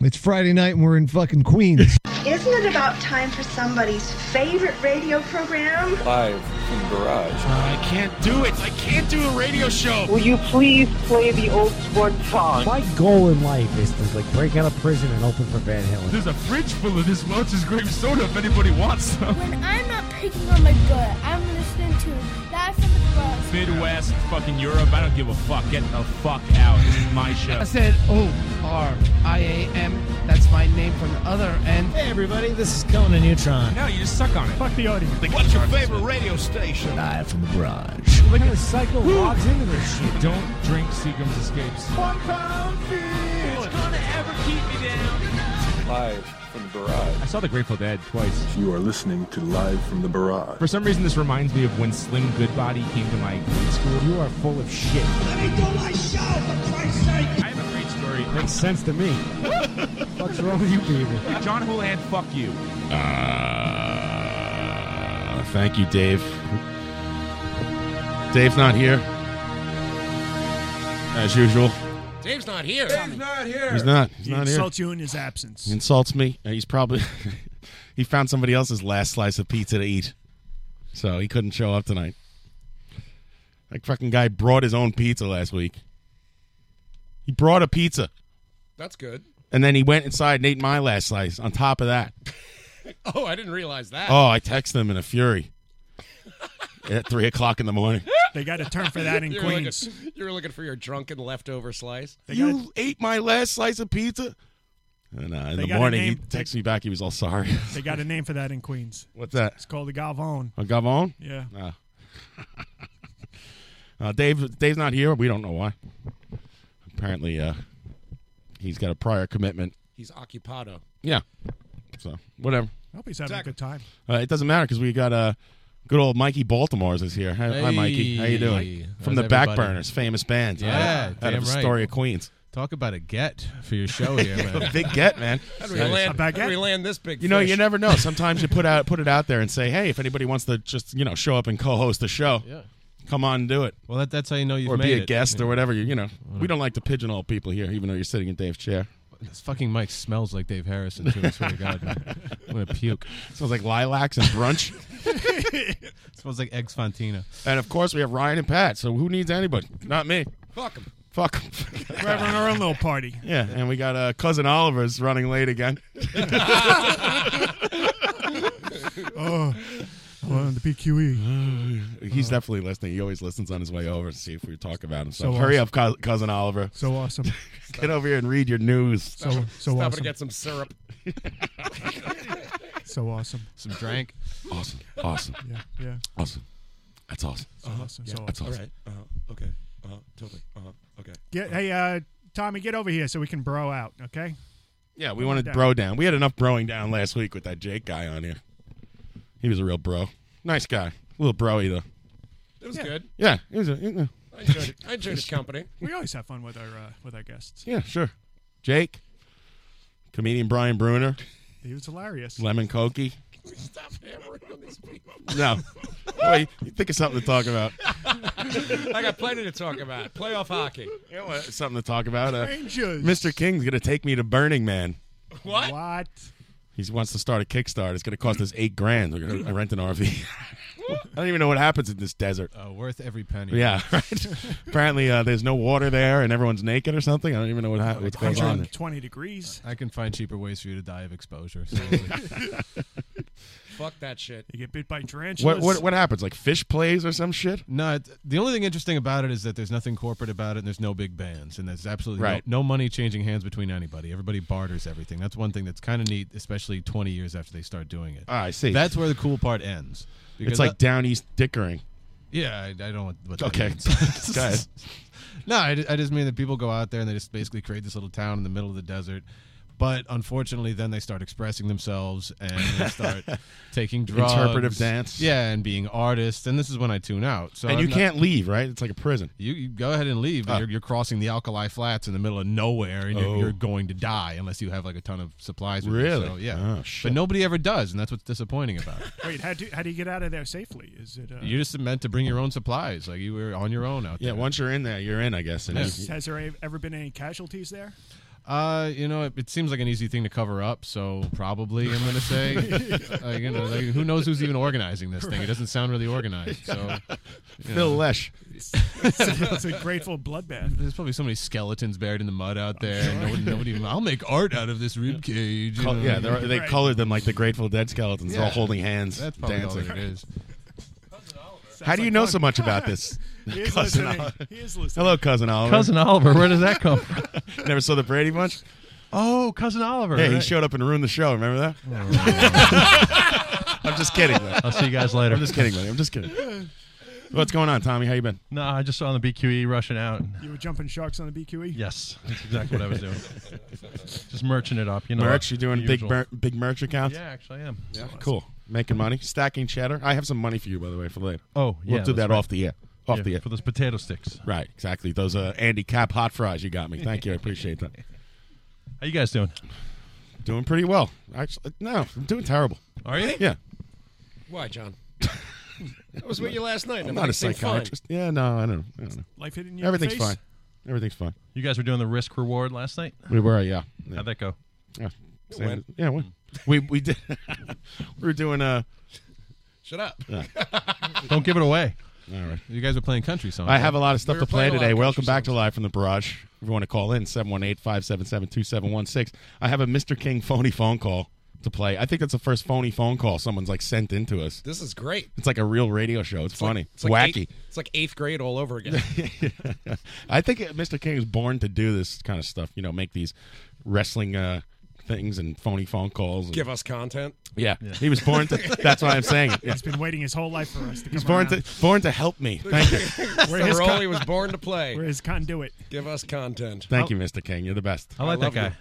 It's Friday night and we're in fucking Queens. Isn't it about time for somebody's favorite radio program? Live from the garage. I can't do it. I can't do a radio show. Will you please play the old sport song? My goal in life is to like break out of prison and open for Van Halen. There's a fridge full of this Welch's grape soda if anybody wants some. When I'm not picking on my butt, I'm listening to Live from the Garage. Midwest, fucking Europe. I don't give a fuck. Get the fuck out. This is my show. I said O R I A M. That's my name from the other end. Hey everybody, this is Conan Neutron. No, you just suck on it. Fuck the audience. What's your favorite radio station? Live from the garage. Look at the cycle logs into this shit. Don't drink Seagram's Escapes. One pound fish. It's gonna ever keep me down. Live from the garage. I saw the Grateful Dead twice. You are listening to Live from the Barrage. For some reason, this reminds me of when Slim Goodbody came to my grade school. You are full of shit. Let me do my show, for Christ's sake. I have a great story. Makes sense to me. What's wrong with you, people? John Houlihan, fuck you. Uh, thank you, Dave. Dave's not here. As usual. Dave's not here. He's not. He's He not here. insults you in his absence. He insults me. Uh, He's probably. he found somebody else's last slice of pizza to eat. So he couldn't show up tonight. That fucking guy brought his own pizza last week. He brought a pizza. That's good. And then he went inside and ate my last slice on top of that. Oh, I didn't realize that. Oh, I texted him in a fury at three o'clock in the morning. They got a term for that in you, were looking, Queens. you were looking for your drunken leftover slice. They you got ate my last slice of pizza. And uh, in They the got a morning, he name. texted me back. He was all sorry. They got a name for that in Queens. What's that? Oh, It's called the Galvon. A gavon? Yeah. Uh, uh, Dave, Dave's not here. We don't know why. Apparently, uh, he's got a prior commitment. He's occupado. Yeah. So whatever. I hope he's having a good time. Uh, it doesn't matter because we got uh, good old Mikey Baltimore's is here. Hi, hi, Mikey. How you Hey. doing? From How's the everybody? Backburners, famous band. Yeah, out of- out damn of right. Astoria, Queens. Talk about a get for your show here, man. Big get, man. How do we land, baguette? how do we land this big You know, fish? you never know. Sometimes you put out put it out there and say, "Hey, if anybody wants to just you know show up and co-host the show, Yeah. come on and do it." Well, that, that's how you know you've or made be a it. guest Yeah. or whatever. You, you know, we don't like to pigeonhole people here, even though you're sitting in Dave's chair. This fucking mic smells like Dave Harrison. Too, I swear to God, man. I'm gonna puke. Smells like lilacs and brunch. It smells like eggs Fontina. and of course, we have Ryan and Pat. So who needs anybody? Not me. Fuck him. Fuck 'em. We're having our own little party. yeah, and we got uh, cousin Oliver's running late again. Uh. Oh, I want him to PQE. He's definitely listening. He always listens on his way over to see if we talk about him. So So, hurry up, cou- cousin Oliver. So awesome. Get over here and read your news. So so Stop awesome. and get some syrup. So awesome. Some drank. Awesome, awesome, Yeah. Yeah. awesome. That's awesome. So awesome. So That's awesome. awesome. Uh-huh. Okay. Uh-huh. Totally. Uh-huh. Okay. Get hey uh Tommy, get over here so we can bro out, okay? Yeah, we wanted down. bro down. We had enough broing down last week with that Jake guy on here. He was a real bro. Nice guy. A little broy though. It was good. Yeah, he was a he- yeah, I enjoyed it. I enjoyed his company. We always have fun with our uh, with our guests. yeah, sure. Jake, comedian Brian Bruner, He was hilarious. Lemon Cokey. Stop hammering on these people. No, wait, you think of something to talk about? I got plenty to talk about. Playoff hockey. You know what? Something to talk about. Uh, Rangers. Mr. King's gonna take me to Burning Man. What? What? He wants to start a Kickstarter. It's gonna cost us eight grand. We're gonna rent an RV. I don't even know what happens in this desert. Uh, worth every penny. Yeah, right. Apparently, uh, there's no water there, and everyone's naked or something. I don't even know what ha- what's going on. there. 120 degrees. I can find cheaper ways for you to die of exposure. So Fuck that shit. You get bit by tarantulas. What, what what happens? Like fish plays or some shit? no, it, the only thing interesting about it is that there's nothing corporate about it, and there's no big bands, and there's absolutely no- Right. no, money changing hands between anybody. Everybody barters everything. That's one thing that's kind of neat, especially 20 years after they start doing it. Ah, I see. That's where the cool part ends. it's Because like I- down east dickering. yeah, I, I don't want what that Okay, means. Go ahead. No, I, ju- I just mean that people go out there and they just basically create this little town in the middle of the desert. But unfortunately, then they start expressing themselves and they start taking drugs, Interpretive dance. yeah, and being artists. And this is when I tune out. So and I'm you not- can't leave, right? It's like a prison. You, you go ahead and leave. but Oh. You're, you're crossing the alkali flats in the middle of nowhere, and Oh. you're, you're going to die unless you have like a ton of supplies. With you. Really? So, yeah. Oh, shit. But nobody ever does, and that's what's disappointing about it. Wait, how do how do you get out of there safely? Is it uh, You're just meant to bring your own supplies. Like you were on your own out Yeah, there. once you're in there, you're in, I guess. And has, you- has there ever been any casualties there? Uh, you know, it, it seems like an easy thing to cover up, so probably I'm going to say, uh, you know, like, who knows who's even organizing this thing? It doesn't sound really organized. So, you Phil know. Lesh. it's a grateful bloodbath. There's probably so many skeletons buried in the mud out there. Nobody, nobody even, I'll make art out of this rib cage. you Col- know? yeah, they're, they colored them like the Grateful Dead skeletons, Yeah. all holding hands, That's probably all dancing. that it is. How do you like know fun. so much about this? He is listening. He is listening. Hello, cousin Oliver. Cousin Oliver, where does that come from? Never saw the Brady Bunch. Oh, cousin Oliver. Yeah, he right. showed up and ruined the show. Remember that? I'm just kidding. Though. Oh. I'll see you guys later. I'm just kidding, buddy. I'm just kidding. What's going on, Tommy? How you been? No, I just saw on the BQE rushing out. You were jumping sharks on the E? BQE? Yes, that's exactly what I was doing. Just merching it up, you know. merch? You doing the big usual. mer- big merch account? Yeah, actually, I am. Yeah, cool. Making money, stacking cheddar. I have some money for you, by the way, for later. Oh, yeah, We'll do that's that right. off the air. Off Yeah, the air for those potato sticks. Right, exactly. Those uh, Andy Cap hot fries you got me. Thank you. I appreciate that. How you guys doing? Doing pretty well. Actually, no, I'm doing terrible. Are you? Yeah. Why, John? I was with you last night. and I'm not a I'm like, "Think fine." psychiatrist. Yeah, no, I don't. I don't know. Life hitting you in the Everything's face? fine. Everything's fine. You guys were doing the risk reward last night. We were, yeah. yeah. How'd that go? Yeah, It same went. as- yeah, it went. we we did. we were doing uh Shut up. Yeah. Don't give it away. All right. You guys are playing country songs. I have a lot of We stuff were to play playing a lot today. of Welcome back to Live from the Barrage. If you want to call in, 718-577-2716. I have a Mr. King phony phone call to play. I think that's the first phony phone call someone's like sent into us. This is great. It's like a real radio show. It's, funny. It's like wacky. eighth- it's like eighth grade all over again. I think uh, Mr. King is born to do this kind of stuff, you know, make these wrestling uh things and phony phone calls. and- Give us content. Yeah. He was born to that's why I'm saying it. Yeah. He's been waiting his whole life for us to come He's born to around. born to help me. Thank you. That's the role he was born to play. We're his conduit. Give us content. Thank you, Mr. King. You're the best. I like that guy.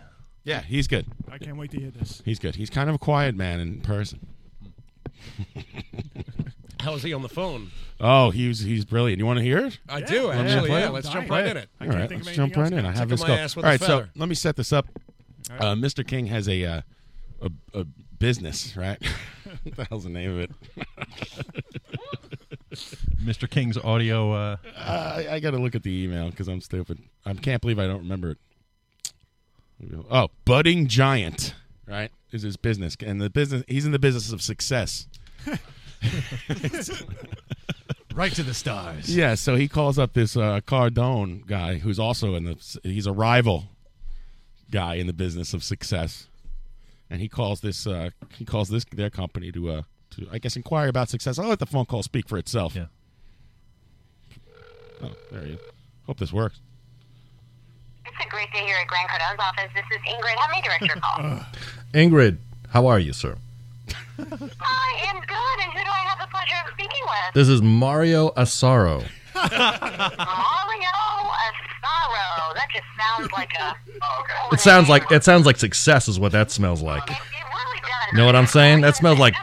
Yeah, he's good. I can't wait to hear this. He's good. He's kind of a quiet man in person. How is he on the phone? Oh, he's he's brilliant. You want to hear it? I do, Want me to actually, play yeah. it? Let's jump right in it. I All can't right, think of let's jump anything right else. in. I have Tickle this my go. ass with All a right, so feather. let me set this up. Uh, Mr. King has a, uh, a a business, right? what the hell's the name of it? Mr. King's audio. Uh, Uh, I, I got to look at the email because I'm stupid. I can't believe I don't remember it. Oh, budding giant, right? Is his business, and the business he's in the business of success. Right to the stars. Yeah, so he calls up this uh, Cardone guy who's also in the he's a rival guy in the business of success, and he calls this uh, he calls this their company to uh to I guess inquire about success. I'll let the phone call speak for itself. Yeah. Oh, there you. Hope this works. It's a great day here at Grand Cardone's office. This is Ingrid. How may I direct your call? I Ingrid, how are you, sir? am good, and who do I have the pleasure of speaking with? This is Mario Asaro. Mario Asaro. That just sounds like a. Oh, It sounds like it sounds like success is what that smells like. You know what I'm saying? That smells like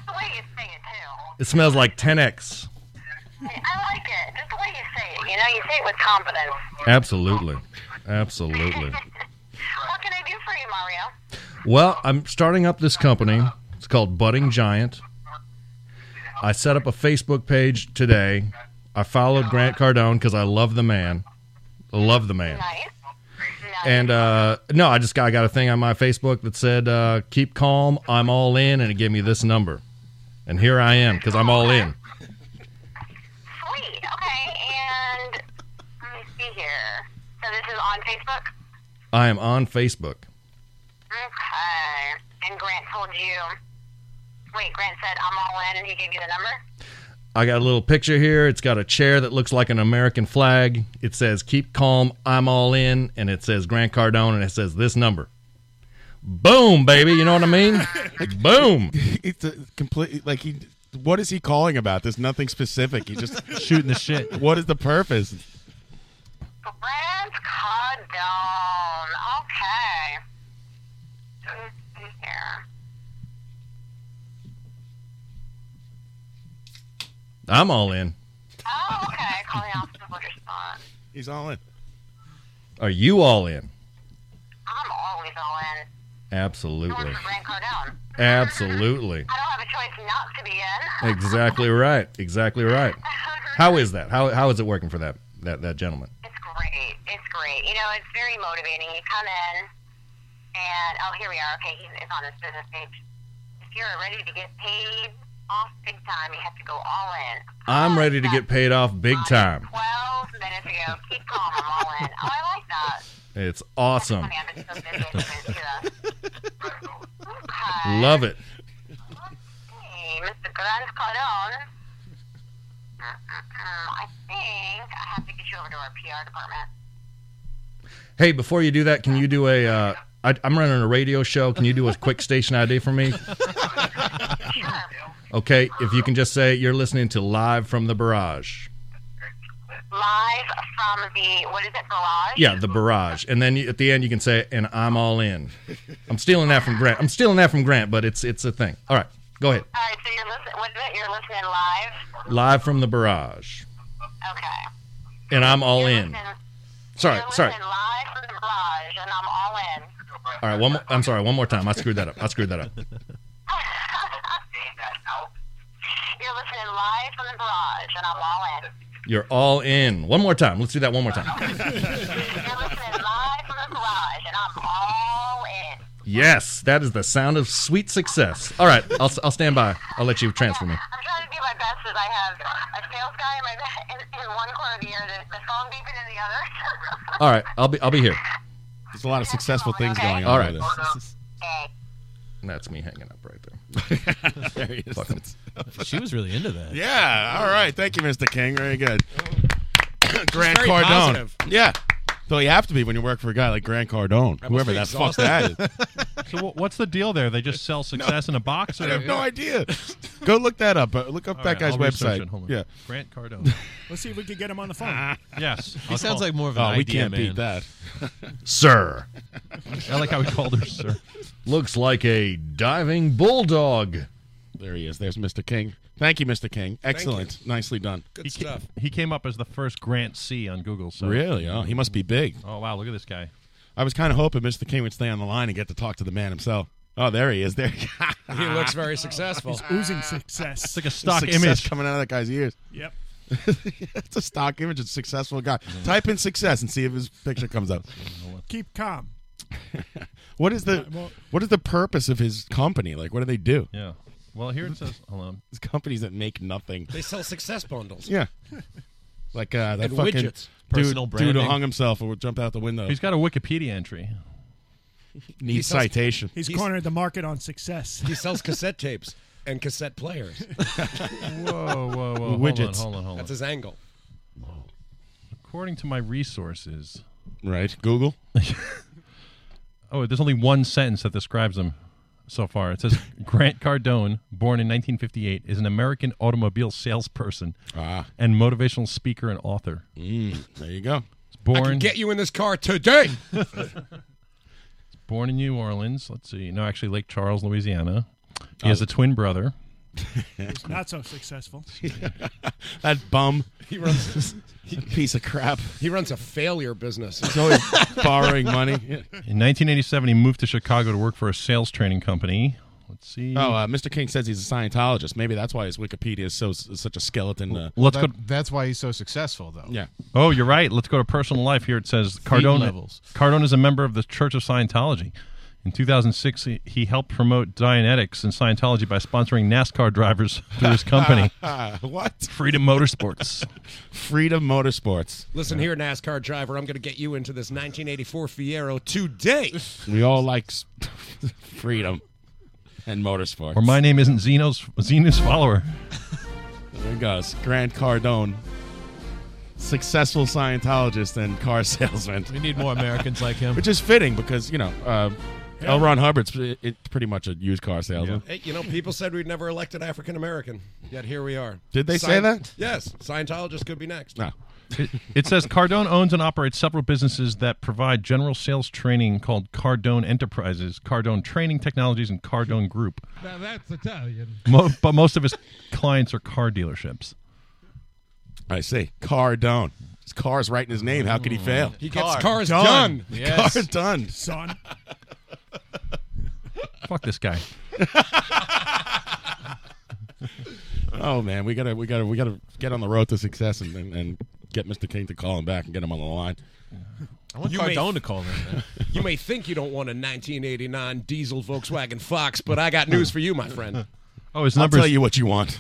it smells like 10x. I like it. Just the way you say it. You know, you say it with confidence. Absolutely, absolutely. What can I do for you, Mario? Well, I'm starting up this company. It's called Budding Giant. I set up a Facebook page today. I followed Grant Cardone because I love the man. I love the man. And uh, no, I just got, I got a thing on my Facebook that said, uh, keep calm, I'm all in, and it gave me this number. And here I am because I'm all in. Sweet. Okay, and let me see here. So this is on Facebook. I am on Facebook. Okay. And Grant told you. Wait, Grant said I'm all in, and he gave you the number. I got a little picture here. It's got a chair that looks like an American flag. It says, Keep calm, I'm all in. And it says Grant Cardone, and it says this number. Boom, baby. You know what I mean? Boom. It's a Uh, complete like he. What is he calling about? There's nothing specific. He's just shooting the shit. What is the purpose? Grant Cardone. Okay. Let me see here. I'm all in. Oh, okay. Calling off the would response. He's all in. Are you all in? I'm always all in. Absolutely. For Grant Cardone. Absolutely. I don't have a choice not to be in. Exactly right. Exactly right. How is that? How, how is it working for that, that, that gentleman? It's great. It's great. You know, it's very motivating. You come in, And oh, here we are. Okay, he- it's on his business page. If you're ready to get paid off big time, you have to go all in. I'm ready to get paid off big time. Oh, Twelve minutes ago, keep calm. I'm all in. Oh, I like that. It's awesome. Honey, I've been so busy. I've been busy. Love it. Hey, Mr. Grand Cardone. Mm-mm-mm. I think I have to get you over to our PR department. Hey, before you do that, can you do a? Uh, I, I'm running a radio show. Can you do a quick station ID for me? Okay, if you can just say you're listening to live from the barrage. Live from the what is it, barrage? Yeah, the barrage, and then you, at the end you can say, "And I'm all in." I'm stealing that from Grant. I'm stealing that from Grant, but it's it's a thing. All right, go ahead. All right, so you're listening. What is it? You're listening live. Live from the barrage, Okay. and I'm all in. Listen- Sorry, you're sorry. listening Live from the barrage, and I'm all in. All right, one. More, I'm sorry. One more time. I screwed that up. I screwed that up. You're listening live from the barrage, and I'm all in. You're all in. One more time. Let's do that one more time. You're listening live from the barrage, and I'm all in. Yes, that is the sound of sweet success. All right, I'll, I'll stand by. I'll let you transfer me. I'm trying to do my best as I have a sales guy in my in, in one corner of the ear, the, the phone beeping in the other. All right, I'll be I'll be here. There's a lot of successful things going on. All right, with this. that's me hanging up right there. There he is. Fucking- She was really into that. Yeah. All right. Thank you, Mr. King. Very good. Grant very Cardone. positive. Yeah. So you have to be when you work for a guy like Grant Cardone, That must whoever be that fuck that exhausting. is. So wh- what's the deal there? They just sell success in a box? Or I have no idea. Go look that up. Uh, Look up All that right, guy's I'll research website. it. Hold on. Yeah. Grant Cardone. Let's see if we can get him on the Ah. phone. yes. He sounds like more of an Oh, we idea can't man. beat that. Sir. I like how he called her sir. Looks like a diving bulldog. There he is. There's Mr. King. Thank you, Mr. King. Excellent. Nicely done. Good he stuff. he came up as the first Grant C on Google. So. Really? Oh, he must be big. Oh wow! Look at this guy. I was kind of hoping Mr. King would stay on the line and get to talk to the man himself. Oh, there he is. There. He looks very successful. He's oozing success. The success coming out of that guy's ears. Yep. It's a stock image of a successful guy. Type in success and see if his picture comes up. Keep calm. What is the what is the purpose of his company? Like, what do they do? Yeah. Well, here it says. Hold on. It's companies that make nothing. They sell success bundles. Yeah. Like uh, that And fucking widgets. dude, Personal dude who branding. hung himself or jumped out the Oh. window. He's got a Wikipedia entry. Needs He sells- citation. He's, cornered the market on success. He sells cassette tapes and cassette players. Whoa, whoa, whoa! Widgets. Hold on, hold on, hold on. That's his angle. According to my resources. Right. Google. Oh, there's only one sentence that describes him so far. It says Grant Cardone, born in 1958, is an American automobile salesperson Ah. and motivational speaker and author. Mm, there you go. I can Born get you in this car today. born in New Orleans. Let's see. No, actually Lake Charles, Louisiana. Oh. He has a twin brother. He's not so successful. That bum. He runs. Piece of crap. He runs a failure business. He's always borrowing money. In 1987, he moved to Chicago to work for a sales training company. Let's see. Oh, uh, Mr. King says he's a Scientologist. Maybe that's why his Wikipedia is so is such a skeleton. Uh, Let's That- go. That's why he's so successful, though. Yeah. Oh, you're right. Let's go to personal life here. It says Cardone. levels. Cardone is a member of the Church of Scientology. In 2006, he, he helped promote Dianetics and Scientology by sponsoring NASCAR drivers through his company. Ah, what? Freedom Motorsports. Freedom Motorsports. Listen here, NASCAR driver. I'm going to get you into this 1984 Fiero today. We all like s- freedom and motorsports. Or my name isn't Zeno's Zeno's follower. There he goes. Grant Cardone, successful Scientologist and car salesman. We need more Americans like him. Which is fitting because, you know, uh, L. Ron Hubbard's pre- it, pretty much a used car salesman. Hey, you know, people said we'd never elect an African American, yet here we are. Did they say that? Yes, Scientologists could be next. No. It, it says Cardone owns and operates several businesses that provide general sales training called Cardone Enterprises, Cardone Training Technologies, and Cardone Group. Now that's Italian. Mo- but most of his clients are car dealerships. I see. Cardone. His car's right in his name. How could he fail? Oh, He gets Car. cars Done. done. Yes. Car done. Son. Fuck this guy. Oh man, we gotta we gotta we gotta get on the road to success and, and, and get Mr. King to call him back and get him on the line. I want Cardone to call in. you may think you don't want a 1989 diesel Volkswagen Fox, but I got news for you, my friend. Oh, his numbers. I'll tell you what you want.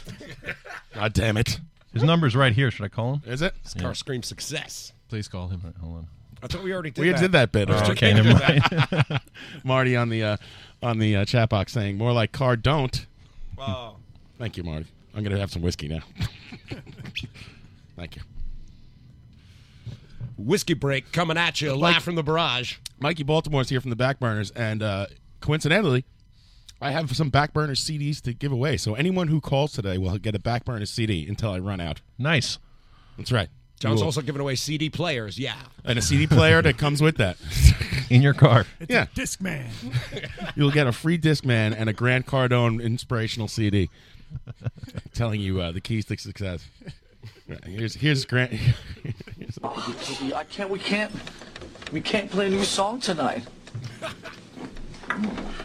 God damn it. His number's right here. Should I call him? Is it? This car screams success. Please call him. hold on. I thought we already did we that. did that bit. uh, Oh, already. okay, never mind. Marty on the uh, on the uh, chat box saying more like car don't. Oh. Thank you, Marty. I'm gonna have some whiskey now. Thank you. Whiskey break coming at you live from the barrage. Mikey Baltimore's here from the back burners, and uh, coincidentally, I have some back burner CDs to give away. So anyone who calls today will get a back burner CD until I run out. Nice. That's right. John's Cool. also giving away CD players. Yeah. and a CD player that comes with that in your car. yeah, disc man. You'll get a free Discman and a Grant Cardone inspirational CD, telling you uh, the keys to success. Here's here's Grant. here's- I can't. We can't. We can't play a new song tonight.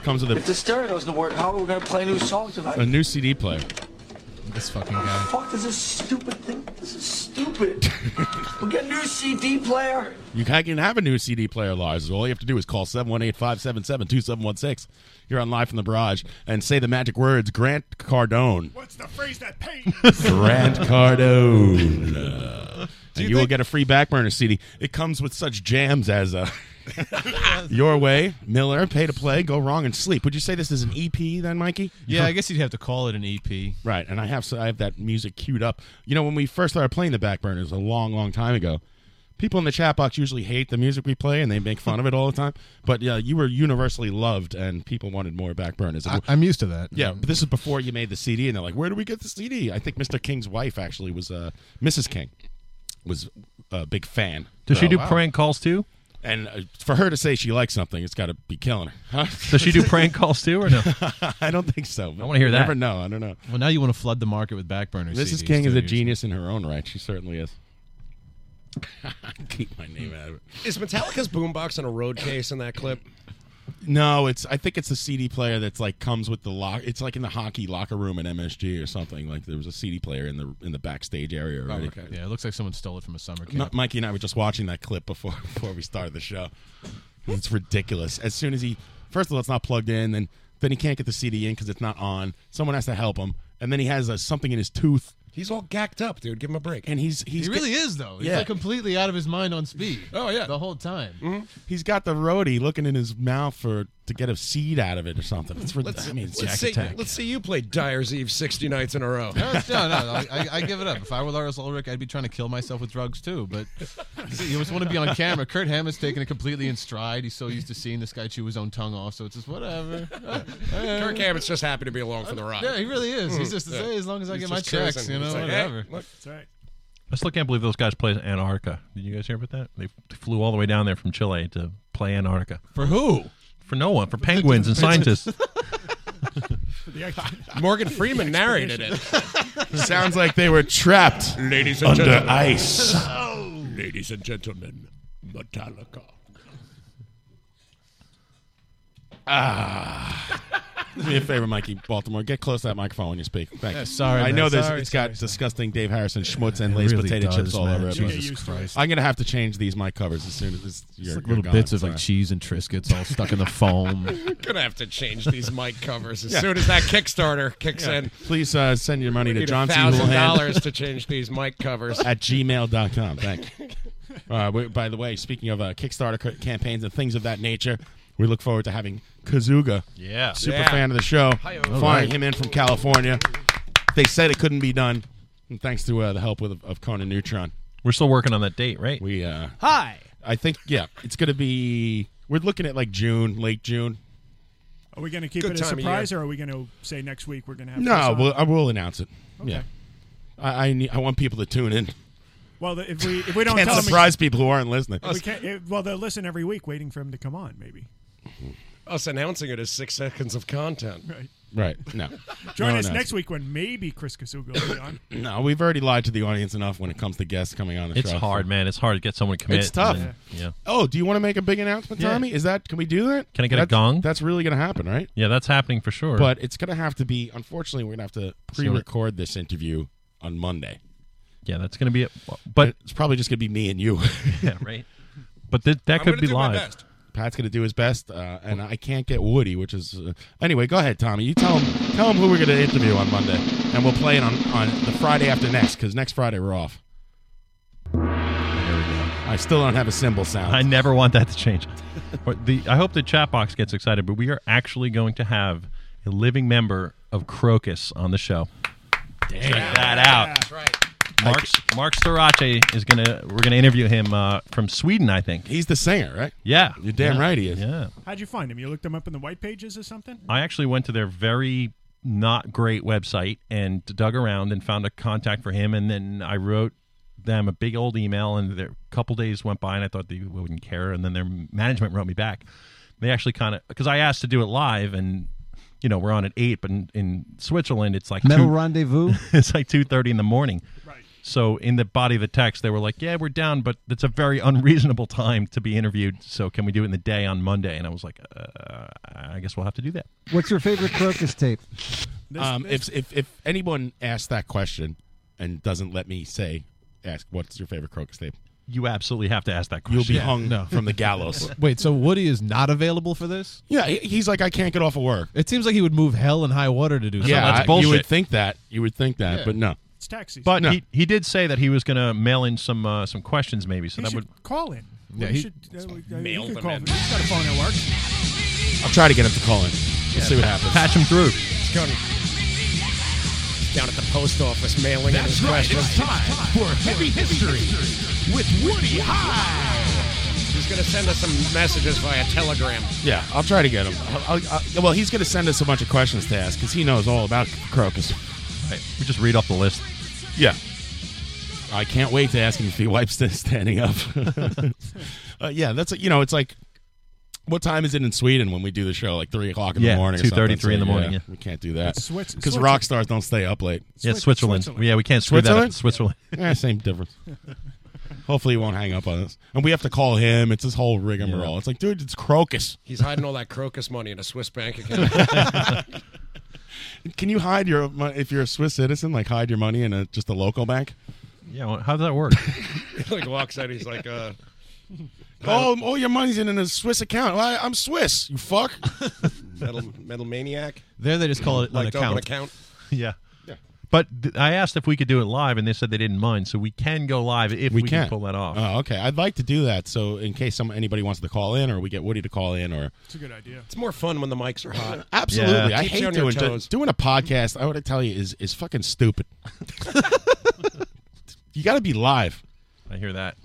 comes with If the a, stereo doesn't work, how are we gonna play a new song tonight? a new CD player. This fucking guy. Fuck! This is stupid thing. This is stupid. we get a new CD player. You ca- can have a new CD player, Lars. All you have to do is call 718-577-2716. You're on Live from the Barrage and say the magic words, Grant Cardone. What's the phrase that pains? Grant Cardone. Uh, and you, will think- get a free Backburner CD. It comes with such jams as uh, Your Way, Miller, Pay to Play, Go Wrong, and Sleep. Would you say this is an EP then, Mikey? Yeah, I guess you'd have to call it an E EP. Right, and I have so I have that music queued up. You know, when we first started playing the Backburners a long, long time ago, people in the chat box usually hate the music we play and they make fun of it all the time. But yeah, you were universally loved, and people wanted more Backburners. I, I'm used to that. yeah, but this is before you made the CD, and they're like, "Where do we get the CD?" I think Mr. King's wife actually was uh, Mrs. King was a big fan. Does she Oh, do wow. prank calls too? And uh, for her to say she likes something, it's got to be killing her. Huh? Does she do prank calls too, or no? I don't think so. I wanna hear that. Never know. I don't know. Well, now you want to flood the market with backburners. Mrs. King is a genius in her own right. She certainly is. Keep my name out of it. Is Metallica's boombox in a road case in that clip? No, it's. I think it's the CD player that's like comes with the lock. It's like in the hockey locker room at MSG or something. Like there was a CD player in the in the backstage area Oh, already. Yeah, it looks like someone stole it from a summer Mi- camp. Mikey and I were just watching that clip before before we started the show. It's ridiculous. As soon as he, first of all, it's not plugged in, and then he can't get the CD in because it's not on. Someone has to help him, and then he has uh something in his tooth. He's all gacked up, dude. Give him a break. And he's he's he really is though. He's Yeah. like completely out of his mind on speed. Oh yeah, the whole time. He's got the roadie looking in his mouth for to get a seed out of it or something. It's for, I mean, it's let's Jack see, Attack. let's see you play Dyer's Eve 60 nights in a row. No, it's- no, no, no. I, I- I give it up. If I were Lars Ulrich, I'd be trying to kill myself with drugs too. But you always want to be on camera. Kurt Hammett's taking it completely in stride. He's so used to seeing this guy chew his own tongue off, so it's just whatever. Uh, uh. Kirk Hammett's just happy to be along for the ride. Yeah, he really is. He's Mm. just Yeah. hey, as long as I He's get my just checks, cursing. you know, He's like, hey, whatever. look. That's right. I still can't believe those guys play Antarctica. Did you guys hear about that? They flew all the way down there from Chile to play Antarctica. For who? For no one. For penguins and scientists. Morgan Freeman narrated it. Sounds like they were trapped, ladies under ice. Ladies and gentlemen, Metallica. Ah. Do me a favor, Mikey Baltimore. Get close to that microphone when you speak. Thank you. Yeah, sorry, I man. know there's Sorry, it's got disgusting Dave Harrison schmutz and Lay's really potato does, chips all man. over it. Jesus but- Jesus Christ. I'm gonna have to change these mic covers as soon as this, you're, Just like you're little gone. bits of like Sorry. cheese and Triscuits all stuck in the foam. We're gonna have to change these mic covers as Yeah. soon as that Kickstarter kicks Yeah. in. Please uh, send your money We to need John C. thousand Houlihan dollars to change these mic covers. at gmail.com. Thank you. Uh, we, by the way, speaking of uh, Kickstarter c- campaigns and things of that nature, we look forward to having Kazuga, Yeah. super Yeah. fan of the show, Hi-yo. flying All right. him in from California. They said it couldn't be done, and thanks to uh, the help with, of Conan Neutron. We're still working on that date, right? We uh, Hi. I think yeah, it's going to be. We're looking at like June, late June. Are we going to keep Good it a time of surprise, or are we going to say next week we're going to have? this No, on? we'll, I will announce it. Okay. Yeah, I I, need, I want people to tune in. Well, the- if we if we don't Can't tell 'em- surprise people who aren't listening. we can't, eh, well, they'll listen every week, waiting for him to come on. Maybe. Us announcing it is six seconds of content. Right. Right? No. Join No us announcement. next week when maybe Chris Kasuga will be on. No, we've already lied to the audience enough when it comes to guests coming on the It's show. hard, man. It's hard to get someone to commit. It's tough. and then- yeah. Oh, do you want to make a big announcement, Yeah. Tommy? Is that can we do that? Can I get a that's, gong? That's really going to happen, right? Yeah, that's happening for sure. But it's going to have to be. Unfortunately, we're going to have to So- pre-record this interview on Monday. yeah, that's going to be it. But it's probably just going to be me and you. yeah, right. But th- that I'm could gonna be do my live. best. Pat's going to do his best, uh, and I can't get Woody, which is uh, anyway. Go ahead, Tommy. You tell him tell him who we're going to interview on Monday, and we'll play it on on the Friday after next because next Friday we're off. There we go. I still don't have a symbol sound. I never want that to change. But the I hope the chat box gets excited, but we are actually going to have a living member of Crocus on the show. Check that out. That's right. Mark Mark Storace is gonna. We're gonna interview him uh, from Sweden, I think. He's the singer, right? Yeah, you're damn Yeah. right he is. Yeah, How'd you find him? You looked him up in the white pages or something? I actually went to their very not great website and dug around and found a contact for him, and then I wrote them a big old email, and there, a couple days went by, and I thought they wouldn't care, and then their management wrote me back. They actually kind of because I asked to do it live, and you know we're on at eight, but in, in Switzerland it's like Metal two- rendezvous. it's like two thirty in the morning. Right. So in the body of the text, they were like, "Yeah, we're down, but it's a very unreasonable time to be interviewed. So can we do it in the day on Monday?" And I was like, uh, "I guess we'll have to do that." What's your favorite Crocus tape? um, If, if if anyone asks that question and doesn't let me say, ask what's your favorite Crocus tape. You absolutely have to ask that You'll be Yeah, hung no. from the gallows. Wait, so Woody is not available for this? Yeah, he- he's like, I can't get off of work. It seems like he would move hell and high water to do. yeah, something. I- You would think that. You would think that, Yeah. but no. It's taxis. But he, he did say that he was going to mail in some uh, some questions, maybe. So He that should would call in. Yeah, We he- should, uh, we- uh, Mail you could them call in. him. He's got a phone that works. I'll try to get him to call in. We'll see what happens. patch him through. He's going down at the post office mailing in his questions. for Heavy History with Woody High. He's going to send us some messages via Telegram. Yeah, I'll try to get him. I'll, I'll, I'll- well, he's going to send us a bunch of questions to ask because he knows all about crocus. Right. We just read off the list. Yeah. I can't wait to ask him if he wipes this standing up. uh, yeah, that's you know, it's like, what time is it in Sweden when we do the show? Like three o'clock in Yeah, the morning. or something. 2:33 in the morning, yeah. we can't do that It's Swiss- because Switzerland. rock stars don't stay up late. Yeah, it's Switzerland. Switzerland. Yeah, we can't screw that up. It's Switzerland. yeah, same difference. Hopefully, he won't hang up on us. And we have to call him. It's this whole rigmarole. It's like, dude, it's crocus. He's hiding all that crocus money in a Swiss bank account. Can you hide your mon- if you're a Swiss citizen, like hide your money in a, just a local bank? Yeah, well, how does that work? he like walks out. He's like, uh, Oh, all your money's in a Swiss account. Well, I, I'm Swiss. You fuck. metal, metal maniac. There they just call it an like to open account. account. yeah. But th- I asked if we could do it live, and they said they didn't mind. So we can go live if we, can. pull that off. Oh, okay. I'd like to do that. So in case some anybody wants to call in, or we get Woody to call in, or It's a good idea. It's more fun when the mics are hot. absolutely, I Keeps you hate on your doing toes. doing a podcast. I would tell you is is fucking stupid. you got to be live. I hear that.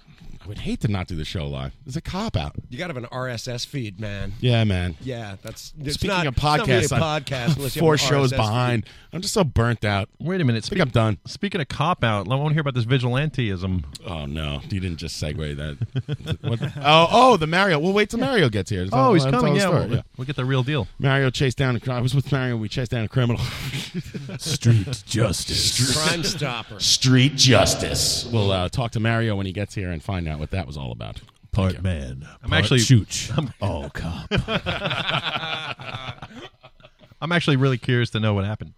I would hate to not do the show live. It's a cop out. You got to have an RSS feed, man. Yeah, man. Yeah, that's it's Speaking not, of it's not podcasts, really a podcast I'm unless you have four an shows RSS behind. I'm just so burnt out. Wait a minute. I think I'm done. Speaking of cop out, I want to hear about this vigilanteism. Oh no, you didn't just segue that. What the- oh, oh, the Mario. We'll wait till Mario gets here. It's Oh, all- he's it's all coming. the Yeah, story, we'll, we'll get the real deal. Mario chased down. a cri- I was with Mario. We chased down a criminal. Street justice. Crime stopper. Street justice. We'll uh, talk to Mario when he gets here and find out what that was all about. Part man. Oh, I'm actually I'm, I'm actually really curious to know what happened.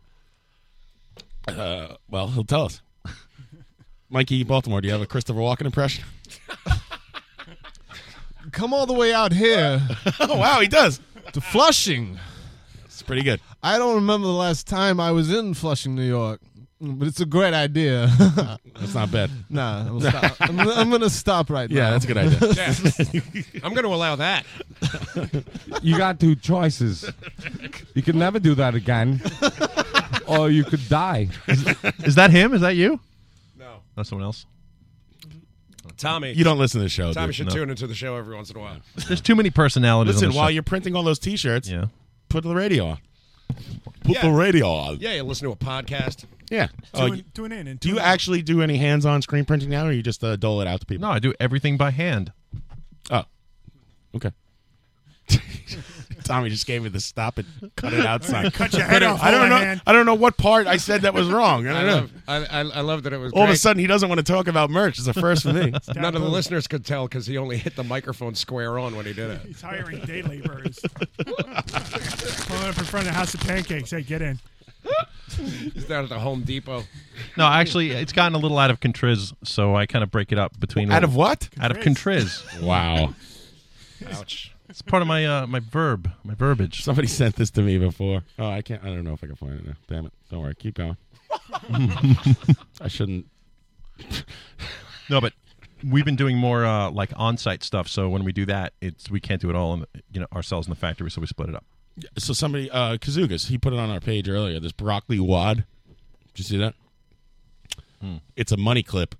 Uh, well, he'll tell us. Mikey Baltimore, do you have a Christopher Walken impression? Come all the way out here. oh wow, he does. To Flushing. It's pretty good. I don't remember the last time I was in Flushing, New York, but it's a great idea. That's not bad. Nah, I'm gonna stop. I'm, gonna- I'm gonna stop right Yeah, now. that's a good idea. feed. I'm going to allow that. you got two choices. You can never do that again, or you could die. Is that him? Is that you? No. That's someone else. Tommy. You don't listen to the show, Tommy dude. should No. tune into the show every once in a while. There's too many personalities. Listen, on the while show. you're printing all those T-shirts, yeah. put the radio on. Put Yeah. the radio on. Yeah, you listen to a podcast. Yeah. Tune- y- tune in and do you tune out. actually do any hands-on screen printing now, or you just uh, dole it out to people? No, I do everything by hand. Oh. Okay. Tommy just gave me the stop it, cut it out sign. Cut your head off, I hold don't on, know. man. I don't know what part I said that was wrong. I don't know. love, I, I, I love that it was All of a great. sudden, he doesn't want to talk about merch. It's a first for me. None of the listeners could tell because he only hit the microphone square on when he did it. He's hiring day laborers. Pulling up in front of the House of Pancakes. Hey, get in. He's down at the Home Depot. No, actually, it's gotten a little out of contriz, so I kind of break it up between. Out of what? Out of contriz. Wow. Ouch. It's part of my uh, my verb, my verbiage. Somebody sent this to me before. Oh, I can't. I don't know if I can find it now. Damn it. Don't worry. Keep going. I shouldn't. No, but we've been doing more uh, like on-site stuff. So when we do that, it's we can't do it all, in, the- you know, ourselves in the factory. So we split it up. So somebody, uh, Kazugas, he put it on our page earlier. This broccoli wad. Did you see that? Hmm. It's a money clip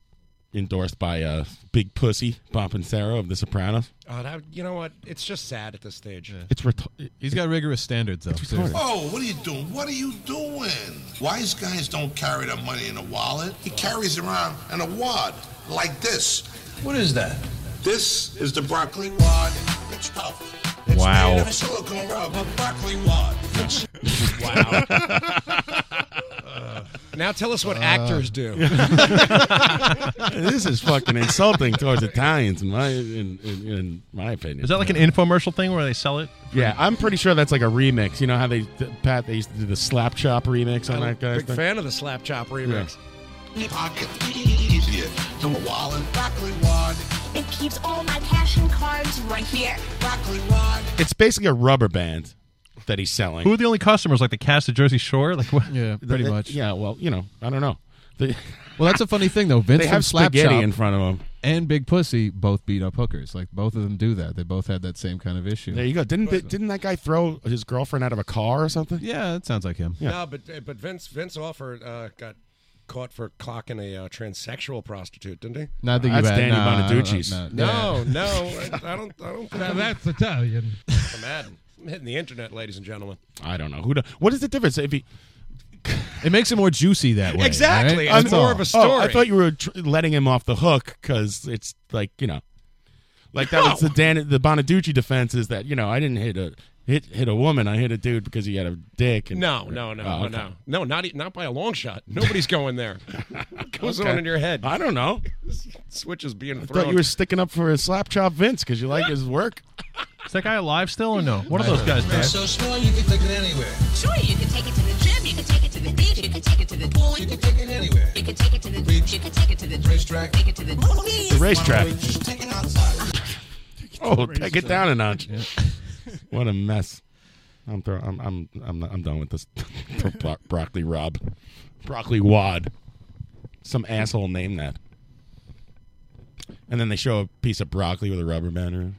endorsed by uh, Big Pussy Sarah of The Sopranos. Oh, that, you know what? It's just sad at this stage. It's retar- He's got rigorous standards, though. seriously. Oh, what are you doing? What are you doing? Wise guys don't carry their money in a wallet. He carries around in a wad like this. What is that? This is the broccoli wad. It's tough. It's Wow. made of silicone rubber, broccoli wad. Wow. now tell us Uh, what actors do. this is fucking insulting towards Italians, in my in, in, in my opinion. Is that like an infomercial thing where they sell it? Yeah, I'm pretty sure that's like a remix. You know how they Pat they used to do the slap chop remix on I'm a that guy. big fan of the Slap Chop remix. Pocket easier. The wallet, broccoli wad. It keeps all my cash and cards right here. Broccoli wad. It's basically a rubber band that he's selling. Who are the only customers? Like the cast of Jersey Shore? Like what? Yeah, pretty much. Yeah, well, you know, I don't know. The- Well, that's a funny thing though. Vince They from have Slap spaghetti Shop in front of him, and Big Pussy both beat up hookers. Like both of them do that. They both had that same kind of issue. there you go. Didn't didn't that guy throw his girlfriend out of a car or something? Yeah, that sounds like him. No, but uh, but Vince Vince Offer uh, got caught for clocking a uh, transsexual prostitute, didn't he? No, I think you That's had- Danny nah, Bonaducci's. nah, No, no, I, I don't. I don't. Now that's Italian. I'm adding. I'm hitting the internet, ladies and gentlemen. I don't know. Who? do- What is the difference if he? It makes it more juicy that way. Exactly. all right? It's more of a story. Oh, I thought you were tr- letting him off the hook because it's like you know, like that was the Dan the Bonaducci defense is that you know I didn't hit a hit hit a woman I hit a dude because he had a dick. And, No, no, no, Oh, no, okay. no, no, not e- not by a long shot. Nobody's going there. What goes Okay. on in your head? I don't know. Switches being I thrown. thought you were sticking up for a slap chop Vince because you like his work. Is that guy alive still or no? One of those guys It's died. so small you can take it anywhere. Sure, you can take it to the gym, you can take it to the beach, you can take it to the pool, you can take it anywhere. You can take it to the beach, you can take it to the racetrack, take it to the movies. The racetrack. Just take it outside. Oh, take it down a notch. What a mess. I'm throw, I'm I'm I'm, I'm done with this Bro- broccoli Rob, broccoli Wad. Some asshole named that. And then they show a piece of broccoli with a rubber band. around.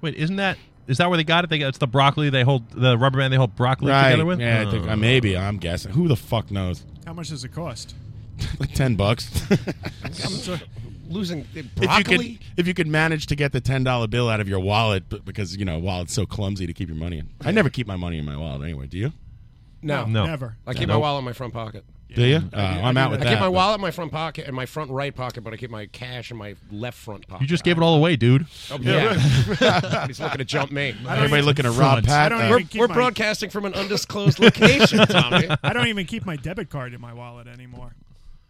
Wait, isn't that is that where they got it? They got it's the broccoli they hold the rubber band they hold broccoli Right? together with. Yeah, I think, uh, maybe I'm guessing. Who the fuck knows? How much does it cost? like ten bucks. I'm uh, losing the If you broccoli. could, if you could manage to get the ten dollar bill out of your wallet, but because you know wallet's so clumsy to keep your money in. I never keep my money in my wallet anyway. Do you? no, No. Never. I keep my Nope. wallet in my front pocket. Do you? Uh, I'm out with I that. keep my but- wallet in my front pocket and my front right pocket, but I keep my cash in my left front pocket. You just gave it all away, dude. Oh, yeah. He's looking to jump me. Everybody looking to rob Pat. uh, We're, we're broadcasting from an undisclosed location, Tommy. I don't even keep my debit card in my wallet anymore.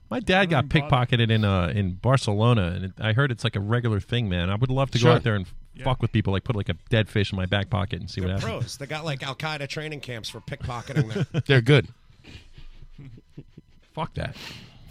My dad got pickpocketed in uh in Barcelona, and it, I heard it's like a regular thing, man. I would love to Sure. go out there and fuck with people, like put like a dead fish in my back pocket and see what happens. Pros. They got like Al Qaeda training camps for pickpocketing. There. They're good. Fuck that.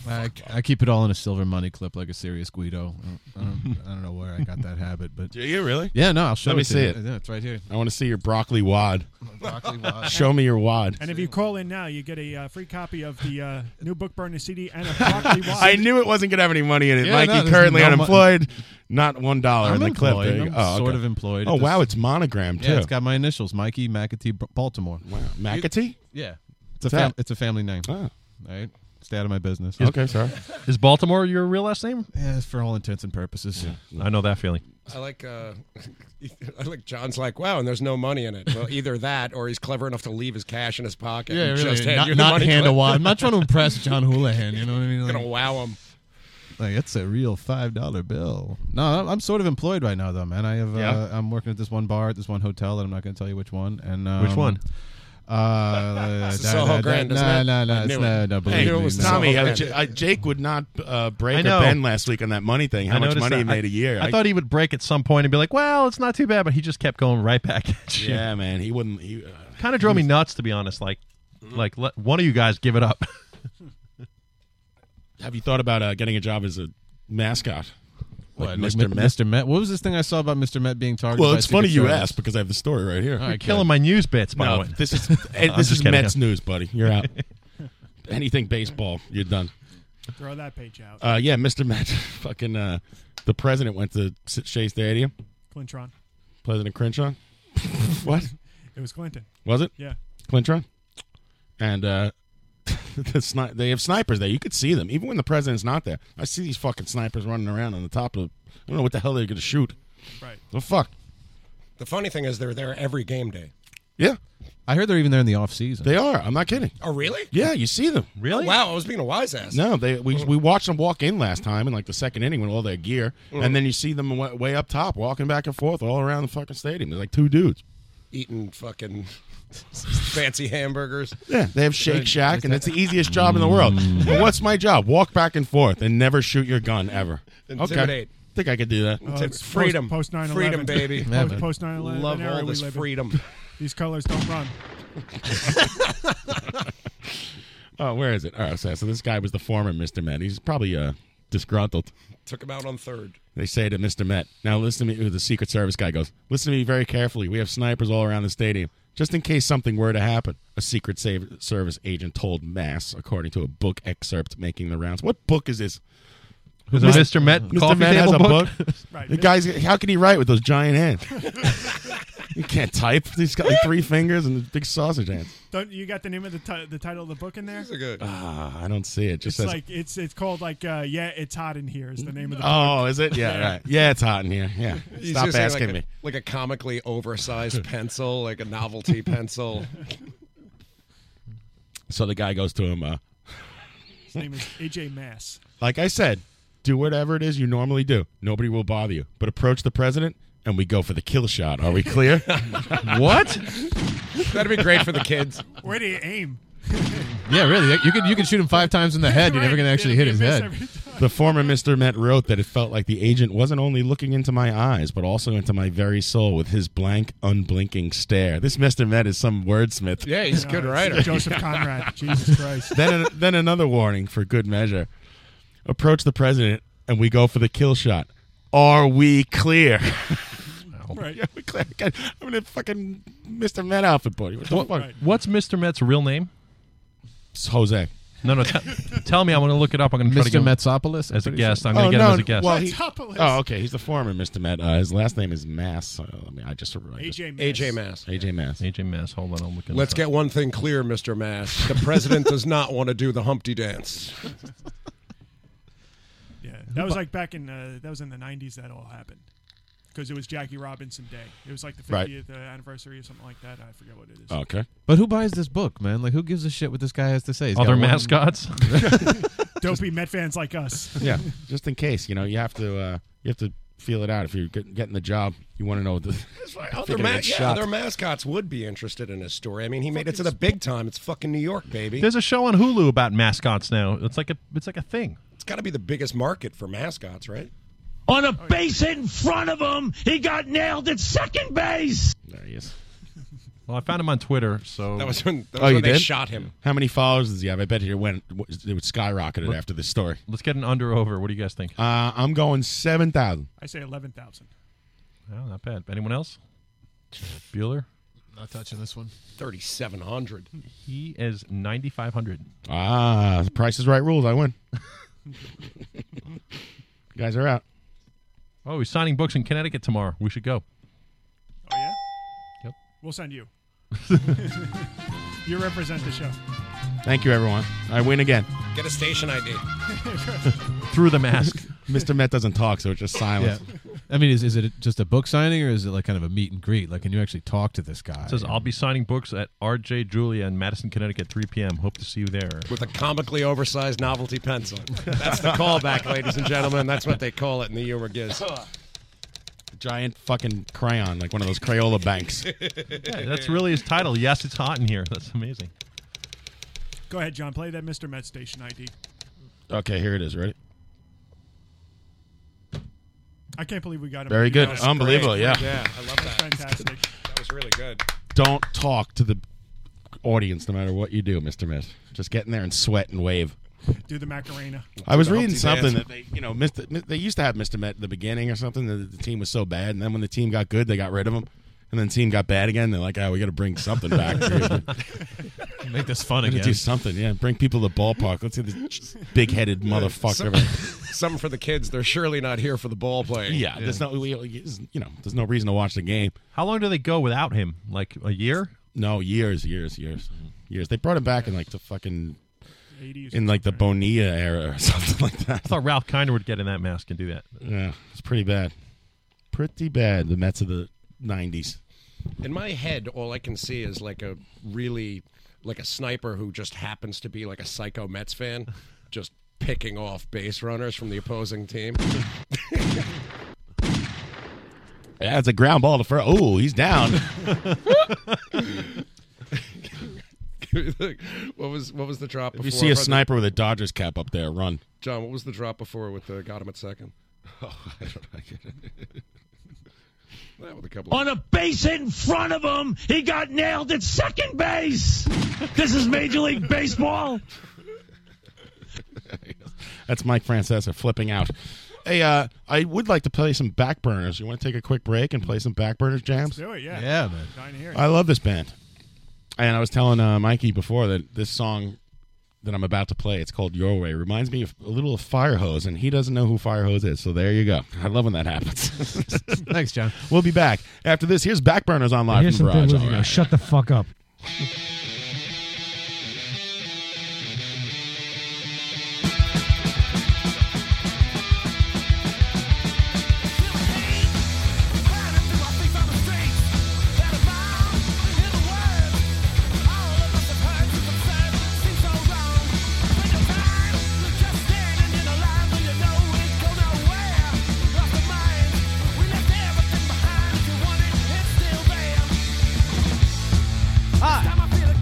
I, I keep it all in a silver money clip like a serious Guido. I don't, I don't, I don't know where I got that habit, but Do you really? Yeah, no, I'll show Let me it to see you. it. Yeah, it's right here. I want to see your broccoli wad. Broccoli wad. Show me your wad. And if you call in now, you get a uh, free copy of the uh, new book, Burn the CD, and a broccoli wad. I knew it wasn't gonna have any money in it. Yeah, no, Mikey there's currently no mo- unemployed. Not one dollar in I'm the clip. employed. There you I'm go. Oh, sort okay. of employed. at Oh this- wow, it's monogrammed too. Yeah, it's got my initials, Mikey McAtee, B- Baltimore. Wow, McAtee? Yeah, it's a What's fam- that? it's a family name. All right, stay out of my business. Okay, sorry. Is Baltimore your real last name? Yeah, for all intents and purposes. I know that feeling. I like. Uh, I like. John's like, wow, and there's no money in it. Well, either that, or he's clever enough to leave his cash in his pocket. Yeah, and really. Just hand Not- you the not money hand a clip. wad. I'm not trying to impress John Houlihan, you know what I mean? Like- Gonna wow him. Like it's a real five dollar bill. No, I'm- I'm sort of employed right now though, man. I have Yeah? uh, I'm working at this one bar at this one hotel, and I'm not going to tell you which one. And um, Which one? Uh, It's da- Soho da- da- Grand, isn't nah, it? nah, I nah, it's knew no, it. no, Hey, believe I knew it me, was no. Tommy. I was ju- I- Jake would not uh, break I or know. bend last week on that money thing. How I much noticed money he that. made a year? I, thought he would break at some point and be like, "Well, it's not too bad," but he just kept going right back at you. Yeah, man, he wouldn't. He uh, kind Mm-hmm. of drove me nuts to be honest. Like, like let one of you guys give it up. Have you thought about uh, getting a job as a mascot? What, like Mi- Mr. Met? What was this thing I saw about Mr. Met being targeted? Well, by it's funny Secret you Service? asked because I have the story right here. All right, kid. killing my news bits, by no, the way. This is I'm this just is kidding. Mets news, buddy. You're out. Anything baseball, you're done. Throw that page out. Uh, yeah, Mr. Met, fucking uh, the president went to S- Shea Stadium. Clintron. President Crenshaw. what? It was Clinton. Was it? Yeah. Clintron. And uh, the sni- they have snipers there. You could see them even when the president's not there. I see these fucking snipers running around on the top of. I don't know what the hell they're going to shoot. Right. The fuck. The funny thing is, they're there every game day. Yeah. I heard they're even there in the off season. They are. I'm not kidding. Oh, really? Yeah, you see them. Oh, wow, I was being a wise ass. No, they we Mm-hmm. we watched them walk in last time in like the second inning with all their gear, Mhm. and then you see them way, way up top walking back and forth all around the fucking stadium. They're like two dudes. Eating fucking fancy hamburgers. Yeah, they have Shake Shack, and it's the easiest job in the world. Mm. And what's my job? Walk back and forth and never shoot your gun ever. Intimidate. Okay. Think I could do that? Oh, it's freedom. Post 9 Freedom, baby. Yeah, man. Post 9 11. Love all this freedom. These colors don't run. Oh, where is it? All right, so, so this guy was the former Mr. Met. He's probably uh, disgruntled. Took him out on third. They say to Mr. Met, now listen to me. The Secret Service guy goes, listen to me very carefully. We have snipers all around the stadium. Just in case something were to happen, a Secret Sav- Service agent told Mass, according to a book excerpt making the rounds. What book is this? Was it Mr. Met coffee has table a book. book? Right. The guy's, how can he write with those giant hands? you can't type. He's got like three fingers and big sausage hands. Don't you got the name of the, ti- the title of the book in there? Ah, I don't see it. it It's just says, like it's it's called like uh, yeah, it's hot in here is the name of the oh, book. is it? Yeah, right. Yeah, it's hot in here. Yeah. He's Stop just saying, asking like me. a, Like a comically oversized pencil, like a novelty pencil. So the guy goes to him, uh, His name is AJ Mass. like I said, do whatever it is you normally do. Nobody will bother you. But approach the president and we go for the kill shot. Are we clear? what? That'd be great for the kids. Where do you aim? Yeah, really. You could you could shoot him five times in the head. You're never gonna actually hit his miss head. every The former Mr. Met wrote that it felt like the agent wasn't only looking into my eyes, but also into my very soul with his blank, unblinking stare. This Mr. Met is some wordsmith. Yeah, he's a good No, it's writer. Joseph Conrad. Jesus Christ. then, then another warning for good measure. Approach the president and we go for the kill shot. Are we clear? Right. Yeah, we clear. God, I'm in a fucking Mr. Met outfit, buddy. What the fuck? What's Mr. Met's real name? It's Jose. No, no. T- tell me. I'm going to look it up. I'm going to try to Mr. get him Metsopoulos? I'm as a pretty guest. sure. I'm going Oh, to get no, him as a guest. Well, he, Metopoulos. oh, okay. He's the former Mr. Met. Uh, his last name is Mass. Uh, I mean, I just I just- AJ Mass. AJ Mass. AJ Mass. AJ Mass. Hold on. I'm looking. Let's get one thing clear, Mr. Mass. The president does not want to do the Humpty Dance. Yeah, that was like back in uh, that was in the '90s that all happened because it was Jackie Robinson Day. It was like the 50th Right. anniversary or something like that. I forget what it is. But who buys this book, man? Like, who gives a shit what this guy has to say? He's Other got one- mascots? Dopey Met fans like us. yeah, just in case, you know, you have to uh, you have to feel it out if you're get- getting the job. You want to know what the Other, Oh, ma- yeah, other mascots would be interested in his story. I mean, he made it to the big time. It's fucking New York, baby. There's a show on Hulu about mascots now. It's like a it's like a thing. it's got to be the biggest market for mascots, right? On a base hit in front of him, he got nailed at second base. There he is. Well, I found him on Twitter. So That was when- Oh, you did? How many followers does he have? I bet you went it would skyrocket it Let- after this story. Let's get an under over. What do you guys think? Uh, I'm going seven thousand. I say eleven thousand. Oh, not bad. Anyone else? Bueller. Not touching this one. Thirty-seven hundred. He is 9,500. Ah, the Price is Right rules. I win. You guys are out. Oh, he's signing books in Connecticut tomorrow. We should go. Oh yeah. Yep. We'll send you. you represent the show. Thank you, everyone. I win again. Get a station ID. Through the mask. Mr. Met doesn't talk, so it's just Yeah. silence. I mean, is, is it just a book signing or is it like kind of a meet and greet? Like, can you actually talk to this guy? It says, I'll be signing books at RJ Julia in Madison, Connecticut, 3 p.m. Hope to see you there. With a comically oversized novelty pencil. That's the callback, ladies and gentlemen. That's what they call it in the humor giz. Giant fucking crayon, like one of those Crayola banks. Yeah, that's really his title. Yes, it's hot in here. That's amazing. Go ahead, John. Play that Mr. Met station ID. Okay, here it is. Ready? I can't believe we got him. Very You good. guys- Unbelievable, Great. yeah. Yeah, I love That's that. Fantastic. That was really good. Don't talk to the audience, no matter what you do, Mr. Met. Just get in there and sweat and wave. do the Macarena. I was reading something that they, you know, Mr. Mi- They used to have Mr. Met at the beginning or something. That the team was so bad, and then when the team got good, they got rid of him. And then the team got bad again. They're like, "Ah, we got to bring something back. Make this fun We gotta again." Do something, yeah. Bring people to the ballpark. Let's get this big-headed motherfucker. Some, some for the kids. They're surely not here for the ball playing. yeah, there's no, we, you know, there's no reason to watch the game. How long do they go without him? Like a year? Mm-hmm. No, years, years, years, years. They brought him back in like the fucking, 80s in like the Bonilla era or something like that. I thought Ralph Kiner would get in that mask and do that. Yeah, it's pretty bad. Pretty bad. The Mets of the '90s. In my head, all I can see is like a really, like a sniper who just happens to be like a psycho Mets fan, just picking off base runners from the opposing team. Yeah, it's a ground ball to first. Oh, he's down. what was what was the drop? if Before you see a for the- sniper with a Dodgers cap up there, run. John, what was the drop before with the got him at second? Oh, I don't like it. that with a couple. On a base hit in front of him, he got nailed at second base. This is Major League Baseball. That's Mike Francesa flipping out. Hey, uh, I would like to play some backburners. You want to take a quick break and play some backburners jams? Let's do it, yeah. Yeah, man. Dying to hear it. I love this band. And I was telling uh, Mikey before that this song that I'm about to play, it's called Your Way, reminds me of a little of Firehose, and he doesn't know who Firehose is. So there you go. I love when that happens. Thanks, John. We'll be back after this. Here's Backburners on Live Here's from something Barrage. Lizzie All goes, right. Shut the fuck up. Hi,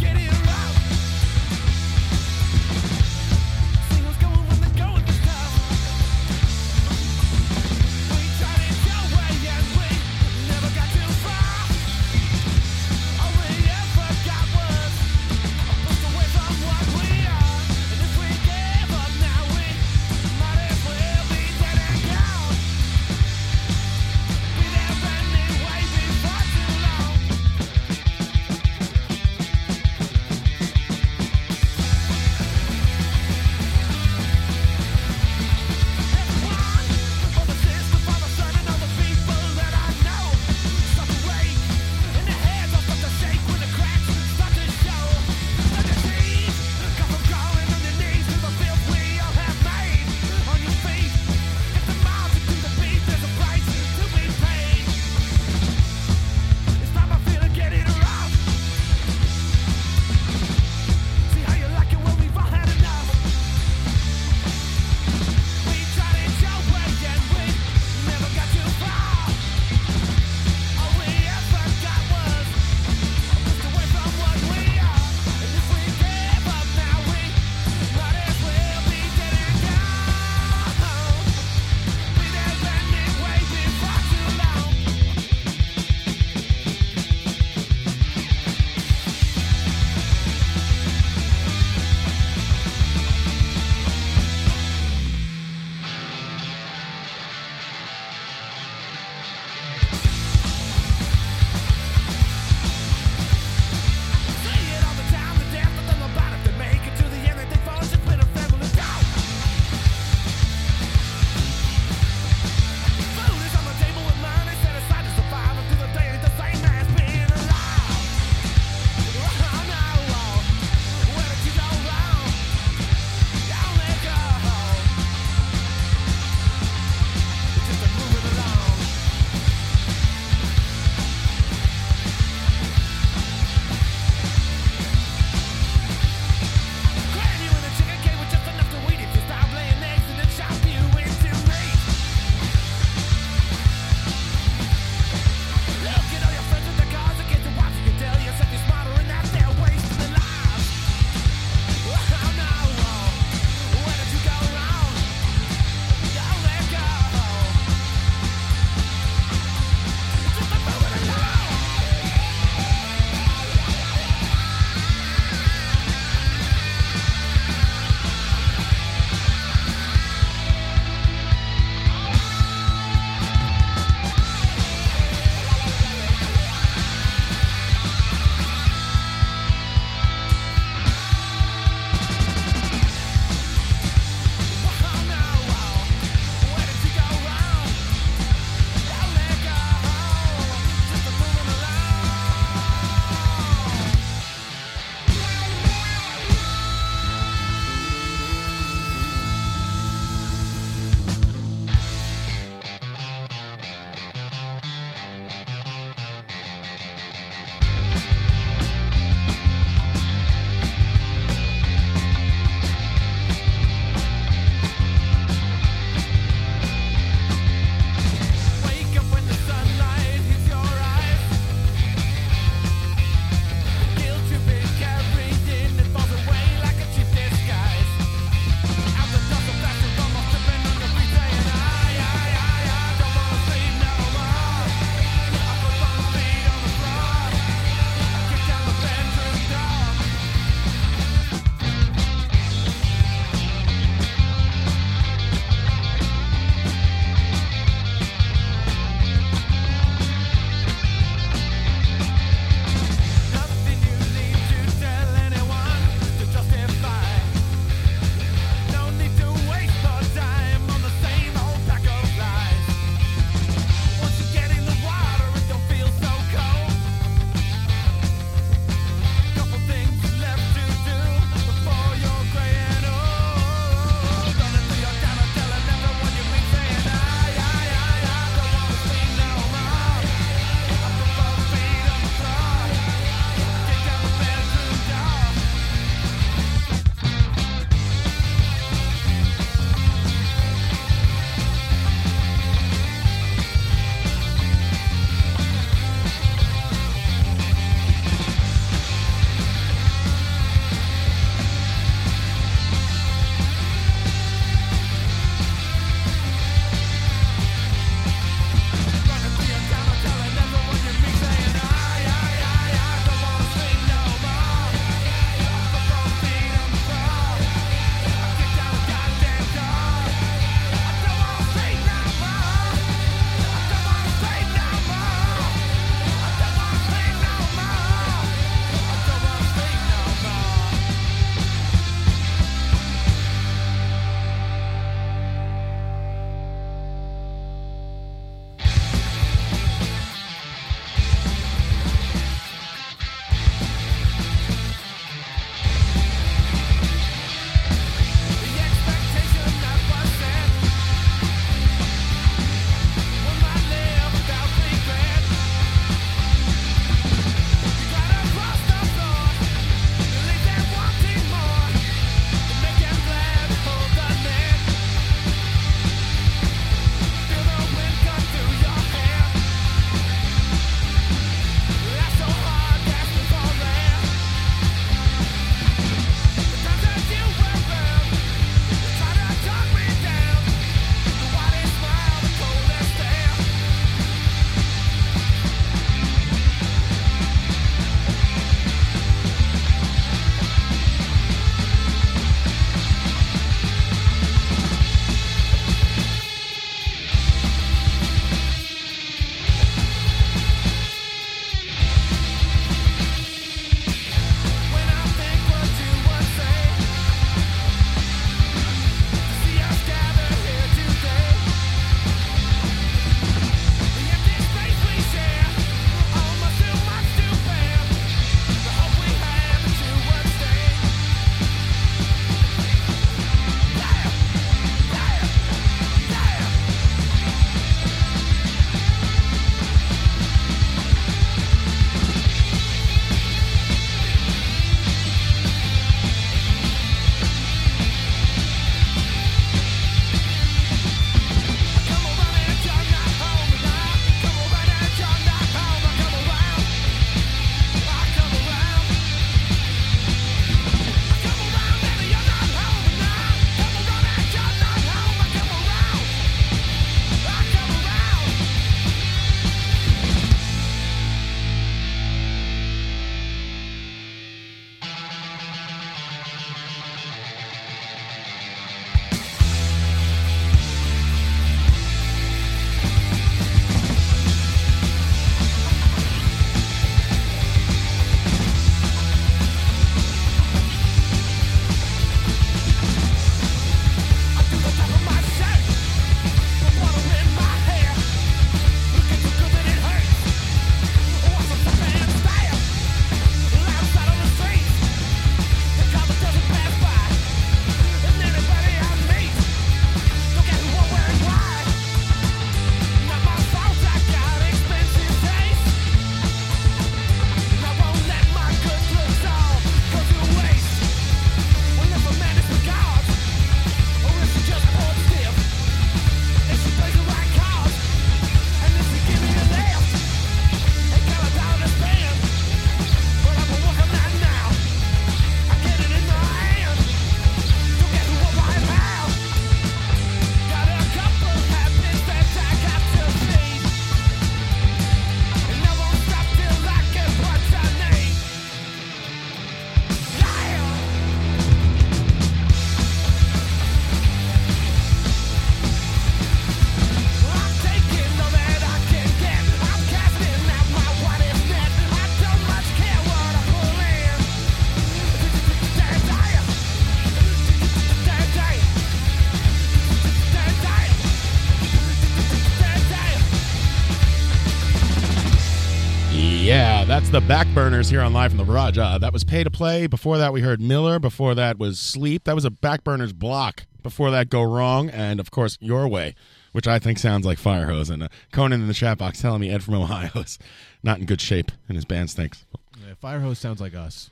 the back burners here on Live from the Barrage. Uh, that was Pay to Play. Before that, we heard Miller. Before that was Sleep. That was a back burners block. Before that, Go Wrong. And of course, Your Way, which I think sounds like Fire Hose. And uh, Conan in the chat box telling me Ed from Ohio is not in good shape and his band stinks. Yeah, Firehose sounds like us.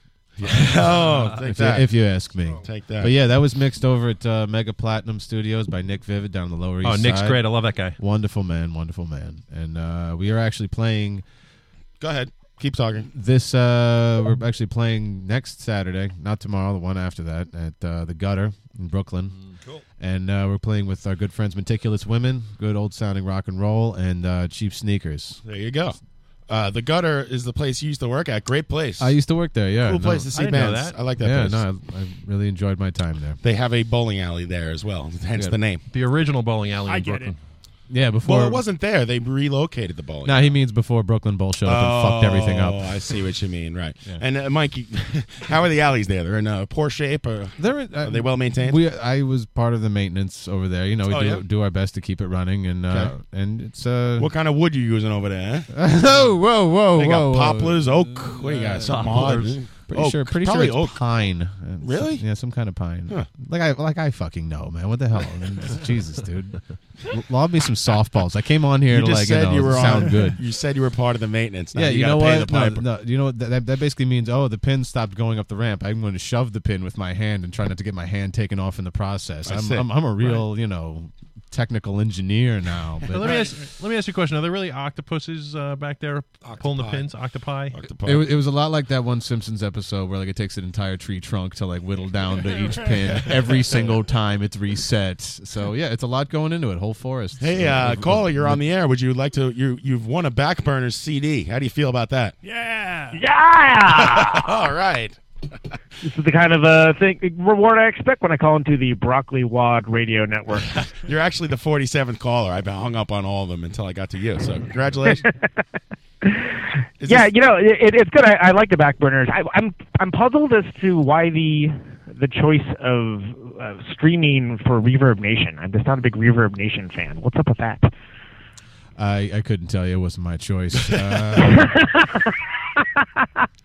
Oh, take if, that. Oh, You, if you ask me. Take that. But yeah, that was mixed over at uh, Mega Platinum Studios by Nick Vivid down on the Lower East Oh, Nick's Side. great. I love that guy. Wonderful man, wonderful man. And uh, we are actually playing. Go ahead. Keep talking. This uh, we're actually playing next Saturday, not tomorrow, the one after that, at uh, the Gutter in Brooklyn. Cool. And uh, we're playing with our good friends Meticulous Women, good old sounding rock and roll, and uh, Cheap Sneakers. There you go. Uh, the Gutter is the place you used to work at. Great place. I used to work there. Yeah, Cool no. place to see bands. I like that Yeah, place. no, I, I really enjoyed my time there. They have a bowling alley there as well, hence Yeah. the name. The original bowling alley I in get Brooklyn. Yeah, before well, it wasn't there. They relocated the bowling. No, he means before Brooklyn Bowl showed up and fucked everything up. Oh, I see what you mean. Right. And uh, Mike, you- how are the alleys there? They're in uh, poor shape. Or They're, uh, are they well maintained? We, I was part of the maintenance over there. You know, we Oh, do, yeah? do our best to keep it running, and uh, Okay. and it's uh, what kind of wood you using over there? oh, whoa, whoa, They whoa, got whoa. poplars, oak. What do you got? Something hard. Poplars. Pretty Oak. sure, pretty Probably sure oak. it's pine. Uh, so- Really? yeah, some kind of pine. Huh. Like I, like I fucking know, man. What the hell, I mean, Jesus, dude. L- Lob me some softballs. I came on here You to just like said you, know, you were sound on, good. You said you were part of the maintenance. Now yeah, you, you, gotta know pay what? The piper. No, no, you know what? That- That, that basically means, oh, the pin stopped going up the ramp. I'm going to shove the pin with my hand and try not to get my hand taken off in the process. I I'm, see. I'm, I'm a real, you know, technical engineer now. But Let me ask. Let me ask you a question. Are there really octopuses uh, back there pulling the pins? Octopi. It, wa- it was a lot like that one Simpsons episode where like it takes an entire tree trunk to like whittle down to each pin every single time it's reset. So yeah, it's a lot going into it. Whole forest. Hey, uh, caller, you're on the air. Would you like to? You you've won a Backburners CD. How do you feel about that? Yeah. Yeah. All right. This is the kind of uh, thing reward I expect when I call into the Broccoli Wad Radio Network. You're actually the 47th caller. I've been hung up on all of them until I got to you. So congratulations. yeah, you know, it, it's good. I, I like the backburners. I, I'm I'm puzzled as to why the the choice of uh, streaming for Reverb Nation. I'm just not a big Reverb Nation fan. What's up with that? I, I couldn't tell you. It wasn't my choice. Uh,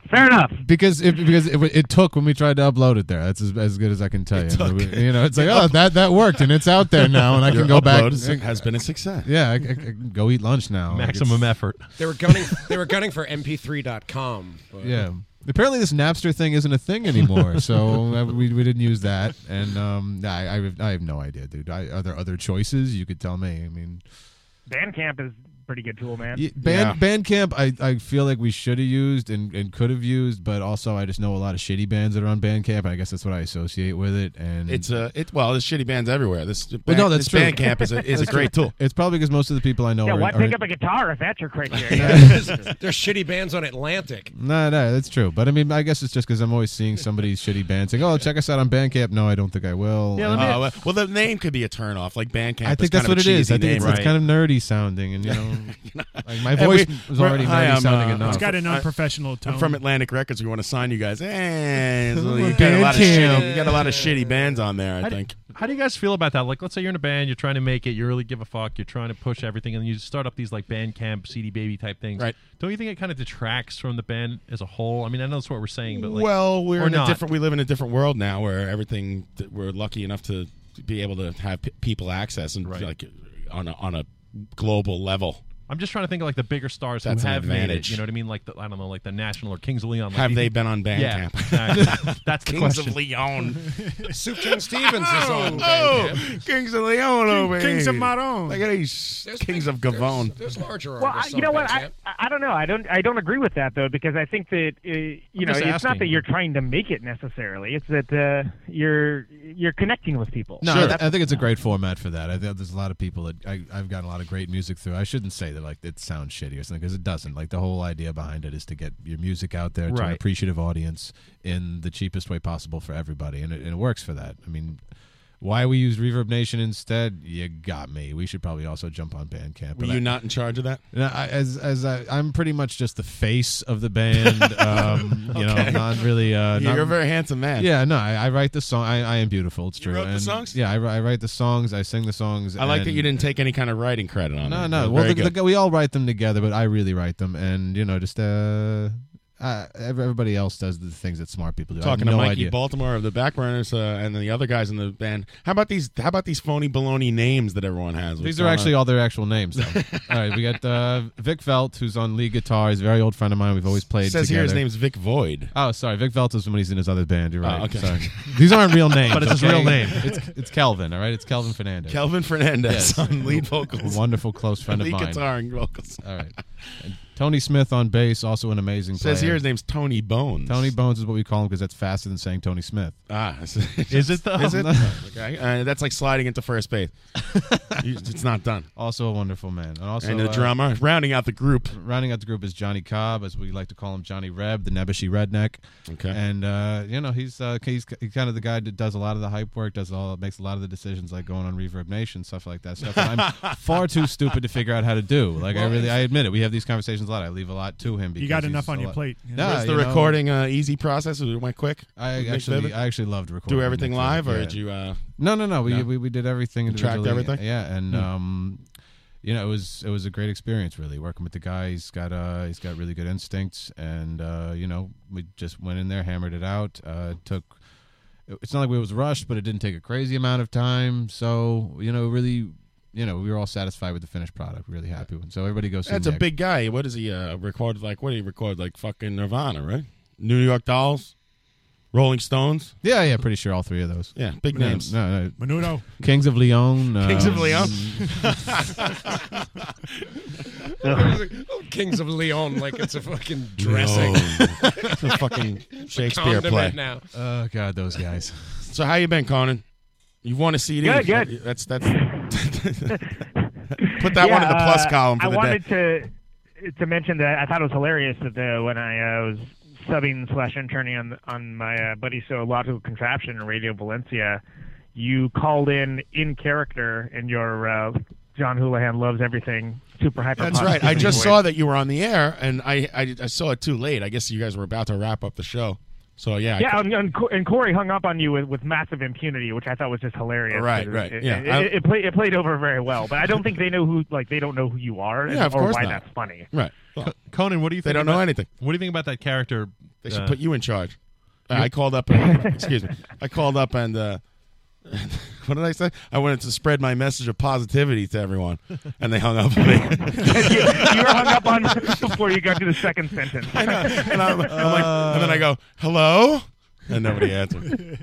Fair enough. Because it, because it, it took when we tried to upload it there. That's as, as good as I can tell you. took. We- you know, it's like Your oh up- that that worked and it's out there now and I Your can go back. upload is- has been a success. Yeah, I, I can go eat lunch now. Like, it's- Maximum effort. They were gunning. they were gunning for mp3.com. But Yeah. Apparently, this Napster thing isn't a thing anymore, so uh, we, we didn't use that. And um, I, I, have, I have no idea, dude. I, are there other choices? You could tell me. I mean, Bandcamp is a pretty good tool, man. y- band Bandcamp, I, I feel like we should have used and, and could have used, but also I just know a lot of shitty bands that are on Bandcamp, and I guess that's what I associate with it. And It's a it. Well, there's shitty bands everywhere. This But no, that's this true. Bandcamp is a, is a That's true. great tool. It's probably because most of the people I know Yeah, are, why are pick up a guitar if that's your there's, criteria? there's shitty bands on Atlantic. No, no, that's true. But I mean, I guess it's just because I'm always seeing somebody's shitty band saying, "Oh, check us out on Bandcamp." No, I don't think I will. Uh, Yeah, And- well, well, the name could be a turnoff. Like Bandcamp. I is think that's kind of what a it is. I cheesy think it's, name, it's right? kind of nerdy sounding, and you know, like my And voice we- was we're- already nerdy hi, I'm, sounding uh, enough. It's got an unprofessional tone. I'm from Atlantic Records. We want to sign you guys. Eh, so you, We're got a lot of Bandcamp. shitty, you got a lot of shitty bands on there. I do- think. How do you guys feel about that? Like, let's say you're in a band, you're trying to make it, you really give a fuck, you're trying to push everything, and you start up these like Bandcamp, CD Baby type things. Right? Don't you think it kind of detracts from the band as a whole? I mean, I know that's what we're saying, but like, well, we're or in not. a different. We live in a different world now, where everything that we're lucky enough to be able to have p- people access and like on a, on a global level. I'm just trying to think of like the bigger stars That's who an have made it. advantage. You know what I mean? Like the, I don't know, like the National or Kings of Leon. Like Have these- they been on Bandcamp? Yeah, exactly. That's the Kings question. of Leon. Soup King Stevens is Oh, on. Bandcamp. Kings of Leon over King- Kings of here. Maron. Look at these Kings of Gavon. There's larger Well, I, artists. you know what? I, I I don't know. I don't I don't agree with that though because I think that uh, you know just it's not asking. that you're trying to make it necessarily. It's that uh, you're you're connecting with people. No, I, I think it's a great format for that. I think there's a lot of people that I, I've gotten a lot of great music through. I shouldn't say that like it sounds shitty or something because it doesn't. Like the whole idea behind it is to get your music out there to an Right. appreciative audience in the cheapest way possible for everybody, and it, and it works for that. I mean. Why we use Reverb Nation instead? You got me. We should probably also jump on Bandcamp. Were but I- you not in charge of that? No, I, as as I, I'm pretty much just the face of the band. Um, You know, Okay. I'm not really. Uh, Yeah, not- you're a very handsome man. Yeah, no, I, I write the song. I, I am beautiful. It's true. wrote the And, songs? Yeah, I, wri- I write the songs. I sing the songs. I like that and- you didn't take any kind of writing credit on it. No, no. Well, Very the, good. the, we all write them together, but I really write them, and you know, just uh, Uh, ev- everybody else does the things that smart people do. I have Talking no to Mikey idea. Baltimore of the Backburners uh, and the other guys in the band. How about these? How about these phony baloney names that everyone has? These are actually all their actual names. Though. all right, we got uh, Vic Velt, who's on lead guitar. He's a very old friend of mine. We've always played. says here his together. name's Vic Void. Oh, sorry. Vic Velt is when he's in his other band. You're Oh, right. okay. Sorry. These aren't real names. But it's his okay? real name. It's, it's Kelvin, all right? It's Kelvin Fernandez. Kelvin Fernandez on lead vocals. Wonderful close friend lead of mine. guitar and vocals. All right. Tony Smith on bass, also an amazing Says player. here his name's Tony Bones. Tony Bones is what we call him because that's faster than saying Tony Smith. Ah, is Is it, though? Is it? okay, uh, that's like sliding into first base. You- it's not done. Also a wonderful man. And also And the uh, drummer, rounding out the group. Rounding out the group is Johnny Cobb, as we like to call him, Johnny Reb, the Nebushi Redneck. Okay. And uh, you know he's uh, he's he's kind of the guy that does a lot of the hype work, does all makes a lot of the decisions like going on Reverb Nation, stuff like that. Stuff that I'm far too stupid to figure out how to do. Like I Well, really, I admit it. We have these conversations a lot. I leave a lot to him. Because You got he's enough on a your lot- plate, you Nah, Was the you know, recording uh, easy process? It went quick. I Nick actually, Vivitt? I actually loved recording. Do everything it, live, or yeah. did you? Uh, No, no, no. We no? we, we did everything You tracked individually. everything? Yeah, and Hmm. um, you know, it was it was a great experience. Really working with the guy. He's got uh, he's got really good instincts, and uh, you know, we just went in there, hammered it out. Uh, it took. It's not like we was rushed, but it didn't take a crazy amount of time. So you know, really, you know, we were all satisfied with the finished product. Really happy with. it. So everybody go see. That's a Nick. big guy. What does he uh, record? Like what do he record? Like fucking Nirvana, right? New York Dolls, Rolling Stones. Yeah, yeah, pretty sure all three of those. Yeah, big Yeah, names. No, no. Menudo. Kings of Leon. Kings of um, Leon. Oh, Kings of Leon, like it's a fucking dressing. it's a fucking It's a Shakespeare play. condiment now. Oh God, those guys. So how you been, Conan? You want a CD? Good, good. That's that's. Put that one in the plus uh, column for I the day. wanted to to mention that I thought it was hilarious that the, when I uh, was subbing slash interning on on my uh, buddy so logical contraption in Radio Valencia, you called in in character in your uh, John Houlihan loves everything super hyper. That's right. I just saw that you were on the air, and I, I I saw it too late. I guess you guys were about to wrap up the show. So yeah, I Yeah, and, and Co- and Corey hung up on you with, with massive impunity, which I thought was just hilarious. Right, It- right, It, yeah. it, I- it, it, play, it played over very well, but I don't think they know who like they don't know who you are, and- Yeah, of or course why not. that's funny. Right. Conan, what do you They think? don't know about- anything. What do you think about that character? They should uh, put you in charge. Uh, you- I called up. And, excuse me. I called up and uh, what did I say? I wanted to spread my message of positivity to everyone, and they hung up on me. you, you were hung up on before you got to the second sentence. I know. And, I'm, I'm like, and then I go, "Hello," and nobody answered.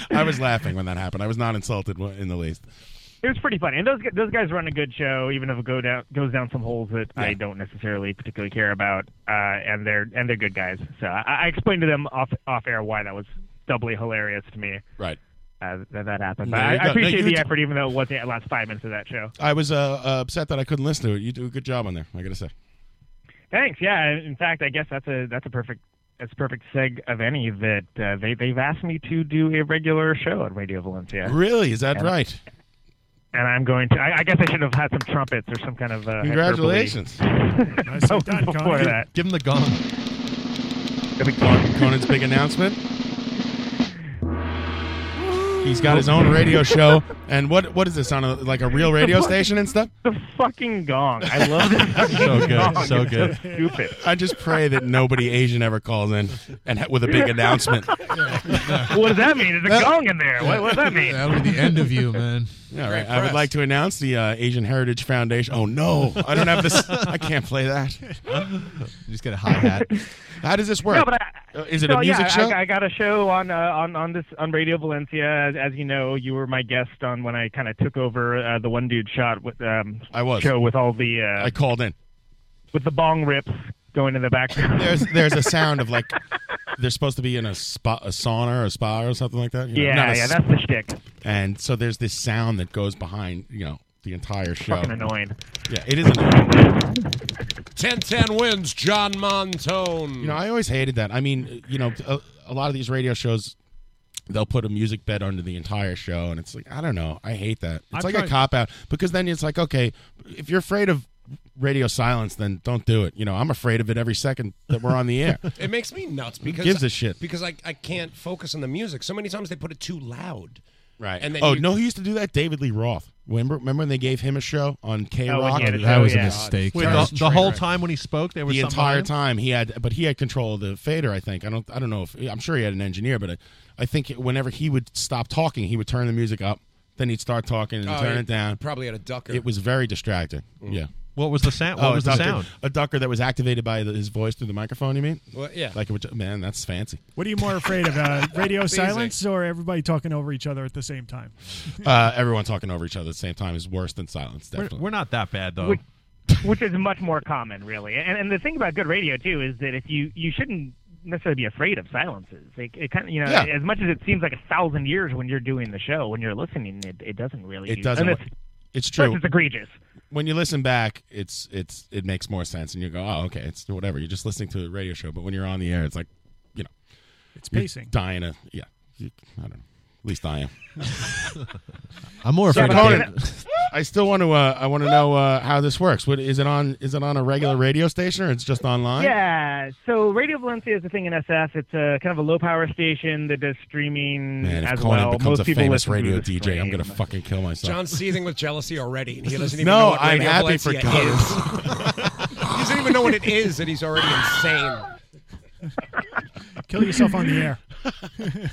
I was laughing when that happened. I was not insulted in the least. It was pretty funny, and those gu- those guys run a good show, even if it go down goes down some holes that I don't necessarily particularly care about. Uh, and they're and they're good guys. So I, I explained to them off off air why that was doubly hilarious to me. Right. Uh, that that happened. But There you I, I go. No, appreciate you the d- effort, even though it wasn't the last five minutes of that show. I was uh, uh, upset that I couldn't listen to it. You do a good job on there. I gotta say. Thanks. Yeah. In fact, I guess that's a that's a perfect that's a perfect seg of any that uh, they they've asked me to do a regular show at Radio Valencia. Really? Is that And- right? And I'm going to. I, I guess I should have had some trumpets or some kind of uh, Congratulations. hyperbole. before that. Give him the gun. Conan's big announcement. He's got his own radio show, and what what is this on a, like a real radio fucking- station and stuff? The fucking gong. I love the fucking So good, gong. so It's good. stupid. Oh, I just pray that nobody Asian ever calls in and ha- with a big announcement. what does that mean? There's a gong in there. What, what does that mean? That'll be the end of you, man. All right, I would like to announce the uh, Asian Heritage Foundation. Oh no, I don't have this. I can't play that. You just get a hi hat. How does this work? No, but Uh, is it so, a music yeah, show? I, I got a show on uh, on on this on Radio Valencia. As, as you know, you were my guest on when I kind of took over uh, the one dude shot with um, I was. show with all the uh, I called in. with the bong rips going in the background. There's there's a sound of like they're supposed to be in a spa, a sauna or a spa or something like that. you know? Yeah, Not a yeah, s- that's the shtick. And so there's this sound that goes behind, you know, the entire show. Fucking annoying. Yeah, it is annoying. 10-10 wins, John Montone. You know, I always hated that. I mean, you know, a, a lot of these radio shows, they'll put a music bed under the entire show, and it's like, I don't know, I hate that. I'm It's like a trying- cop out because then it's like, okay, if you're afraid of radio silence, then don't do it. You know, I'm afraid of it every second that we're on the air. It makes me nuts because gives a shit? because I, I can't focus on the music. So many times they put it too loud. Right. And then oh you- no, he used to do that. David Lee Roth. Remember, remember when they gave him a show on K Oh, when Rock? he had a That show, was a yeah. mistake. Wait, the- the whole time when he spoke, there was the somebody entire on? time he had, but he had control of the fader. I think I don't. I don't know if I'm sure he had an engineer, but I, I think whenever he would stop talking, he would turn the music up, then he'd start talking and Oh, turn he it down. probably had a ducker. It was very distracting. Yeah. What was the sound? What Oh, a was the ducker- sound? A ducker that was activated by the, his voice through the microphone. You mean? Well, yeah. Like it would, man, that's fancy. What are you more afraid of, uh, radio Amazing. silence or everybody talking over each other at the same time? Uh, everyone talking over each other at the same time is worse than silence. We're- Definitely. we're not that bad though. Which, which is much more common, really. And, and the thing about good radio too is that if you you shouldn't necessarily be afraid of silences. It, it kind of you know Yeah. as much as it seems like a thousand years when you're doing the show when you're listening, it, it doesn't really. It doesn't. Unless, it's unless true. It's egregious. when you listen back, it's it's it makes more sense, and you go, oh, okay, it's whatever. You're just listening to a radio show, but when you're on the air, it's like, you know, it's pacing. Dying a yeah, You- I don't know. At least I am. I'm more So afraid Conan, of Dave. I still want to. Uh, I want to know uh, how this works. What is it on? Is it on a regular radio station or it's just online? Yeah. So Radio Valencia is the thing in SF. It's a kind of a low power station that does streaming Man, if as Conan well. becomes Most a people famous listen to radio the DJ, I'm gonna fucking kill myself. John's seething with jealousy already, and he doesn't even know no, what I'm Radio happy for Valencia Conan. is. he doesn't even know what it is, and he's already insane. Kill yourself on the air.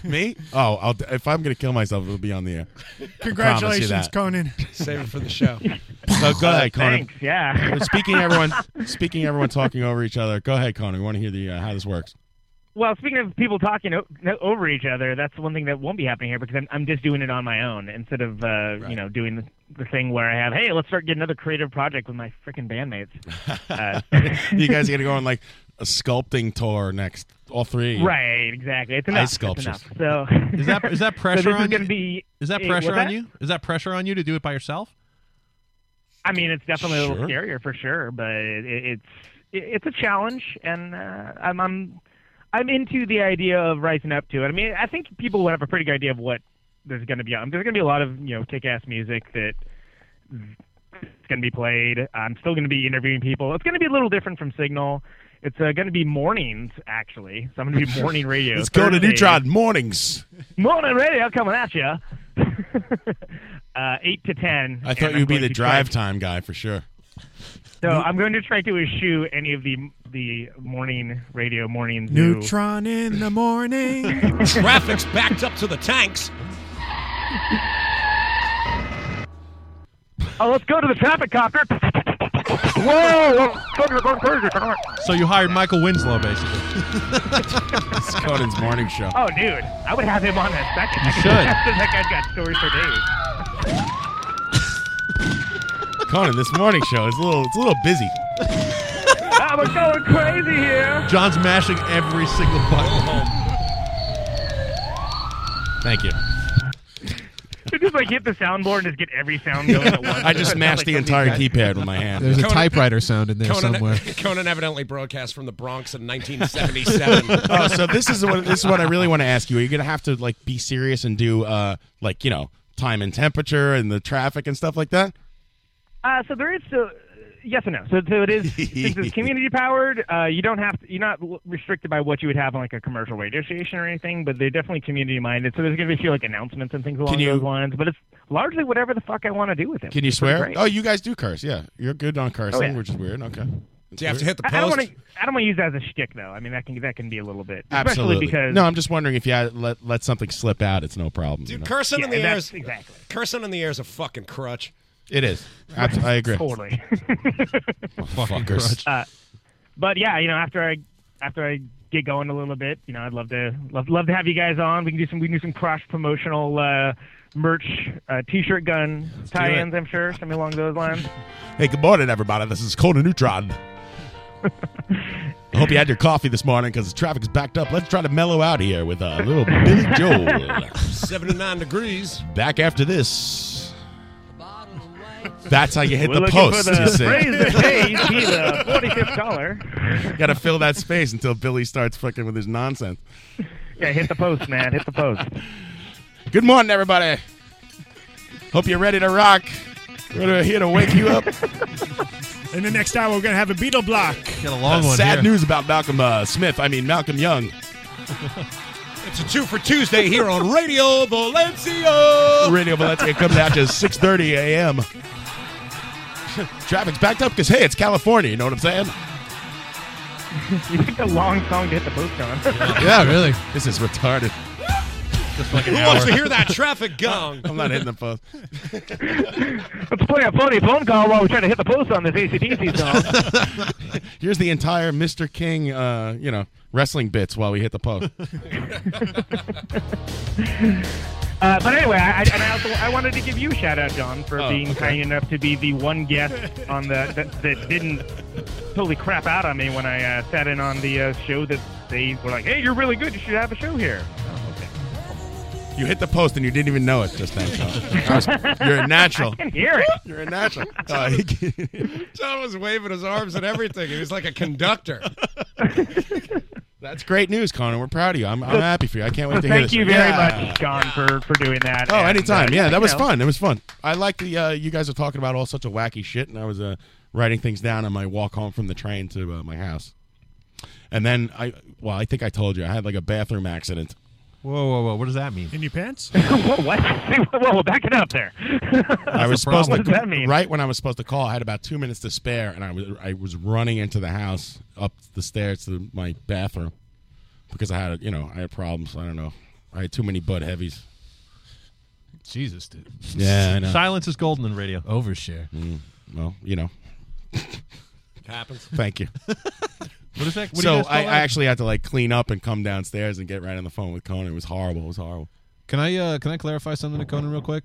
Me? Oh, I'll, if I'm gonna kill myself, it'll be on the air. Congratulations, Conan. Save it for the show. So go ahead, Conan. Uh, Thanks, yeah. But speaking of everyone, speaking of everyone talking over each other. Go ahead, Conan. We want to hear the uh, how this works. Well, speaking of people talking o- no- over each other, that's one thing that won't be happening here because I'm, I'm just doing it on my own instead of uh, you know doing the, the thing where I have hey let's start getting another creative project with my freaking bandmates. Uh, you guys are gonna go on like a sculpting tour next. All three. right, exactly. It's enough. Ice sculptures. It's enough. So Is that is that pressure so this on is you? Gonna be, is that eh, pressure what's on that? you? Is that pressure on you to do it by yourself? I mean, it's definitely a Sure. little scarier for sure, but it, it's it, it's a challenge, and uh, I'm I'm I'm into the idea of rising up to it. I mean, I think people would have a pretty good idea of what there's going to be. on. There's going to be a lot of you know kick-ass music that it's going to be played. I'm still going to be interviewing people. It's going to be a little different from Signal. It's uh, going to be mornings actually, so I'm going to be morning radio. Let's go to Thursdays. Neutron mornings. Morning radio coming at you. uh, eight to ten. I thought and I'm you'd be going the to try drive time guy for sure. So I'm going to try to eschew any of the the morning radio morning zoo. Neutron in the morning. Traffic's backed up to the tanks. Oh, let's go to the traffic copter. Whoa! We're going crazy. So you hired Michael Winslow basically. it's Conan's morning show. Oh, dude, I would have him on in a second. You I could- should. that guy's got stories for days. Conan, this morning show is a little it's a little busy. I'm going crazy here. John's mashing every single button. Thank you. You just like hit the soundboard and just get every sound going at once. I just It mashed sounds the like entire something- keypad with my hand. There's a typewriter sound in there Conan, somewhere. Conan evidently broadcast from the Bronx in 1977. oh, so this is what this is what I really want to ask you. Are you gonna have to like be serious and do uh like, you know, time and temperature and the traffic and stuff like that? Uh, so there is uh, yes and no. So, so it is since it's community powered. Uh, you don't have to, you're not l- restricted by what you would have on like a commercial radio station or anything. But they're definitely community minded. So there's going to be a few like announcements and things along Can you- those lines. But it's largely whatever the fuck I want to do with it. Can you It's pretty swear? great. Oh, you guys do curse, yeah. You're good on cursing, Oh, yeah. which is weird. Okay. Do you have to hit the I, I don't post? want to. I don't want to use that as a shtick though. I mean that can that can be a little bit Absolutely. especially because no, I'm just wondering if you had, let let something slip out, it's no problem. you Dude, know? cursing in Yeah, the air that's is exactly. Cursing in the air is a fucking crutch. It is. Abs- I agree. Totally. Fuckers. Uh, but yeah, you know, after I after I get going a little bit, you know, I'd love to love love to have you guys on. We can do some we can do some cross promotional uh, merch, uh, t-shirt gun do tie-ins. I'm sure something along those lines. Hey, good morning, everybody. This is Conan Neutron. I hope you had your coffee this morning because the traffic's backed up. Let's try to mellow out here with a little Billy Joel. 79 degrees. Back after this. That's how you hit We're the looking post. For the you see. Raise the page. He's the 45th caller. Got to fill that space until Billy starts fucking with his nonsense. Yeah, hit the post, man. Hit the post. Good morning, everybody. Hope you're ready to rock. We're here to wake you up. In the next hour, we're going to have a beetle block. uh, Sad news about Malcolm uh, Smith. I mean Malcolm Young. It's a two for Tuesday here on Radio Valencia. Radio Valencia comes out to 6:30 a.m. Traffic's backed up because hey, it's California. You know what I'm saying? you picked a long song to hit the boost on. Yeah, really. This is retarded. Just like an Who wants hour. to hear that traffic gong? I'm not hitting the post. Let's play a phony phone call while we try to hit the post on this ACDC song. Here's the entire Mr. King, uh, you know, wrestling bits while we hit the post. Uh, but anyway, I, I- and I also I wanted to give you a shout out, John, Oh, for being kind enough to be the one guest on the that, that didn't totally crap out on me when I uh, sat in on the uh, show that they were like, "Hey, you're really good. You should have a show here." Oh, You hit the post and you didn't even know it just then. Sean. I was- you're a natural. I can hear it. You're a natural. Uh, John, he- John was waving his arms and everything. He was like a conductor. that's great news, Connor. We're proud of you. I'm, I'm So- happy for you. I can't wait so to hear thank this. you very Yeah. much, John, for for doing that. Oh, And, anytime. uh, Yeah, that you was know, fun. It was fun. I like the uh, you guys are talking about all such a wacky shit, and I was uh, writing things down on my walk home from the train to uh, my house. And then I, well, I think I told you I had like a bathroom accident. Whoa, whoa, whoa! What does that mean? In your pants? Whoa, what? Whoa, back it up there. I was supposed What to does that mean? right when I was supposed to call. I had about two minutes to spare, and I was I was running into the house up the stairs to my bathroom because I had you know I had problems. I don't know. I had too many butt heavies. Jesus, dude. Yeah, I know. Silence is golden in radio. Overshare. Mm, well, you know. happens. Thank you. What is that? What do you so guys call I, I that? actually had to like clean up and come downstairs and get right on the phone with Conan. It was horrible. It was horrible. Can I uh, can I clarify something to Conan real quick?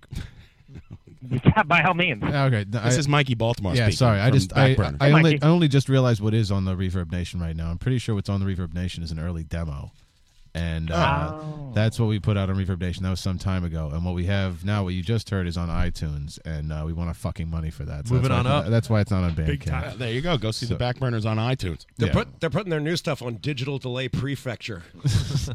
By all means. Okay, no, This I- is Mikey Baltimore Yeah, speaking sorry. I from just I, Backburner. I, Hey, only Mikey. I only just realized what is on the Reverb Nation right now. I'm pretty sure what's on the Reverb Nation is an early demo, and uh, Oh. that's what we put out on Reverb Nation. That was some time ago, and what we have now, what you just heard, is on iTunes, and uh, we want our fucking money for that. So Move that's it why on I put- up. That's why it's not on Bandcamp. Uh, there you go. Go see the Backburners on iTunes. They're, put, they're putting their new stuff on Digital Delay Prefecture. wax,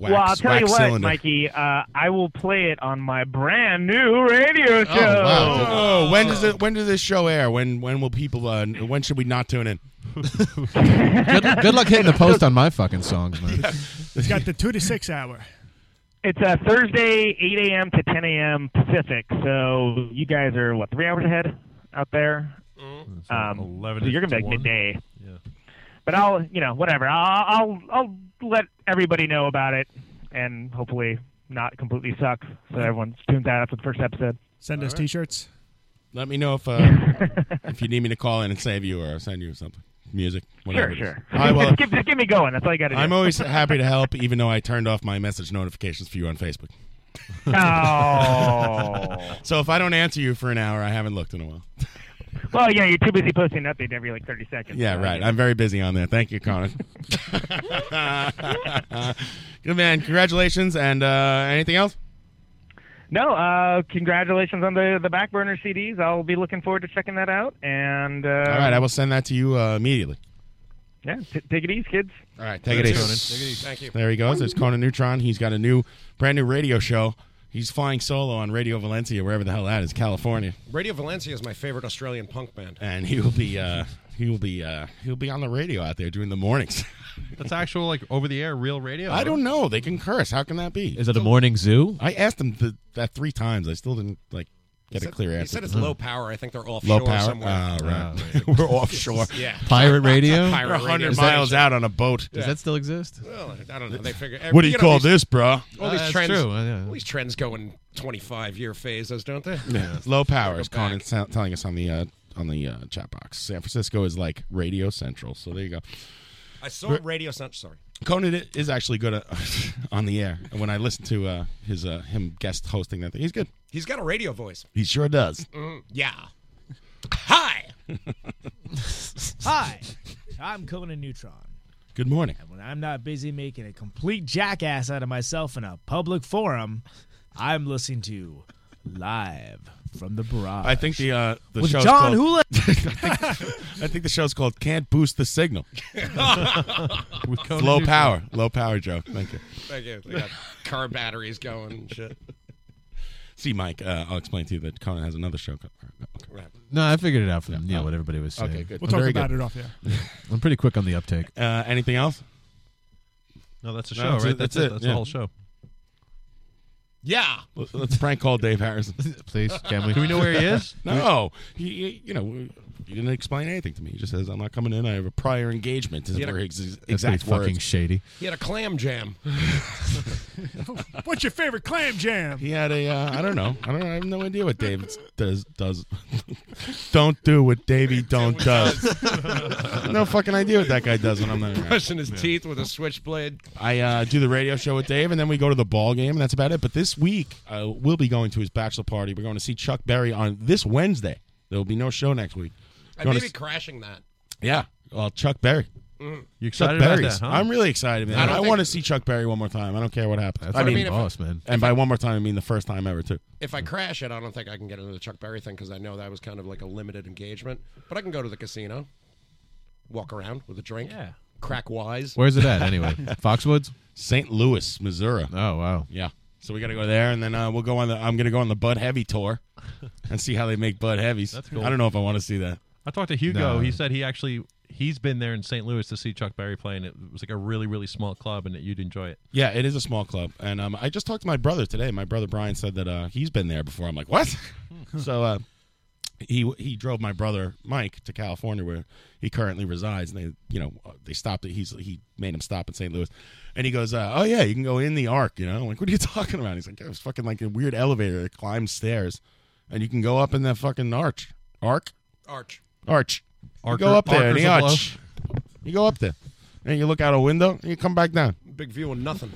well, I'll tell you wax what, cylinder. Mikey. Uh, I will play it on my brand new radio show. Oh, when does it? When does this show air? When when will people? Uh, when should we not tune in? good, good luck hitting the post on my fucking songs, man. It's got the two to six hour. It's uh, Thursday, 8 a.m. to 10 a.m. Pacific. So you guys are, what, three hours ahead out there? Mm. Um, 11 so you're to going to be like one. midday. Yeah. But I'll, you know, whatever. I'll, I'll, I'll let everybody know about it and hopefully not completely suck so everyone tunes out after the first episode. Send us t-shirts. Let me know if uh, if you need me to call in and save you or send you something, music, whatever. it Sure, is. sure. I will. just, give, just get me going. That's all you got to do. I'm always happy to help, even though I turned off my message notifications for you on Facebook. Oh. so if I don't answer you for an hour, I haven't looked in a while. Well, yeah, you're too busy posting an update every like 30 seconds. Yeah, So, right. yeah. I'm very busy on that. Thank you, Conan. Good man. Congratulations. And uh, anything else? No, uh, congratulations on the the Backburner CDs. I'll be looking forward to checking that out. And uh, All right, I will send that to you uh, immediately. Yeah, t- take it easy, kids. All right, Take it easy. Thank you. There he goes. It's Conan Neutron. He's got a new, brand new radio show. He's flying solo on Radio Valencia, wherever the hell that is, California. Radio Valencia is my favorite Australian punk band. And he will be, uh, he will be, uh, he'll be on the radio out there during the mornings. That's actual like over the air real radio. I don't know. They can curse. How can that be? Is it a morning zoo? I asked him th- that three times. I still didn't like get a clear answer. He said it's low power. I think they're offshore Low power. somewhere. Oh, right. We're offshore. Yeah. Ah, Pirate radio? Pirate We're 100 radio. miles out on a boat. Does that still exist? Well, I don't know. They figure. Uh, What do you call this, these- bruh? All Uh, these that's trends. true, uh, yeah. All these trends go in twenty-five year phases, don't they? Yeah. Low power is Conan sa- telling us on the uh, on the uh, chat box. San Francisco is like Radio Central. So there you go. I saw Radio Central. Sorry. Conan i- is actually good at, on the air. And when I listen to uh, his uh, him guest hosting that thing, he's good. He's got a radio voice. He sure does. Mm, yeah. Hi. Hi, I'm Conan Neutron. Good morning. And when I'm not busy making a complete jackass out of myself in a public forum, I'm listening to live from the barrage. I think the uh, the With show's John Hula- called, I, think, I think the show's called "Can't Boost the Signal." With Conan low Neutron. power, low power joke. Thank you. Thank you. They got car batteries going and shit. See, Mike, uh, I'll explain to you that Conan has another show. co- Right. No, I figured it out from yeah, what everybody was saying. Okay, good. We'll talk Very about good. it off air. I'm pretty quick on the uptake. Uh, anything else? No, that's a No, show, that's right? it, that's it, That's yeah. the whole show. Yeah. Let- Let's prank call Dave Harrison, please. Can we? Do we know where he is? no, he, he- you know, you didn't explain anything to me. He just says, "I'm not coming in. I have a prior engagement." Is Yeah. were his ex- That's exact pretty fucking words. shady. He had a clam jam. What's your favorite clam jam? He had a, uh, I don't know, I don't, I have no idea what Dave does. Does don't do what Davey don't does. no fucking idea what that guy does when I'm not around. Brushing his teeth with a switchblade. I uh, do the radio show with Dave, and then we go to the ball game, and that's about it. But this week, uh, we'll be going to his bachelor party. We're going to see Chuck Berry on this Wednesday. There will be no show next week. I Going may to be s- crashing that. yeah, well, Chuck Berry. Mhm. You excited Chuck about Berry's. that, huh? I'm really excited, man. I I, don't think- want to see Chuck Berry one more time. I don't care what happens. That's I what I mean, mean if- Boss, man. And by one more time, I mean the first time ever, too. If I crash it, I don't think I can get into the Chuck Berry thing because I know that was kind of like a limited engagement. But I can go to the casino, walk around with a drink, yeah. crack wise. Where's it at anyway? Foxwoods, St. Louis, Missouri. Oh wow. Yeah. So we got to go there, and then uh, we'll go on the. I'm going to go on the Bud Heavy tour, and see how they make Bud Heavies. That's cool. I don't know if I want to see that. I talked to Hugo. No. He said he actually he's been there in St. Louis to see Chuck Berry play, and it was like a really really small club, and that you'd enjoy it. Yeah, it is a small club, and um, I just talked to my brother today. My brother Brian said that uh, he's been there before. I'm like, what? Hmm. so uh, he he drove my brother Mike to California, where he currently resides, and they you know uh, they stopped it. He's he made him stop in St. Louis, and he goes, uh, oh yeah, you can go in the Arc. You know, I'm like what are you talking about? He's like, yeah, it's fucking like a weird elevator that climbs stairs, and you can go up in that fucking arch, arc, Arch. arch. You Archer- go up there, in the Archers arch. You go up there, and you look out a window, and you come back down. Big view and nothing.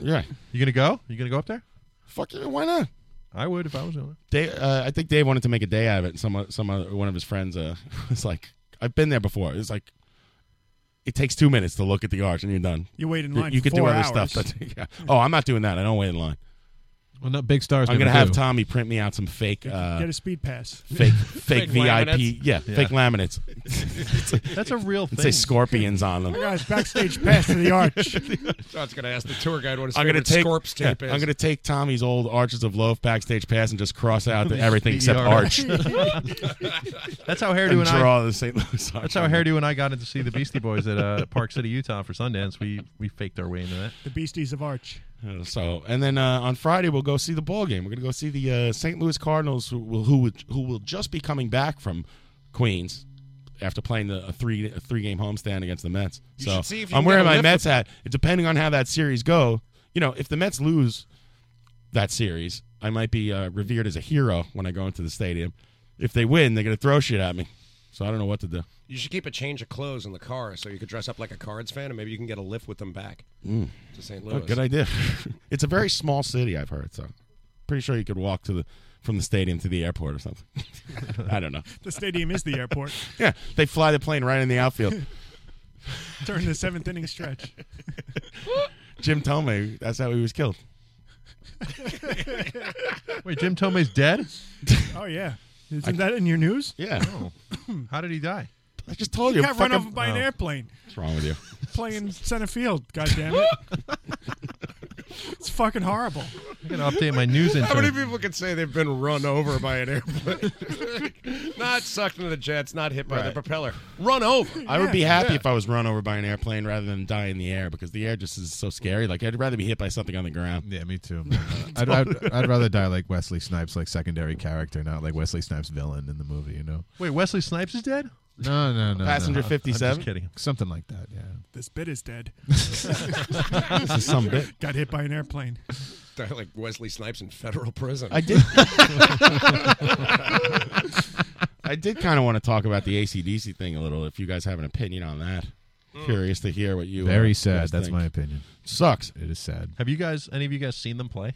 Yeah. You gonna go? You gonna go up there? Fuck you. Why not? I would if I was going. Dave, uh, I think Dave wanted to make a day out of it. and Some, some other, one of his friends uh, was like, "I've been there before." It's like it takes two minutes to look at the arch, and you're done. You wait in You- line You for could do four other hours. stuff. but- yeah. Oh, I'm not doing that. I don't wait in line. Well, not big stars. I'm never gonna have do. Tommy print me out some fake. Uh, Get a speed pass. Fake, fake, Fake VIP. laminates? Yeah, Yeah. fake laminates. That's a real And thing. say scorpions on them. I got his Oh backstage pass to the arch. So I was going to ask the tour guide what his I'm gonna favorite take. Scorps tape yeah, is. I'm gonna take Tommy's old Arches of Loaf backstage pass and just cross out the- everything Speedy except Arch. arch. That's how Hairdo And and, draw I the St. Louis Arch That's how on there. Hairdo and I got in to see the Beastie Boys at uh, Park City, Utah for Sundance. We we faked our way into that. The Beasties of Arch. Uh, So, and then uh, on Friday we'll go see the ball game. We're going to go see the uh, St. Louis Cardinals, who will who, would- who will just be coming back from Queens after playing the, a three a three game homestand against the Mets. so should see if you I'm can wearing get a my lift Mets with- hat. Depending on how that series go, you know, if the Mets lose that series, I might be uh, revered as a hero when I go into the stadium. If they win, they're going to throw shit at me. So I don't know what to do. You should keep a change of clothes in the car so you could dress up like a Cards fan and maybe you can get a lift with them back Mm. to St. Oh, Louis. good idea. it's a very small city, I've heard. So, pretty sure you could walk to the from the stadium to the airport or something. I don't know. The stadium is the airport. Yeah, they fly the plane right in the outfield. During the seventh inning stretch. Jim Tomei, that's how he was killed. Wait, Jim Tomei's dead? Oh yeah. Oh. Isn't that in your news? Yeah. How did he die? I just told He you. got run fucking- over by an Oh. airplane. What's wrong with you? Playing center field. God damn it. it's fucking horrible. I'm gonna update my news How intro. many people can say they've been run over by an airplane? not sucked into the jets, not hit by the Right. propeller. Run over. I would be happy Yeah. if I was run over by an airplane rather than die in the air because the air just is so scary. Like I'd rather be hit by something on the ground. Yeah, me too. I'd, I'd, I'd rather die like Wesley Snipes, like secondary character, not like Wesley Snipes villain in the movie. You know? Wait, Wesley Snipes is dead? No, no, no. Passenger no. 57? kidding. Something like that. Yeah. This bit is dead. This is some bit. Got hit by an airplane. Die like Wesley Snipes in federal prison. I did. I did kind of want to talk about the ACDC thing a little. If you guys have an opinion on that, Mm. curious to hear what you. uh, Very you sad. guys That's think. my opinion. Sucks. It is sad. Have you guys any of you guys seen them play?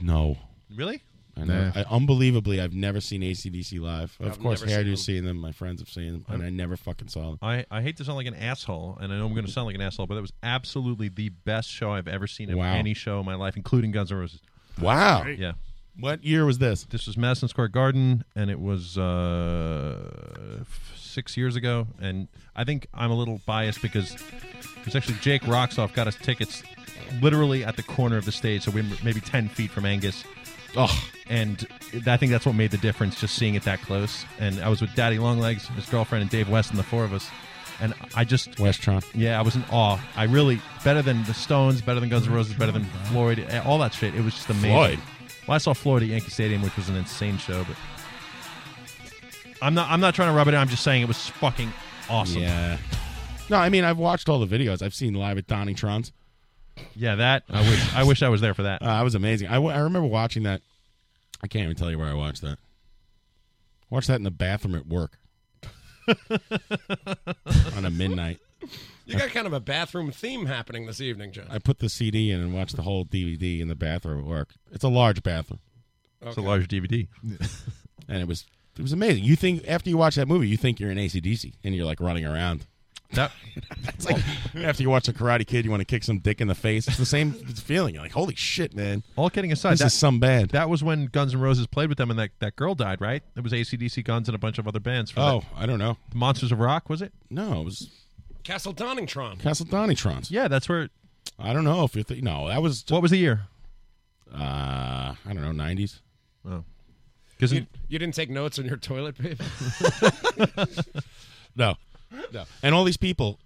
No. Really? I know. Nah. I, unbelievably, I've never seen ACDC live. Of I've course, never seen Hairdo's seen them. My friends have seen them, and I never fucking saw them. I, I hate to sound like an asshole, and I know I'm going to sound like an asshole, but that was absolutely the best show I've ever seen in Wow. any show in my life, including Guns N' Roses. Wow. Great. Yeah. What year was this? This was Madison Square Garden, and it was uh, f- six years ago. And I think I'm a little biased because it was actually Jake Roxoff got us tickets literally at the corner of the stage, so we were maybe 10 feet from Angus. Oh. And I think that's what made the difference, just seeing it that close. And I was with Daddy Longlegs, his girlfriend, and Dave West, and the four of us. and I just Westron. Yeah, I was in awe. I really better than the Stones, better than Guns N' Roses, better than Floyd, eh, all that shit. It was just amazing. Floyd? Well, I saw Floyd at Yankee Stadium, which was an insane show. But I'm not. I'm not trying to rub it in. I'm just saying it was fucking awesome. Yeah. No, I mean I've watched all the videos. I've seen live at Donny Tron's. Yeah, that I wish. I wish I was there for that. Uh, I was amazing. I, w- I remember watching that. I can't even tell you where I watched that. Watched that in the bathroom at work on a midnight. You got kind of a bathroom theme happening this evening, John. I put the CD in and watched the whole DVD in the bathroom at work. It's a large bathroom. It's a Okay. large DVD. and it was it was amazing. You think after you watch that movie, you think you're in ACDC and you're like running around. That's like after you watch the Karate Kid, you want to kick some dick in the face. It's the same feeling. You're like, holy shit, man! All kidding aside, this that- is some bad. That was when Guns N' Roses played with them, and that, that girl died, right? It was ACDC, Guns, and a bunch of other bands. For Oh, that. I don't know. Monsters of Rock was it? No, it was Castle Doningtron. Castle Doningtrons. Yeah, that's where. I don't know if you th- no, that was what was the year? Uh, I don't know, nineties. Oh, you, you didn't take notes on your toilet paper. No, no. And all these people,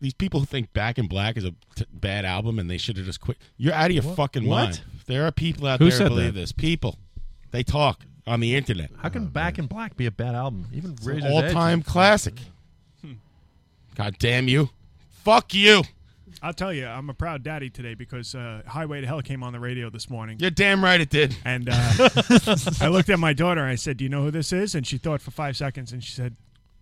these people who think Back in Black is a t- bad album and they should have just quit. You're out of your What? fucking What? mind. There are people out Who there said believe that? this. People, they talk on the internet. How Oh, can Back in Black be a bad album? Even It's an Razor's Edge- all-time classic. God damn you! Fuck you! I'll tell you, I'm a proud daddy today because uh, Highway to Hell came on the radio this morning. You're damn right it did. And uh, I looked at my daughter and I said, "Do you know who this is?" And she thought for five seconds and she said,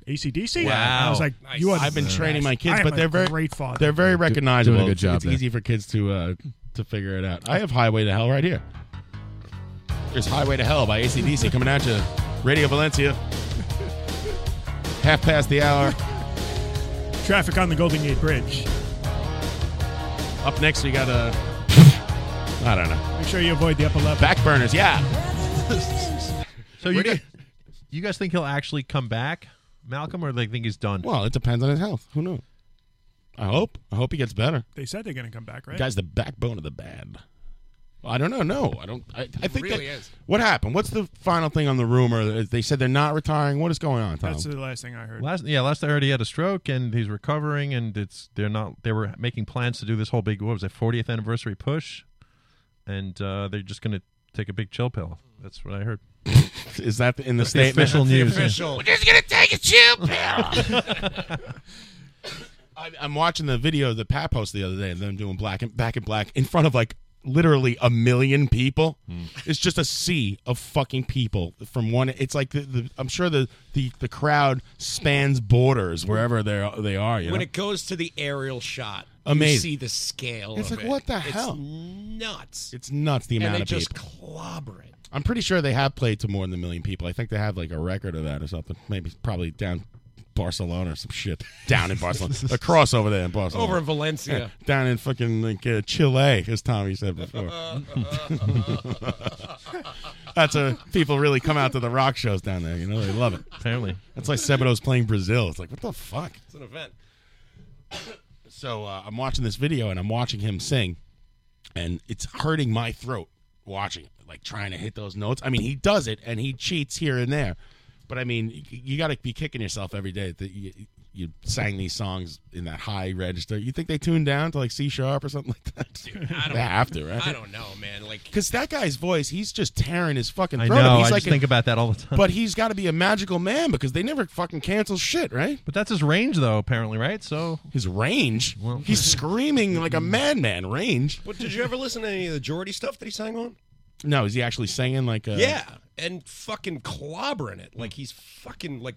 "ACDC." And I was like, "You are." I've been the best. training my kids, I am but a they're very great father. They're very recognizable. doing a good It's- job It's there. easy for kids to uh, to figure it out. I have Highway to Hell right here. There's Highway to Hell by ACDC coming at you, Radio Valencia. Half past the hour. Traffic on the Golden Gate Bridge. Up next, we got a. I don't know. Make sure you avoid the upper left. Back burners, yeah. So you guys, you guys think he'll actually come back, Malcolm, or they think he's done? Well, it depends on his health. Who knows? I hope. I hope he gets better. They said they're going to come back, right? Guy's the backbone of the band. I don't know. No, I don't. I, I think Really that- is. What happened? What's the final thing on the rumor? They said they're not retiring. What is going on, Tom? That's the last thing I heard. Last yeah, last I heard he had a stroke and he's recovering, and it's they're not they were making plans to do this whole big what was it 40th anniversary push, and uh, they're just gonna take a big chill pill. That's what I heard. Is that in the That's statement? official That's the news? yeah. official. We're just gonna take a chill pill. I, I'm watching the video that Pat posted the other day of them doing black and back and black in front of like literally a million people. Hmm. It's just a sea of fucking people from one. It's like the, the I'm sure the, the the crowd spans borders wherever they are- they are. You know? When it goes to the aerial shot, you Amazing. see the scale. It's of like, it. what the hell? It's nuts. It's nuts the amount and they of just people. clobber it. I'm pretty sure they have played to more than a million people. I think they have like a record of that or something. Maybe probably down Barcelona or some shit. Down in Barcelona. Across over there in Barcelona. Over in Valencia. Yeah, down in fucking like uh, Chile, as Tommy said before. That's a people really come out to the rock shows down there. You know they love it. Apparently, that's like Sebado's playing Brazil. It's like what the fuck. It's an event. So uh, I'm watching this video and I'm watching him sing, and it's hurting my throat watching it, like trying to hit those notes. I mean, he does it and he cheats here and there, but I mean, y- you got to be kicking yourself every day that you, you sang these songs in that high register. You think they tuned down to like C sharp or something like that? Dude, I don't, they have to, right? I don't know, man. Like Because that guy's voice, he's just tearing his fucking I throat. up. know, He's I like just a- think about that all the time. But he's got to be a magical man because they never fucking cancel shit, right? But that's his range, though. Apparently, right? So his range. he's screaming like a madman. Range. But did you ever listen to any of the Geordie stuff that he sang on? No, is he actually singing like a? yeah, and fucking clobbering it like he's fucking like,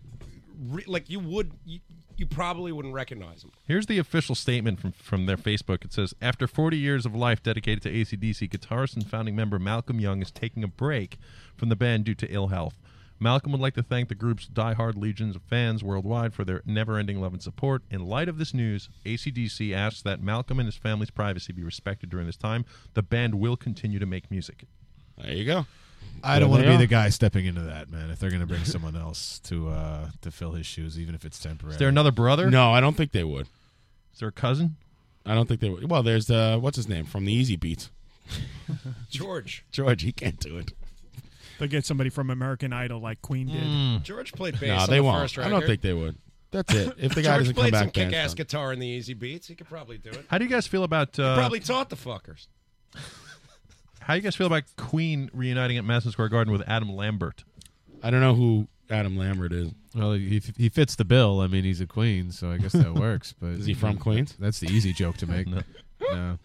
re- like you would you, you probably wouldn't recognize him. Here's the official statement from, from their Facebook. It says After 40 years of life dedicated to ACDC, guitarist and founding member Malcolm Young is taking a break from the band due to ill health. Malcolm would like to thank the group's diehard legions of fans worldwide for their never ending love and support. In light of this news, ACDC asks that Malcolm and his family's privacy be respected during this time. The band will continue to make music. There you go. I don't want to be the guy stepping into that, man. If they're going to bring someone else to uh, to fill his shoes, even if it's temporary. Is there another brother? No, I don't think they would. Is there a cousin? I don't think they would. Well, there's uh, what's his name from the Easy Beats, George. George. He can't do it. They'll get somebody from American Idol like Queen did. George played bass. no, on they the won't. First I don't record. think they would. That's it. If the guy George doesn't come played some back, band's kick-ass done. guitar in the Easy Beats. He could probably do it. How do you guys feel about He uh, probably taught the fuckers. How do you guys feel about Queen reuniting at Madison Square Garden with Adam Lambert? I don't know who Adam Lambert is. Well, he, he fits the bill. I mean, he's a Queen, so I guess that works. But Is he from Queens? That's the easy joke to make. No. No.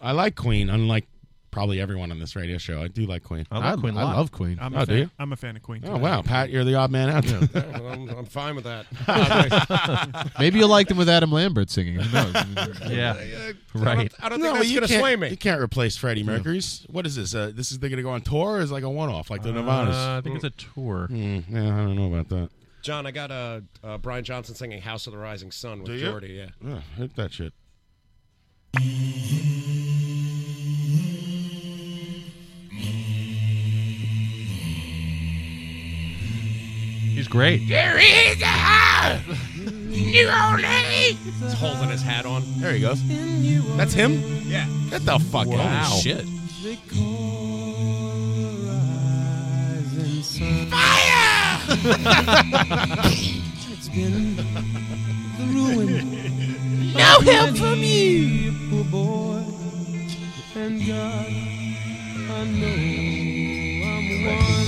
I like Queen, unlike probably everyone on this radio show. I do like Queen. I like Queen a I lot. love Queen. I'm oh, a fan- do you? I'm a fan of Queen, Oh too. wow, Pat, you're the odd man out. Yeah. I'm, I'm fine with that. Maybe you'll like them with Adam Lambert singing. Who knows? I don't think that's you gonna can't- sway me. You can't replace Freddie Mercury's. What is this? Uh, this is they're going to go on tour? Or is it like a one-off, like the Nirvana's? I think it's a tour. Hmm, yeah, I don't know about that. John, I got uh, uh, Brian Johnson singing "House of the Rising Sun" with Do you? Jordy. Yeah. Yeah, hit that shit. He's great. There is a house in New Orleans. He's holding his hat on. There he goes. That's him. Yeah. Get the fuck Wow. out. Holy shit. Fire! it's been the ruin. No help from you, poor boy. And God, I know I'm one.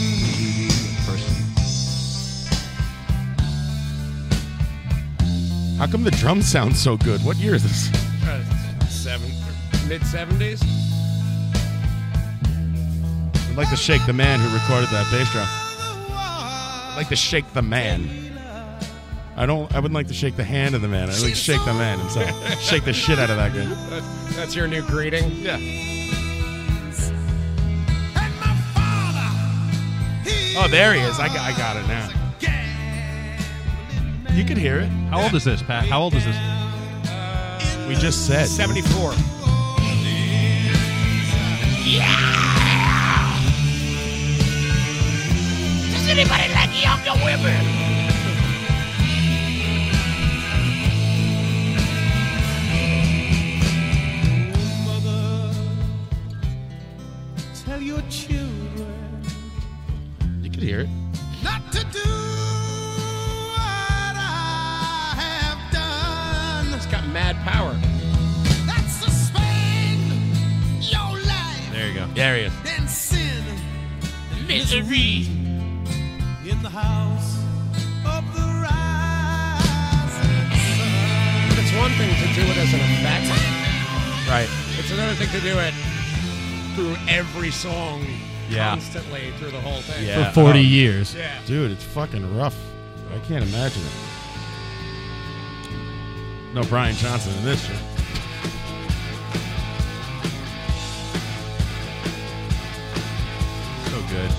How come the drums sound so good? What year is this? Uh, seven, mid seventies. I'd like to shake the man who recorded that bass drum. I'd like to shake the man. I don't. I wouldn't like to shake the hand of the man. I'd like to shake the man himself. shake the shit out of that guy. That's, that's your new greeting. Yeah. Oh, there he is. I got, I got it now. You can hear it. How old is this, Pat? How old is this? We just said seventy-four. Does anybody like Yonka Women? Tell your children You can hear it. not to do what I have done. It's got mad power. That suspend your life There you go. There he is. and sin and misery in the house of the rising But it's one thing to do it as an effect. Right. It's another thing to do it through every song, Yeah. constantly through the whole thing. Yeah. For 40 years. Yeah. Dude, it's fucking rough. I can't imagine it. No Brian Johnson in this shit. So good.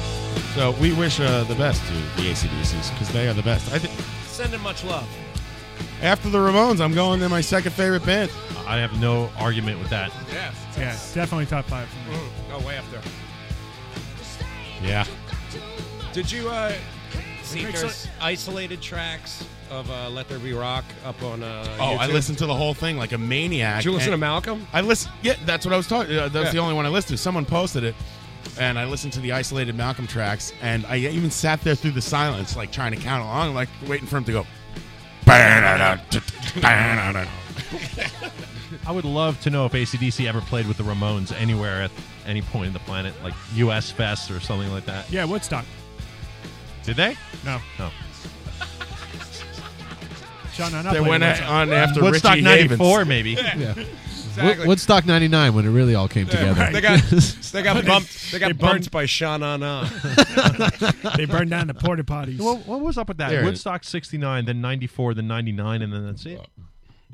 So we wish uh, the best to the ACDCs because they are the best. I think Sending much love. after the Ramones, I'm going to my second favorite band. I have no argument with that. Yeah. Yeah, definitely top five. Oh, way up there. Yeah. Did you uh, see Makes there's isolated tracks of uh, "Let There Be Rock" up on? Uh, Oh, I YouTube? listened to the whole thing like a maniac. Did you listen and- to Malcolm? I listen. Yeah, that's what I was talking. Uh, that's Yeah. the only one I listened to. Someone posted it, and I listened to the isolated Malcolm tracks, and I even sat there through the silence, like trying to count along, like waiting for him to go. I would love to know if ACDC ever played with the Ramones anywhere at any point in the planet, like US Fest or something like that. Yeah, Woodstock. Did they? No. No. Sean, I'm not They playing went Woodstock. on after Woodstock Richie 94 Havens. maybe. Yeah. Yeah. Exactly. Wo- Woodstock 99 when it really all came together. They got they got bumped. They got They bumped burned- by Sha Na Na. they burned down the porta potties. What, what was up with that? There it is. Woodstock 69, then 94, then 99, and then that's it.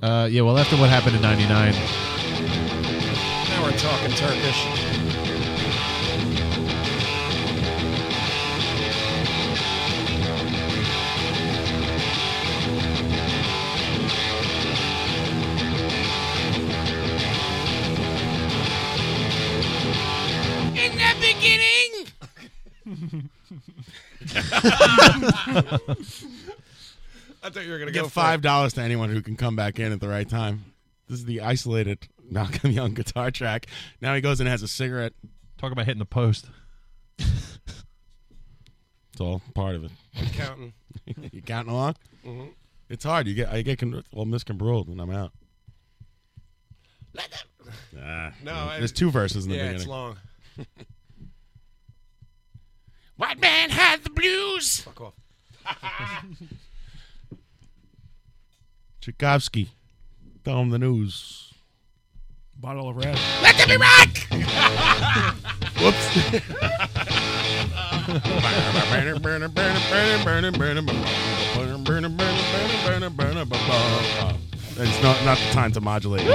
Uh, yeah, well, after what happened in 99, Now we're talking Turkish. In the beginning. I thought you were gonna Give go five dollars to anyone who can come back in at the right time. This is the isolated Malcolm Young guitar track. Now he goes and has a cigarette. Talk about hitting the post. It's all part of it. I'm counting. you counting along? Mhm. It's hard. You get I get con- well miscontrolled when I'm out. Ah, No, I- there's two verses in the yeah, beginning. it's long. White man has the blues. Fuck off. Tchaikovsky, tell him the news. Bottle of red. Let there be rock! It's not not the time to modulate.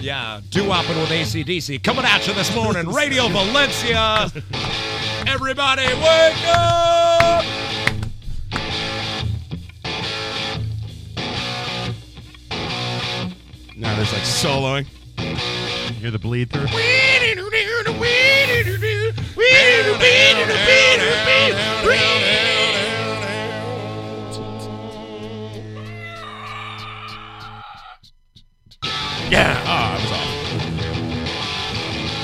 Yeah, doo-wopping with ACDC. Coming at you this morning. Radio Valencia. Everybody wake up! Now there's like soloing. You hear the bleed through? Yeah, ah, I was off.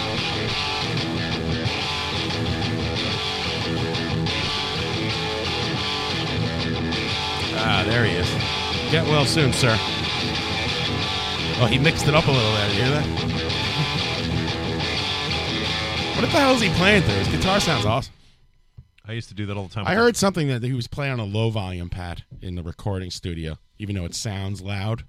Ah, there he is. Get well soon, sir. Oh, he mixed it up a little there. You hear that? What the hell is he playing through? His guitar sounds awesome. I used to do that all the time. I heard something that he was playing on a low volume pad in the recording studio, even though it sounds loud.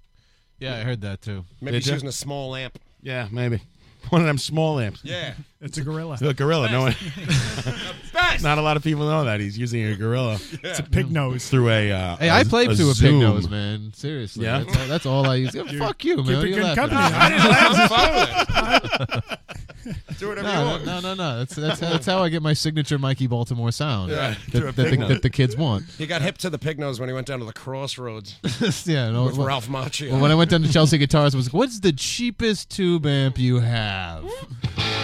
Yeah, I heard that too. Maybe Did he's ya? using a small amp. Yeah, maybe. One of them small amps. Yeah. It's a gorilla. The gorilla. No one. Best. Not a lot of people know that he's using a gorilla. It's a pig nose. Through a. Uh, Hey, I a- played a through a pig Zoom. nose, man. Seriously, Yeah? that's, all, that's all I use. Yeah, fuck you, man. What keep it are you good laughing company. at? I didn't laugh. Do whatever you no, want. no, no, no. That's that's how, that's how I get my signature Mikey Baltimore sound Yeah, through a that, that, pig the, nose. that the kids want. He got hip to the pig nose when he went down to the crossroads. yeah, no, with well- Ralph Macchio. Well, when I went down to Chelsea Guitars, I was like, "What's the cheapest tube amp you have?"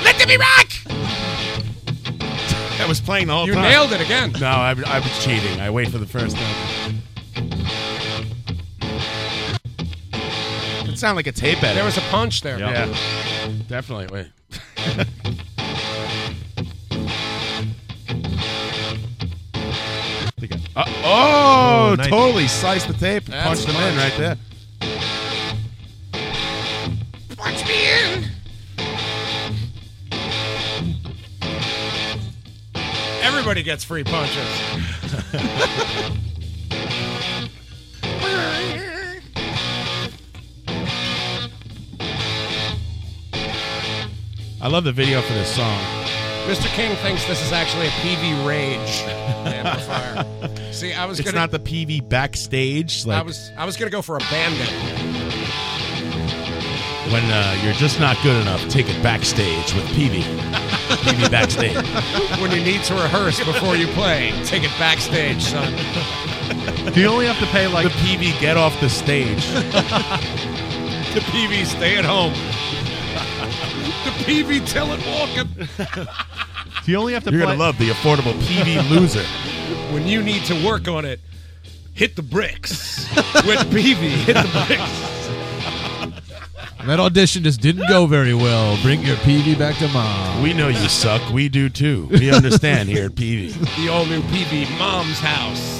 Let there be rock. I was playing the whole You time. nailed it again. No, I, I was cheating. I wait for the first note. It sounded like a tape edit. There was a punch there. Yeah. Definitely. Wait. Think I- Uh, oh, Oh, nice. totally sliced the tape and That's punched them in punch. right there. Punch me in. Everybody gets free punches. I love the video for this song. Mr. King thinks this is actually a PV Rage amplifier. See, I was it's gonna not the PV backstage. I Like was I was gonna go for a bandit. when uh, you're just not good enough, take it backstage with PV. PV backstage. when you need to rehearse before you play, take it backstage, son. You only have to pay like the PV get off the stage. The PV stay at home. the PV tell it walking. you only have to You're play. gonna love the affordable PV loser. When you need to work on it, hit the bricks. With PV, hit the bricks. That audition just didn't go very well. Bring your PV back to mom. We know you suck. We do too. We understand here at PV. The all new PV mom's house.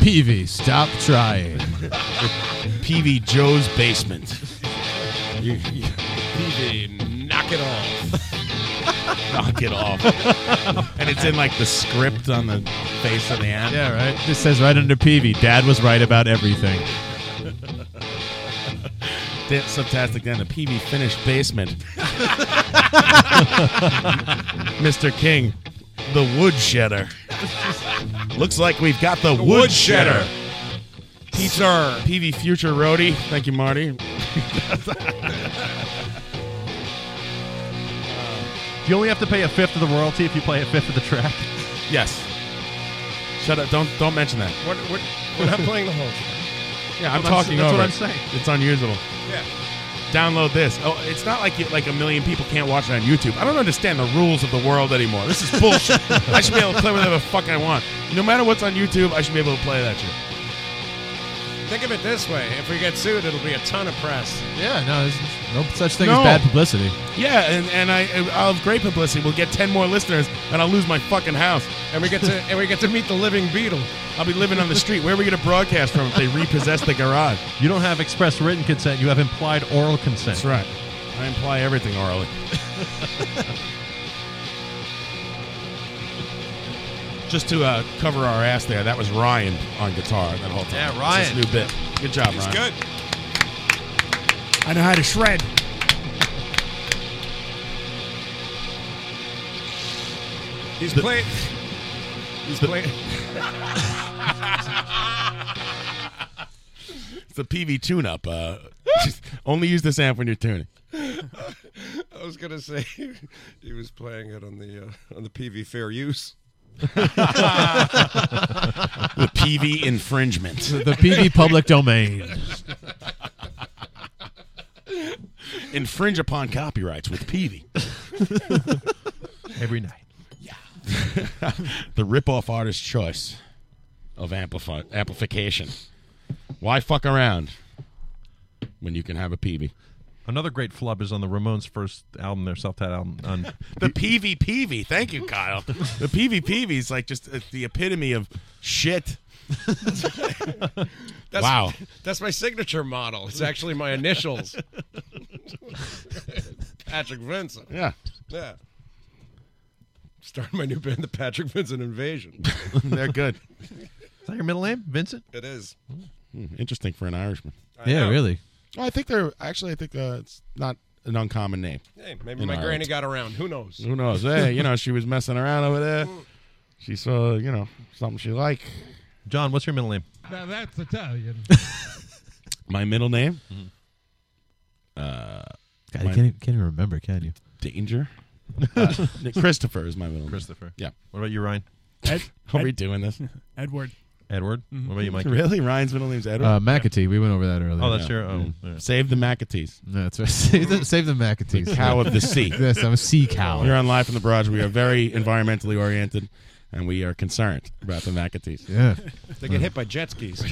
PV, stop trying. PV Joe's basement. You, you PV, knock it off. knock it off. and it's in like the script on the face of the amp. Yeah, right. Just says right under PV, Dad was right about everything. Then- Subtastic then the PV finished basement. Mr. King, the wood shedder. Looks like we've got the, wood, wood shedder. shedder. Sir. PV Future Roadie. Thank you, Marty. Do you only have to pay a fifth of the royalty if you play a fifth of the track? yes. Shut up. Don't don't mention that. What, what, we're not playing the whole thing. Yeah, I'm That's what I'm- talking that's over what I'm it. saying. It's unusable. Yeah. Download this. Oh, it's not like you, like a million people can't watch it on YouTube. I don't understand the rules of the world anymore. This is bullshit. I should be able to play whatever the fuck I want. No matter what's on YouTube, I should be able to play that shit. Think of it this way: if we get sued, it'll be a ton of press. Yeah, no, there's no such thing No. as bad publicity. Yeah, and, and I, I'll have great publicity. We'll get 10 more listeners, and I'll lose my fucking house. And we get to and we get to meet the living beetle. I'll be living on the street. Where are we going to broadcast from if they repossess the garage? You don't have express written consent. You have implied oral consent. That's right. I imply everything orally. Just to uh, cover our ass there, that was Ryan on guitar that whole time. Yeah, It's Ryan. his new bit. Good job, Ryan. I know how to shred. He's The- playing. He's the- playing. It's the PV tune-up. Uh, just only use this amp when you're tuning. I was gonna say he was playing it on the uh, on the PV fair use. the PV infringement. The- the PV public domain. Infringe upon copyrights with PV. Every night. Yeah. the rip-off artist's choice of amplify amplification. Why fuck around when you can have a PV? Another great flub is on the Ramones' first album, their self-titled album. On The PV PV. Thank you, Kyle. The PV PV is like just uh, the epitome of shit. That's, wow. that's my signature model. It's actually my initials. Patrick Vincent. Yeah. Yeah. Starting my new band, the Patrick Vincent Invasion. They're good. Is that your middle name, Vincent? It is. Hmm, Interesting for an Irishman. I Yeah, know. really. Oh, I think they're actually. I think uh, it's not an uncommon name. Hey, maybe in my Ireland. granny got around. Who knows? Who knows? Hey, you know, she was messing around over there. She saw, you know, something she liked. John, what's your middle name? Now that's Italian. My middle name? Mm-hmm. Uh, God, you my- can't, even- can't even remember, can you? Danger. Uh, Christopher is my middle name. Christopher. Yeah. What about you, Ryan? Ed, Are we doing this? Edward. Mm-hmm. Edward. What about you, Mike? Really? Ryan's middle name's Edward? Uh, McAtee. We went over that earlier. Oh, that's your own. Save the McAtees. No, that's right. Save the, save the McAtees. The cow of the sea. yes, I'm a sea cow. Here on Live from the Barrage, we are very environmentally oriented, and we are concerned about the McAtees. Yeah. They get hit by jet skis.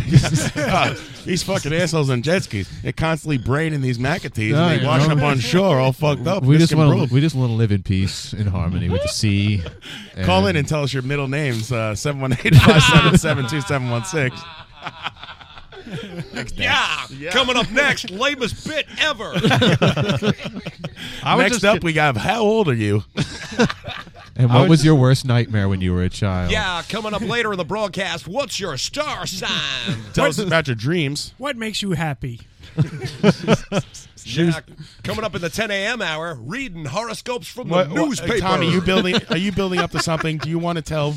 Uh, these fucking assholes on jet skis. They're constantly braiding these McAtees, Yeah, and you they wash know. up on shore all fucked up. We just Michigan want Brook. to we just want to live in peace, in harmony with the sea. Call in and tell us your middle names, uh, 718 577 2716. Yeah. Coming up next, lamest bit ever. I was Next just up, get- we got How Old Are You? And I what would was just- your worst nightmare when you were a child? Yeah, coming up later in the broadcast, what's your star sign? Tell us about your dreams. What makes you happy? Yeah, coming up in the 10 a.m. hour, reading horoscopes from What- the what- newspaper. Tommy, you building? Are you building up to something? Do you want to tell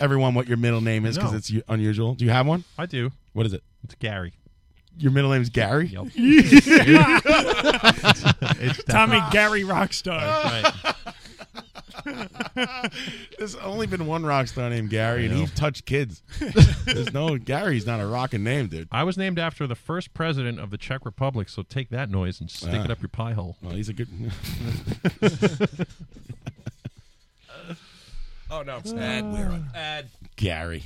everyone what your middle name is because No. it's u- unusual? Do you have one? I do. What is it? It's Gary. Your middle name's Gary. It's Tommy Gary Rockstar. There's only been one rock star named Gary, and I know. he touched kids. There's no Gary's not a rocking name, dude. I was named after the first president of the Czech Republic, so take that noise and stick Ah. it up your pie hole. Well, he's a good. Oh, no. Uh, Ad, we're on- Ad. Gary.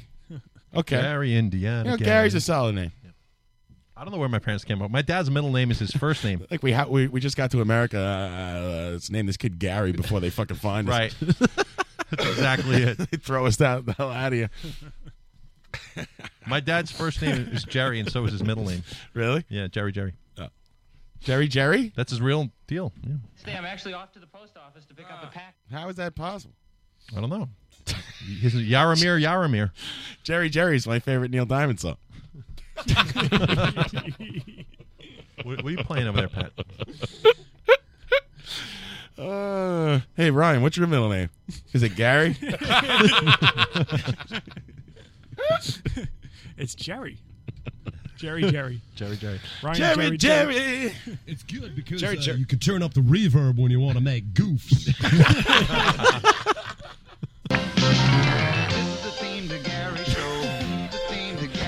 Okay. Gary, Indiana. You know, Gary. Gary's a solid name. I don't know where my parents came up. My dad's middle name is his first name. Like we ha- we we just got to America. Uh, uh, let's name this kid Gary before they fucking find us. Right. That's exactly it. they throw us out the hell out of you. My dad's first name is Jerry, and so is his middle name. Really? Uh, Yeah, Jerry Jerry. Jerry Jerry? That's his real deal. Yeah. I'm actually off to the post office to pick up a pack. Ah. How is that possible? I don't know. His is Yaramir Yaramir. Jerry Jerry's my favorite Neil Diamond song. What, what are you playing over there, Pat? Uh, hey Ryan, what's your middle name? Is it Gary? it's Jerry. Jerry, Jerry. Jerry, Jerry. Ryan, Jerry, Jerry, Jerry. It's good because Jerry, uh, Jerry. you can turn up the reverb when you want to make goofs.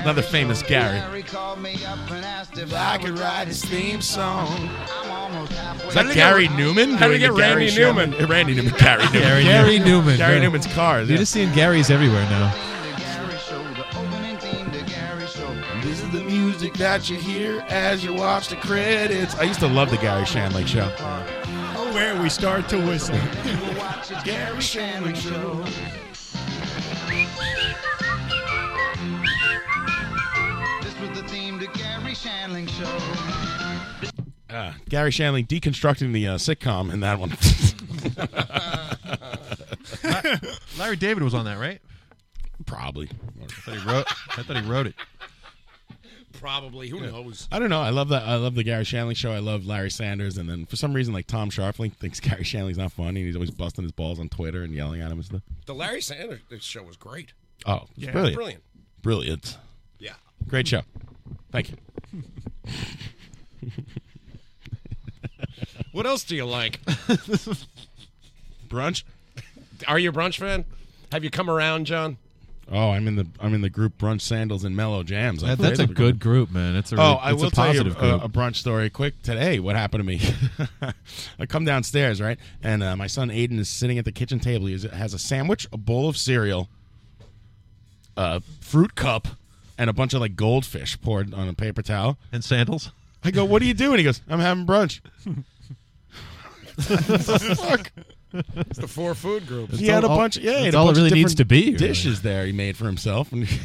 Another famous Gary. I could write his theme song. Is that Gary Newman? How do we doing get the Gary Randy show? Newman? Uh, Randy Newman. Gary Newman. Gary, Newman. Gary yeah. Newman's cars. You're Yeah. just seeing Garys everywhere now. This is the music that you hear as you watch the credits. I used to love the Gary Shandling show. Oh, where we start to whistle. Gary Shandling Show. This was the theme to Gary Shandling Show. Uh, Gary Shanley deconstructing the uh, sitcom in that one. Larry David was on that, right? Probably. I thought he wrote. I thought he wrote it. Probably. Who knows? I don't know. I love that. I love the Gary Shanley show. I love Larry Sanders, and then for some reason, like Tom Sharpling thinks Gary Shanley's not funny, and he's always busting his balls on Twitter and yelling at him and stuff. The Larry Sanders show was great. Oh, it's Yeah. brilliant. Brilliant. Brilliant. Yeah. Great show. Thank you. What else do you like? brunch? Are you a brunch fan? Have you come around, John? Oh, I'm in the I'm in the group brunch sandals and mellow jams. That- that's a good group, man. That's a oh, re- I it's a will tell you positive a- group. a brunch story. Quick today, what happened to me? I come downstairs, right, and uh, my son Aiden is sitting at the kitchen table. He is- has a sandwich, a bowl of cereal, a fruit cup, and a bunch of like goldfish poured on a paper towel and sandals. I go, "What are you doing?" He goes, "I'm having brunch." Fuck. It's the four food group. He had a bunch. Yeah, he had a bunch of different Dishes there he made for himself. Is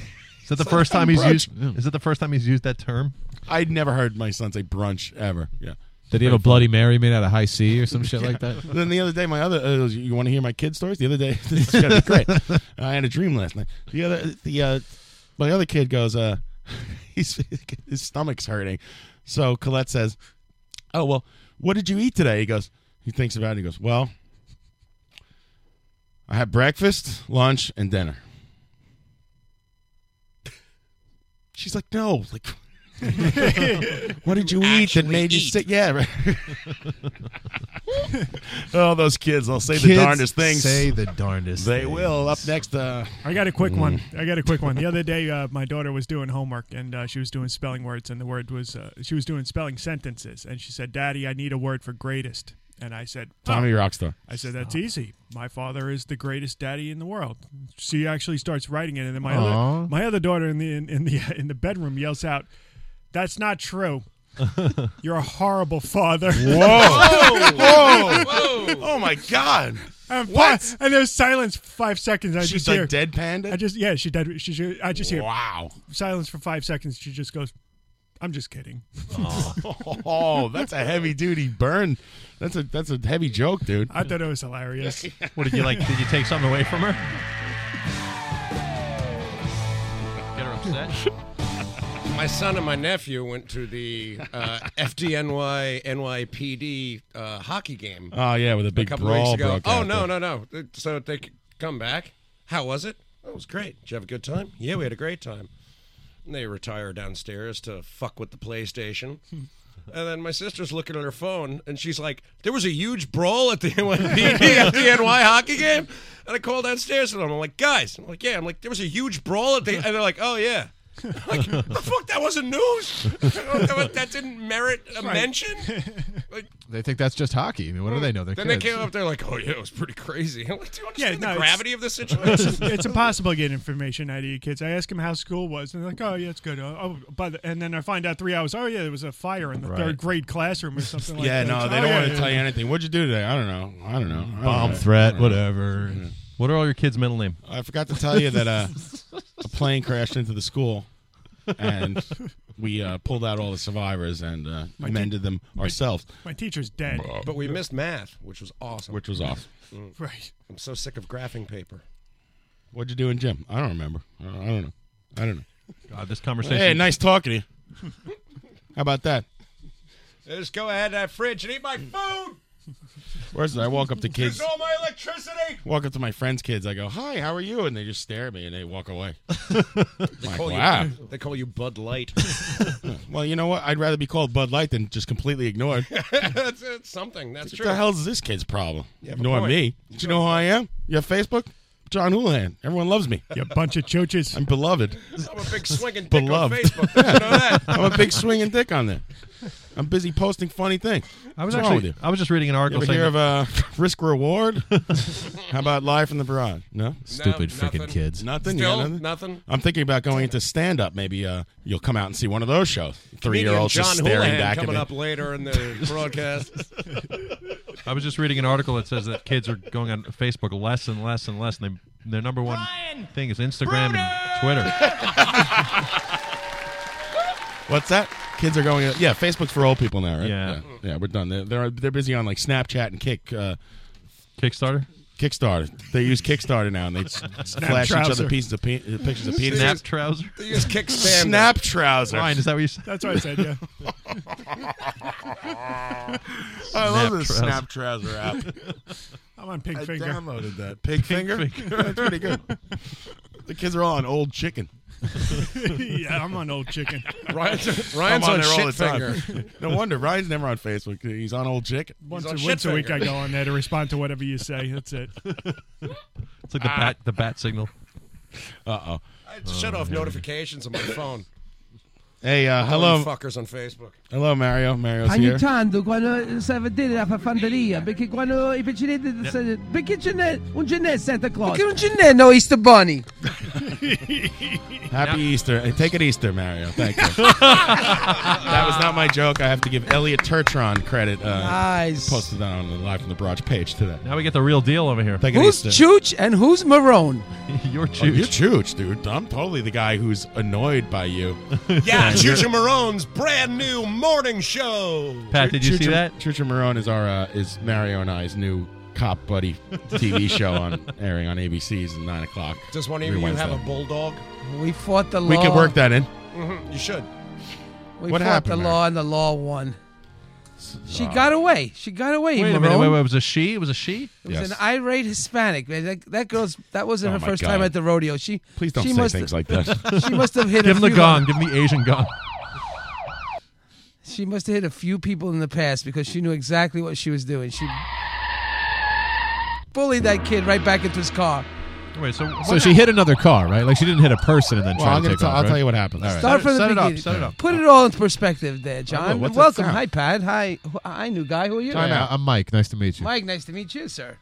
that the first time he's used? Is that the first time he's used that term? I'd never heard my son say brunch ever. Yeah. Did he have a Bloody Mary made out of high C or some shit like that? then the other day, my other uh, you want to hear my kid stories? The other day, this is gonna be great. I had a dream last night. The other the uh, my other kid goes, uh, he's his stomach's hurting, so Colette says, "Oh well, what did you eat today?" He goes, he thinks about it. He goes, "Well, I had breakfast, lunch, and dinner." She's like, "No, like." what did you eat that made you sick? Yeah, right. Oh, those kids! They'll say the Kids darndest things. say the darndest They things. will. Up next, uh, I got a quick one. Mm. I got a quick one. The other day, uh, my daughter was doing homework and uh, she was doing spelling words, and the word was uh, she was doing spelling sentences, and she said, "Daddy, I need a word for greatest." And I said, "Oh." Tommy Rockstar. I said, "That's easy. My father is the greatest daddy in the world." She actually starts writing it, and then my Aw. other, my other daughter in the in, in the in the bedroom yells out, "That's not true." You're a horrible father. Whoa. Whoa. Oh my God. And what? and there's silence for five seconds. I She's just like hear, deadpanned it? I just yeah, she dead. She, she I just hear wow silence for five seconds. She just goes, "I'm just kidding." Oh, that's a heavy duty burn. That's a that's a heavy joke, dude. I thought it was hilarious. What did you like? Did you take something away from her? Get her upset. my son and my nephew went to the uh, FDNY NYPD uh, hockey game. Oh, yeah, with a big couple brawl weeks ago. broke Oh out no, no, no! So they c- come back. How was it? Oh, it was great. Did you have a good time? Yeah, we had a great time. And they retire downstairs to fuck with the PlayStation. And then my sister's looking at her phone, and she's like, "There was a huge brawl at the NYPD at the NY hockey game." And I call downstairs, and I'm like, "Guys," I'm like, "Yeah," I'm like, "There was a huge brawl at the," and they're like, "Oh yeah." I'm like, "Oh, fuck, that wasn't news. that that didn't merit a Right. mention. They think that's just hockey. I mean, what do they know? They're then kids. they came up, they're like, "Oh yeah, it was pretty crazy." I'm like, "Do you understand no, the it's- gravity of this situation?" it's, it's impossible to get information out of you kids. I ask them how school was, and they're like, "Oh yeah, it's good." Oh, oh, by the, and then I find out three hours. Oh yeah, there was a fire in the Right. third grade classroom or something like yeah, that. no, It's, they "Oh, don't yeah, want to yeah, tell you yeah." anything. What'd you do today? I don't know. I don't know. I don't Bomb know. threat, I don't know. whatever. What are all your kids' middle name? I forgot to tell you that uh, a plane crashed into the school, and we uh, pulled out all the survivors and uh, My te- mended them my- ourselves. My teacher's dead. But we missed math, which was awesome. Which was awesome. Mm. Right. I'm so sick of graphing paper. What'd you do in gym? I don't remember. I don't I don't know. I don't know. God, this conversation- Hey, nice talking to you. How about that? Just go ahead to that fridge and eat my food. Where's I walk up to kids, Use all my electricity. walk up to my friends' kids. I go, "Hi, how are you?" And they just stare at me and they walk away. They Like, call, wow. you, they call you Bud Light. Well, you know what? I'd rather be called Bud Light than just completely ignored. that's, that's something. That's what true. the hell's this kid's problem? You have a Ignore point. me. Do you know who I am? You have Facebook? John Houlihan. Everyone loves me. You bunch of chooches. I'm beloved. I'm a big swinging dick on beloved. Facebook. Did you know that? I'm a big swinging dick on there. I'm busy posting funny things. I was What's wrong actually- with you? I was just reading an article You ever saying hear of uh, risk reward? How about live from the barrage? No, Stupid freaking kids. Nothing. Still you got nothing. nothing? I'm thinking about going into stand up. Maybe uh, you'll come out and see one of those shows. Three year olds Comedian just John staring Houlihan back coming at up later in the broadcast. Oh, I was just reading an article that says that kids are going on Facebook less and less and less, and they, their number one thing is Instagram and Twitter. What's that? Kids are going. Yeah, Facebook's for old people now, right? Yeah. yeah, Yeah, we're done. They're they're, they're busy on like Snapchat and Kick. Uh, Kickstarter. Kickstarter. They use Kickstarter now, and they s- flash each trouser. other pieces of pe- uh, pictures of They penises. use- Snap trouser? they use Kickstand. Snap trouser. Ryan, is that what you said? That's what I said, yeah. I love this trouser. Snap Trouser app. I'm on Pig I Finger. downloaded that. Pig, finger? Finger. That's pretty good. The kids are all on old chicken. yeah, I'm on old chicken. Ryan's- I'm there all the time. no wonder Ryan's never on Facebook. He's on old chicken. Once, a, once a week, I go on there to respond to whatever you say. That's it. It's like the bat, the bat signal. Uh oh. I shut off notifications on my phone. Hey, uh, hello, All you fuckers on Facebook. hello, Mario. Mario's Ogni here. tanto quando sa vedere la fanteria perché quando i precedenti perché ce n'è un ce n'è Santa Claus perché non ce n'è no Easter Bunny Happy Easter. Hey, take it Easter, Mario. Thank you. that was not my joke. I have to give Elliot Turtron credit. Uh, Nice. Posted that on the Live from the Barrage page today. Now we get the real deal over here. Take it who's Easter. Chooch and who's Marone You're Oh, you're Chooch, dude. I'm totally the guy who's annoyed by you. Yeah, you're- Chucha Marone's brand new morning show. Choo- Choo- Choo- Choo Choo Marone is our uh, is Mario and I's new cop buddy TV show on airing on ABC's at nine o'clock. Does one of every you Wednesday. have a bulldog? we fought the law We could work that in. hmm you should. we What fought happened, the Mary? law and the law won she Uh, got away she got away Wait a Marone. minute. Wait, wait. It was a she. It was a she. It was an irate Hispanic. Man. That, that girl's that wasn't Oh, her my first God. time at the rodeo. She Please don't she say must- things like that. she must have hit. Give a him the few- gong. Give him the Asian gong. She must have hit a few people in the past because she knew exactly what she was doing. She bullied that kid right back into his car. Wait, so So she hit another car, right? Like she didn't hit a person and then Well, try I'm to gonna take tell- off. I'll right? tell you what happened. All right. Start from Set the it up, beginning. set it up. Put it all into perspective, there, John. what's that Welcome. sound? Hi, Pat. Hi. Wh- Hi, new guy. Who are you? Time Yeah, out. I'm Mike. Nice to meet you. Mike. Nice to meet you, sir.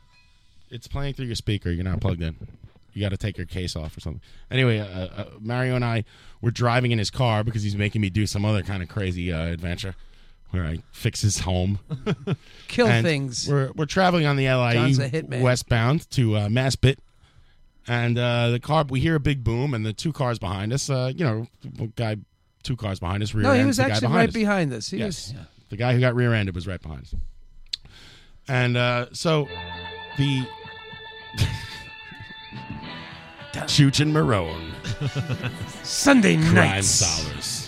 It's playing through your speaker. You're not plugged in. You got to take your case off or something. Anyway, uh, uh, Mario and I were driving in his car because he's making me do some other kind of crazy uh, adventure where I fix his home, Kill And things. We're we're traveling on the John's a LIE hitman. westbound to uh, Maspit, and uh, the car. We hear a big boom, and the two cars behind us. Uh, you know, the guy, two cars behind us. Rear No, he ends was the guy actually behind right us. behind us. He Yes. was. The guy who got rear-ended was right behind us. And uh, so the Chooch and Marone Sunday crime nights. solvers.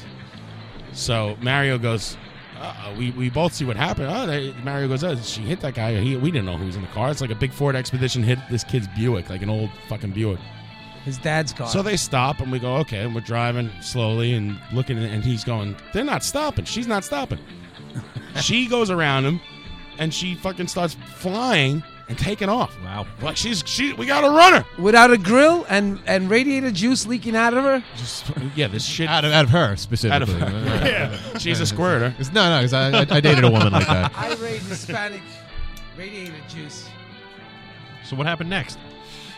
So Mario goes. Uh, we we both see what happened. Oh, they, Mario goes. Oh, she hit that guy. He, we didn't know who was in the car. It's like a big Ford Expedition hit this kid's Buick, like an old fucking Buick. His dad's car. So they stop and we go, okay, and we're driving slowly and looking, and he's going, they're not stopping. She's not stopping. she goes around him and she fucking starts flying and taking off. Wow. Like she's, she, we got a runner. Without a grill and and radiator juice leaking out of her. Yeah, this shit. Out of, out of her specifically. Out of her. Yeah. She's a squirter. It's- No, no, 'cause I, I, I dated a woman like that. Irate Hispanic radiator juice. So what happened next?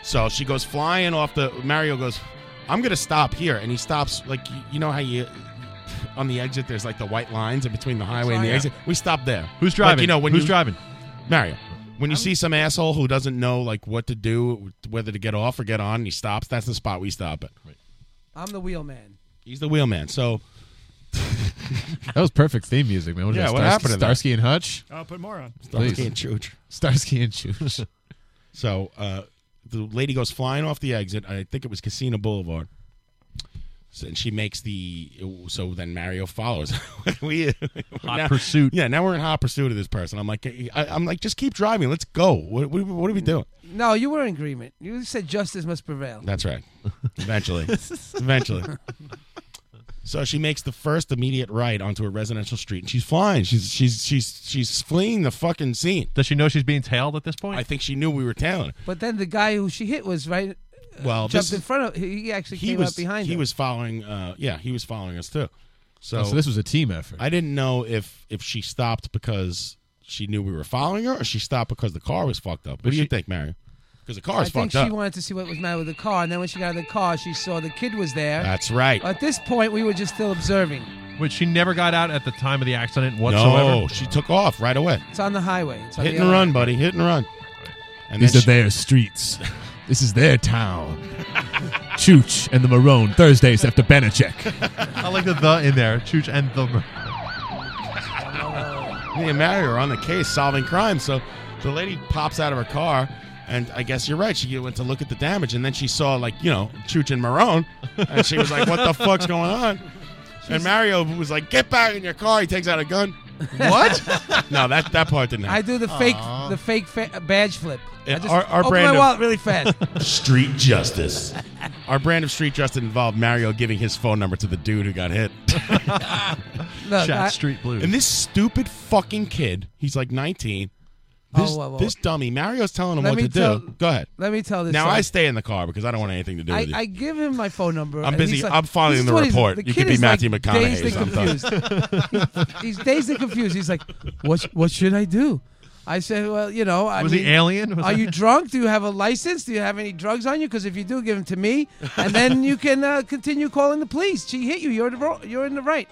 So she goes flying off the. Mario goes, I'm gonna stop here, and he stops like y- you know how you on the exit. There's like the white lines in between the highway and the Yeah. exit. We stop there. Who's Like, driving? you know when Who's you- driving? Mario. When you see some asshole who doesn't know like what to do, whether to get off or get on, and he stops. That's the spot we stop at. I'm the wheel man. He's the wheelman. So That was perfect theme music, man. What was Yeah, that, what Stars- happened to that? Starsky and Hutch? I'll Uh, put more on. Starsky Please. and Chooch. Starsky and Chooch. So uh, the lady goes flying off the exit. I think it was Casino Boulevard. So, and she makes the so then Mario follows. we Hot pursuit. Yeah, now we're in hot pursuit of this person. I'm like, I, I'm like, just keep driving. Let's go. What, what, what are we doing? No, you were in agreement. You said justice must prevail. That's right. Eventually, eventually. So she makes the first immediate right onto a residential street, and she's flying. She's she's she's she's fleeing the fucking scene. Does she know she's being tailed at this point? I think she knew we were tailing. her. But then the guy who she hit was right. uh, Well, jumped this in front of. He actually he came was up behind. he her. was following uh yeah he was following us too So, Oh, so this was a team effort. I didn't know if if she stopped because she knew we were following her, or she stopped because the car was fucked up. What do you think, Mary? Because the car I is think fucked she up. wanted to see what was the matter with the car, and then when she got in the car, she saw the kid was there. That's right. At this point, we were just still observing. Which she never got out at the time of the accident whatsoever. no, she took off right away. It's on the highway. It's on Hit the and LA. run, buddy. Hit and run. And These then are she- their streets. this is their town. Chooch and the Maroon Thursdays after Banachek. I like the the in there. Chooch and the. Me and Mary are on the case solving crime. So the lady pops out of her car, and I guess you're right. She went to look at the damage, and then she saw, like, you know, Chooch and Marone, and she was like, what the fuck's going on? and Mario was like, get back in your car. He takes out a gun. what? No, that, that part didn't happen. I do the fake, the fake fa- badge flip. I Yeah, just our, our open brand my of wallet really fast. street justice. Our brand of street justice involved Mario giving his phone number to the dude who got hit. Look, I- blues. And this stupid fucking kid, he's like 19. This, Oh, whoa, whoa. this dummy, Mario's telling him Let what me to tell- do. Go ahead. Let me tell this. now story. I stay in the car because I don't want anything to do I, with you. I give him my phone number. I'm and busy. he's like- I'm filing he's the 20s. report. The You kid could be is, Matthew like McConaughey Dazed and or confused. he's dazed and confused. He's like, "What? What should I do?" I said, "Well, you know, I Was he mean, alien? Was are that- you drunk? Do you have a license? Do you have any drugs on you? Because if you do, give them to me, and then you can uh, continue calling the police. She hit you. You're the ro- you're in the right."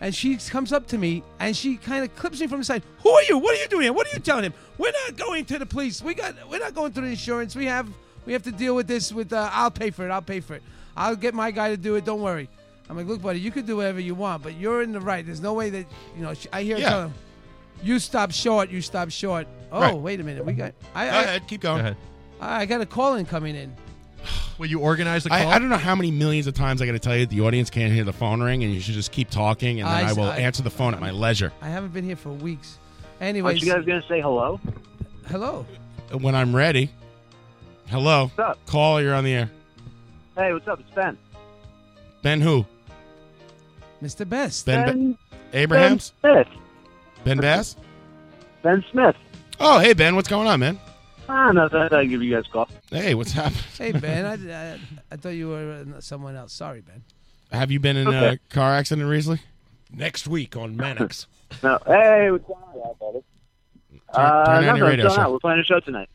And she comes up to me and she kind of clips me from the side. Who are you? What are you doing? here? What are you telling him? We're not going to the police. We got. We're not going through the insurance. We have. We have to deal with this. With uh, I'll pay for it. I'll pay for it. I'll get my guy to do it. Don't worry. I'm like, look, buddy, you could do whatever you want, but you're in the right. There's no way that you know. She, I hear her Yeah. tell him, you stop short. You stop short. Oh, Right. wait a minute. We got. I, Go I, ahead, keep going. Go ahead. I, I got a call in coming in. Will you organize the call? I, I don't know how many millions of times I got to tell you the audience can't hear the phone ring, and you should just keep talking, and then I I, s- will I- answer the phone at my leisure. I haven't been here for weeks. Aren't Anyways, you guys gonna say hello? hello. When I'm ready, hello, What's up? call. You're on the air. Hey, what's up? It's Ben. Ben who? Mr. Best. Ben, Ba- Abrahams. Ben Smith. Ben Bass. Ben Smith. Oh, hey Ben, what's going on, man? Ah, no, I thought I'd give you guys a call. Hey, what's happening? Hey Ben, I, I, I thought you were uh, someone else. Sorry, Ben. Have you been in Okay. a car accident recently? Next week on Mannix. No, hey, what's going on, buddy? uh, turn on nothing, your radio what's going on? show. We're playing a show tonight.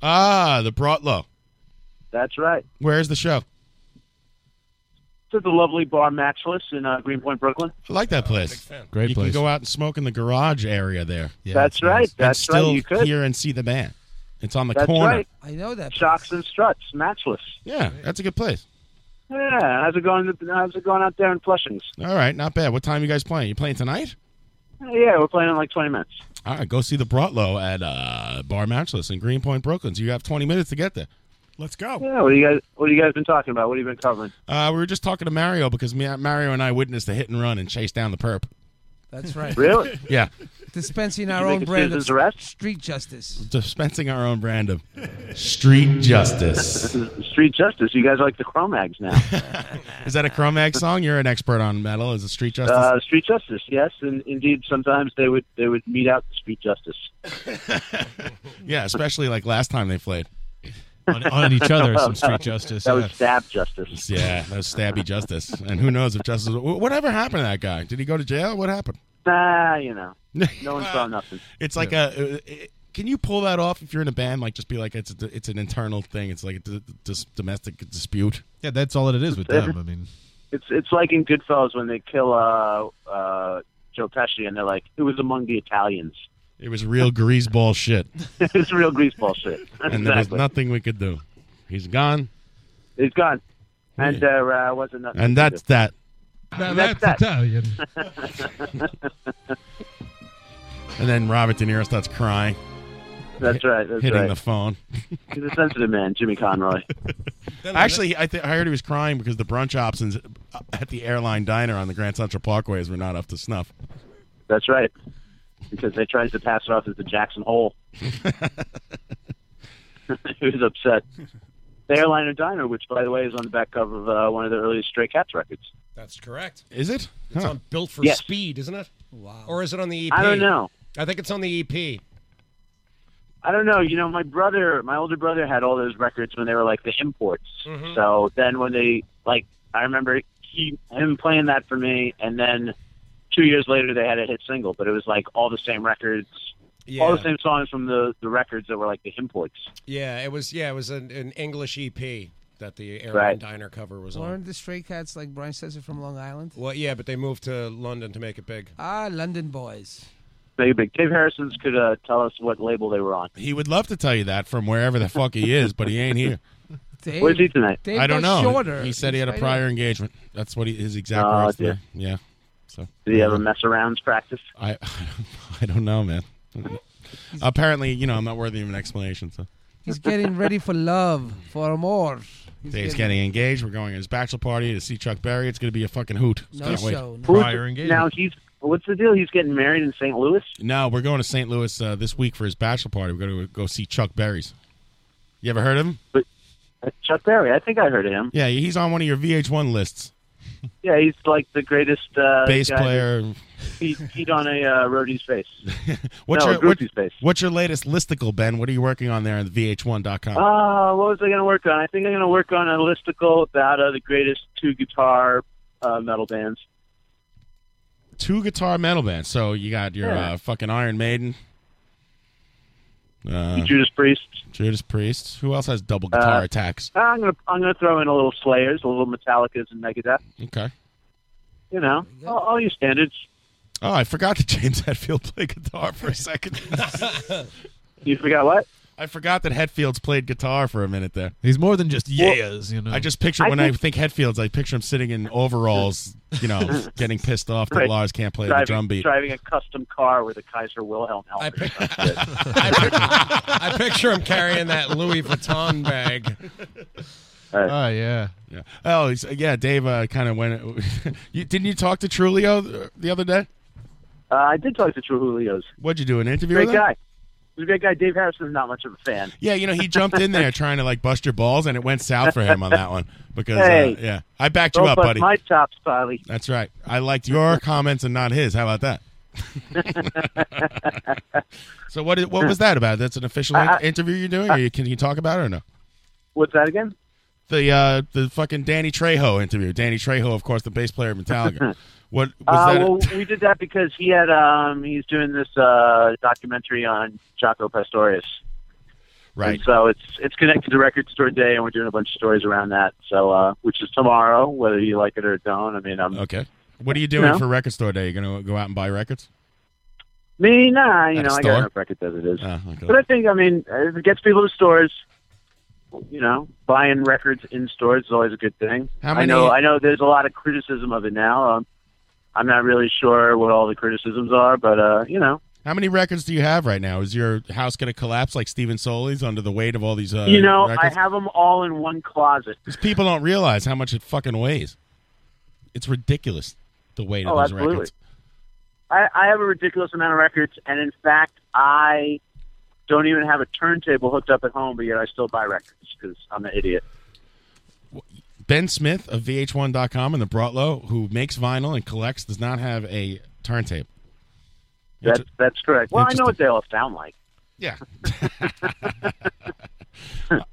Ah, the Brotlow. That's right. Where's the show? It's at the lovely bar Matchless in uh, Greenpoint, Brooklyn. I like that place. Great you place. can go out and smoke in the garage area there. That's right. That's and still right. You could. hear and see the band. It's on the That's corner. right. I know that. Shocks and struts, Matchless. Yeah, that's a good place. Yeah, how's it going? How's it going out there in Flushings? All right, not bad. What time you guys playing? You playing tonight? Yeah, we're playing in like 20 minutes. All right, go see the Brotlow at uh, Bar Matchless in Greenpoint, Brooklyn. So you have 20 minutes to get there. Let's go. Yeah, what do you guys? What have you guys been talking about? What have you been covering? Uh, we were just talking to Mario because me, Mario and I witnessed a hit and run and chased down the perp. That's right. Really? Yeah, Dispensing Did our you make own a brand of citizen's arrest? street justice. dispensing our own brand of street justice. Street justice. You guys like the Chromags now? Is that a Chromag song? You're an expert on metal. Is it street justice? Uh, street justice, yes, and indeed, sometimes they would they would meet out the street justice. yeah, especially like last time they played. On- on each other, some street justice, That was yeah. stab justice. Yeah, that was stabby justice. And who knows if justice? wh- Whatever happened to that guy? Did he go to jail? What happened? Nah, Ah, you know, no one saw nothing. It's like a. uh, it- can you pull that off if you're in a band? Like, just be like, it's a, it's an internal thing. It's like a d- dis- domestic dispute. Yeah, that's all it is with them. I mean, It's it's like in Goodfellas when they kill uh, uh, Joe Pesci, and they're like, "It was among the Italians." It was real greaseball shit, it's real greaseball shit. and there was exactly. nothing we could do. He's gone, He's gone, and there uh, wasn't nothing. and to that's do. that. And that's Italian. And then Robert De Niro starts crying. That's right. That's hitting right. the phone. He's a sensitive man, Jimmy Conroy. Actually, I, th- I heard he was crying because the brunch options at the airline diner on the Grand Central Parkways were not up to snuff. That's right, because they tried to pass it off as the Jackson Hole. he was upset. The Airliner Diner, which by the way is on the back cover of uh, one of the earliest Stray Cats records. That's correct. Is it? It's Huh. on Built for Yes. Speed, isn't it? Wow. Or is it on E the EP? I don't know. I think it's on the EP. I don't know. You know, my brother, my older brother, had all those records when they were like the imports. Mhm. So then when they like, I remember he him playing that for me, and then two years later they had a hit single, but it was like all the same records, all the Yeah. same songs from the the records that were like the imports. Yeah, it was. Yeah, it was an, an English EP that the Airline Right. Diner cover was on. Weren't the Stray Cats like Brian says it from Long Island? Well, yeah, but they moved to London to make it big. Ah, London boys. Big big. Dave Harrison's could uh, tell us what label they were on. He would love to tell you that from wherever the fuck he is, but he ain't here. Dave, Where's he tonight? Dave I don't know. got shorter. He said he had a He's prior engagement. That's what he, his exact Oh, words dear. were. Yeah. So Did he have a mess arounds practice? I I don't know, man. Apparently, you know, I'm not worthy of an explanation. So He's getting ready for love, for more. He's Dave's getting engaged. We're going to his bachelor party to see Chuck Berry. It's going to be a fucking hoot. No Can't wait. show, Who's- Now he's what's the deal? He's getting married in St. Louis. No, we're going to St. Louis uh, this week for his bachelor party. We're going to go see Chuck Berry's. You ever heard of him? Uh, Chuck Berry, I think I heard of him. Yeah, he's on one of your VH1 lists. Yeah, he's like the greatest uh, Bass guy to player. Feet, feet on a uh, roadie's face. What's no, your a groupie's what- face. What's your latest listicle, Ben? What are you working on there on VH1.com? Uh, what was I going to work on? I think I'm going to work on a listicle about uh, the greatest two guitar uh, metal bands. Two guitar metal bands. So you got your Yeah. uh, fucking Iron Maiden, uh, Judas Priest. Judas Priest. Who else has double guitar Uh, attacks? I'm going to I'm going to throw in a little Slayers, a little Metallica's and Megadeth. Okay. You know, all, all your standards. Oh, I forgot that James Hetfield played guitar for a second. you forgot what? I forgot that Hetfield's played guitar for a minute there. He's more than just Well, yeahs, you know. I just picture I when I think- think Hetfields, I picture him sitting in overalls, you know, getting pissed off that Right. Lars can't play driving, the drum beat. Driving a custom car with a Kaiser Wilhelm helmet. or something. I picture him carrying that Louis Vuitton bag. Oh yeah, yeah. Oh he's, yeah, Dave uh, kind of went. you, didn't you talk to Trulio the other day? Uh, I did talk to True Julio's. What'd you do? An interview? Great with him? guy. He's a great guy. Dave Harrison's not much of a fan. Yeah, you know he jumped in there trying to like bust your balls, and it went south for him on that one because Hey. uh, yeah, I backed you Don't up, bust buddy. My tops, Polly. That's right. I liked your comments and not his. How about that? so what? Is, what was that about? That's an official in- I- I- interview you're doing, or you, can you talk about it or no? What's that again? The uh, the fucking Danny Trejo interview. Danny Trejo, of course, the bass player of Metallica. what was Uh, that? well, we did that because he had um he's doing this uh documentary on Jaco Pastorius. Right. And so it's it's connected to Record Store Day, and we're doing a bunch of stories around that. So uh which is tomorrow, whether you like it or don't. I mean, um, I'm okay. What are you doing No. for Record Store Day? You gonna go out and buy records? Me, nah, you At a know, I store? got enough records as it is. Oh, okay. But I think, I mean, if it gets people to stores, you know, buying records in stores is always a good thing. How many- I know, I know. There's a lot of criticism of it now. Um, I'm not really sure what all the criticisms are, but uh, you know, How many records do you have right now? Is your house gonna collapse like Steven Soley's under the weight of all these? Uh, you know, records? I have them all in one closet. Because people don't realize how much it fucking weighs. It's ridiculous the weight Oh, of those absolutely. records. I, I have a ridiculous amount of records, and in fact, I don't even have a turntable hooked up at home, but yet I still buy records because I'm an idiot. Ben Smith of VH1.com and the Brotlow, who makes vinyl and collects, does not have a turntable. That's that's correct. Well, I know Interesting. what they all sound like. Yeah.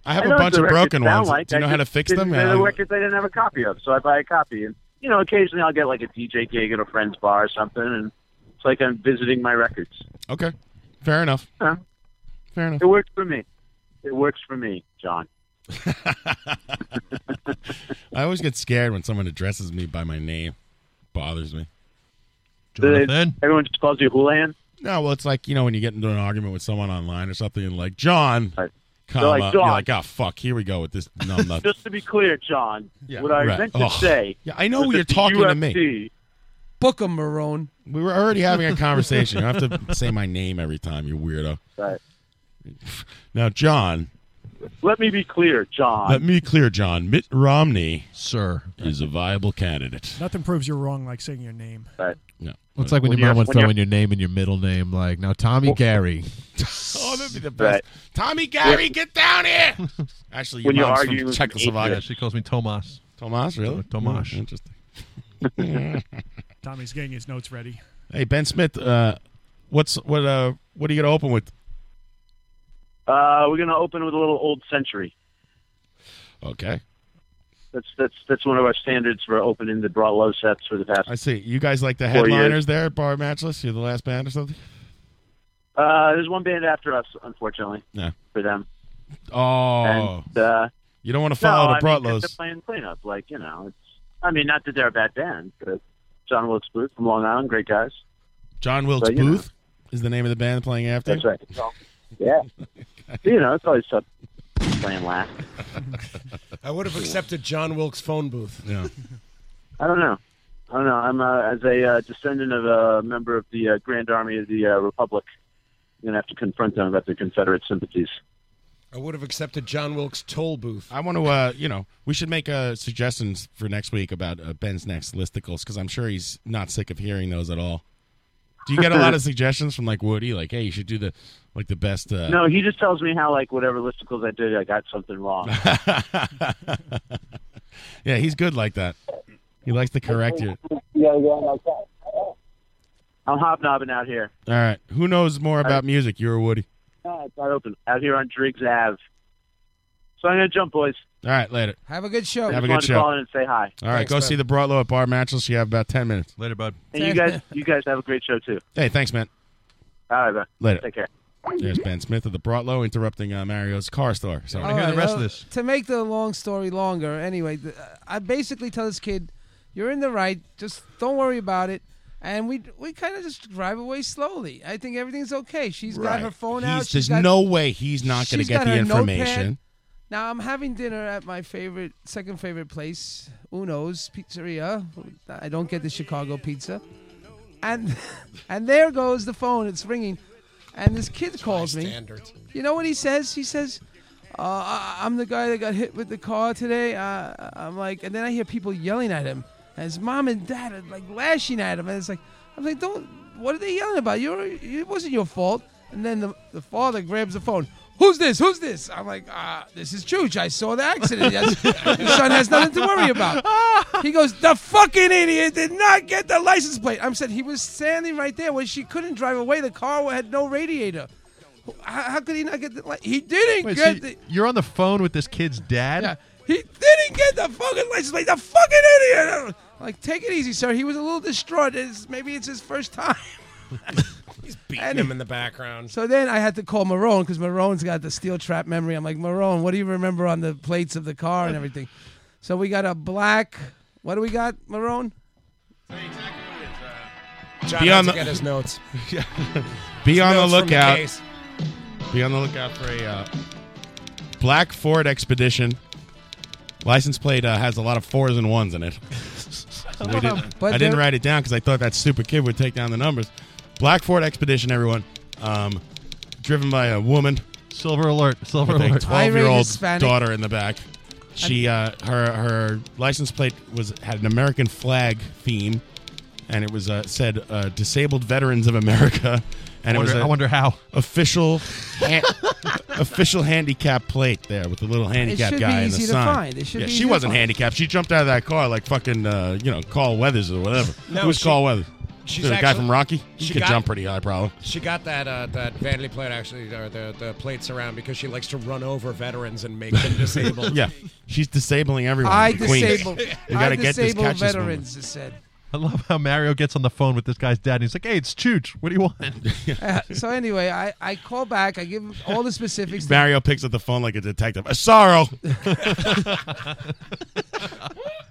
I have a a bunch of broken ones. Do you know how to fix them? They're Uh, the records I didn't have a copy of, so I buy a copy. And you know, occasionally I'll get like a DJ gig at a friend's bar or something, and it's like I'm visiting my records. Okay. Fair enough. Yeah. Fair enough. It works for me. It works for me, John. I always get scared when someone addresses me by my name. Bothers me. They- Everyone just calls you Hulan. No, well, it's like you know when you get into an argument with someone online or something, and like John, comma, like, you're "John." like, oh fuck, here we go with this numb nut. Just to be clear, John, what I Uh, right. meant Oh. to say. Yeah, I know was you're that the talking to me. UFC Book him, Marone. We were already having a conversation. You don't have to say my name every time, you weirdo. Right. Now, John, Let me be clear, John. let me clear, John. Mitt Romney, sir, is a viable candidate. Nothing proves you're wrong like saying your name. No. Well, it's like when, When your mom you're- would when throw you're- in your name and your middle name, like now Tommy Gary. oh, that'd be the Right. best. Tommy Gary, get down here. Actually, your When you're mom's arguing from with an Czechoslovakia. atheist. She calls me Tomas. Tomas, really? Tomas. Hmm, interesting. Tommy's getting his notes ready. Hey, Ben Smith, uh, what's what? Uh, what are you gonna open with? Uh, we're gonna open with a little Old Century. Okay. That's that's that's one of our standards for opening the bra low sets for the past. I see. You guys like the Four years. headliners there at Bar Matchless? You're the last band or something? Uh, there's one band after us, unfortunately, Yeah. for them. Oh. And, uh, you don't want to follow no, the I mean, 'cause Brutlos. they're playing cleanup. Like you know, it's. I mean, not that they're a bad band, but John Wilkes Booth from Long Island, great guys. John Wilkes So, you know. Booth is the name of the band playing after. That's right. So, yeah. you know, it's always tough playing last. I would have accepted John Wilkes' phone booth. Yeah. I don't know. I don't know. I'm uh, as a uh, descendant of a member of the uh, Grand Army of the uh, Republic. I'm gonna have to confront them about their Confederate sympathies. I would have accepted John Wilkes' toll booth. I want to, uh, you know, we should make uh, suggestions for next week about uh, Ben's next listicles because I'm sure he's not sick of hearing those at all. Do you get a lot of suggestions from like Woody? Like, hey, you should do the like the best. Uh, no, he just tells me how like whatever listicles I did, I got something wrong. yeah, he's good like that. He likes to correct you. yeah, yeah, like that. I'm hobnobbing out here. All right, who knows more about music, you or Woody? Ah, it's not open out here on Driggs Ave. So I'm gonna jump, boys. All right, later. Have a good show. Have a Just good wanted to show. call in and say hi. All right, go see the Broadlow at Bar Mattress. You have about ten minutes. Later, bud. And you guys, you guys have a great show too. Hey, thanks, man. All right, bud. Later. Take care. There's Ben Smith of the Broadlow interrupting uh, Mario's car store. So All right, well, To make the long story longer, anyway, th- I basically tell this kid, "You're in the right. Just don't worry about it." And we we kind of just drive away slowly. I think everything's okay. She's got her phone out. He's- she's There's got- no way he's not going to she's get got the her notepad. information. Now I'm having dinner at my favorite, second favorite place, Uno's Pizzeria. I don't get the Chicago pizza, and and there goes the phone. It's ringing, and this kid calls me. standards. You know what he says? He says, uh, I- "I'm the guy that got hit with the car today." Uh, I'm like, and then I hear people yelling at him, and his mom and dad are like lashing at him, and it's like, I'm like, "Don't! What are they yelling about? You, it wasn't your fault." And then the, the father grabs the phone. Who's this? Who's this? I'm like, uh, this is Chooch. I saw the accident. Yes, your son has nothing to worry about. He goes, the fucking idiot did not get the license plate. I'm saying he was standing right there where she couldn't drive away. The car had no radiator. How, how could he not get the? Li- he didn't Wait, so get the. y- you're on the phone with this kid's dad? Yeah. He didn't get the fucking license plate. The fucking idiot. Like, take it easy, sir. He was a little distraught. It's, maybe it's his first time. He's beating him in the background. So then I had to call Marone because Marone's got the steel trap memory. I'm like, Marone, what do you remember on the plates of the car and everything? So we got a black. What do we got, Marone? John Be had on to the- get his notes. Yeah. Be on the notes from the lookout. case. Be on the lookout for a uh, black Ford Expedition. License plate uh, has a lot of fours and ones in it. So we didn't- But I didn't there- write it down because I thought that stupid kid would take down the numbers. Black Ford Expedition, everyone. Um, driven by a woman. Silver alert. Silver with a alert. Twelve-year-old Irate Hispanic. daughter in the back. She uh, her her license plate was had an American flag theme, and it was uh, said uh, "Disabled Veterans of America," and Wonder- it was. a- I wonder how. official ha- official handicap plate there with the little handicap should guy be in the easy to sign. find. It should yeah, be easy she to wasn't find. handicapped. She jumped out of that car like fucking uh, you know Carl Weathers or whatever. No, Who's she- Carl Weathers? she's the guy actually- from Rocky. He she could got- jump pretty high, probably. She got that uh, that vanity plate actually, or the the plates around because she likes to run over veterans and make them disabled. yeah, she's disabling everyone. I in Queens. disabled. You I gotta get this disabled catch this woman. veterans. It said. I love how Mario gets on the phone with this guy's dad and he's like, hey, it's Chooch. What do you want? Uh, so anyway, I, I call back. I give all the specifics. Mario picks up the phone like a detective. A sorrow.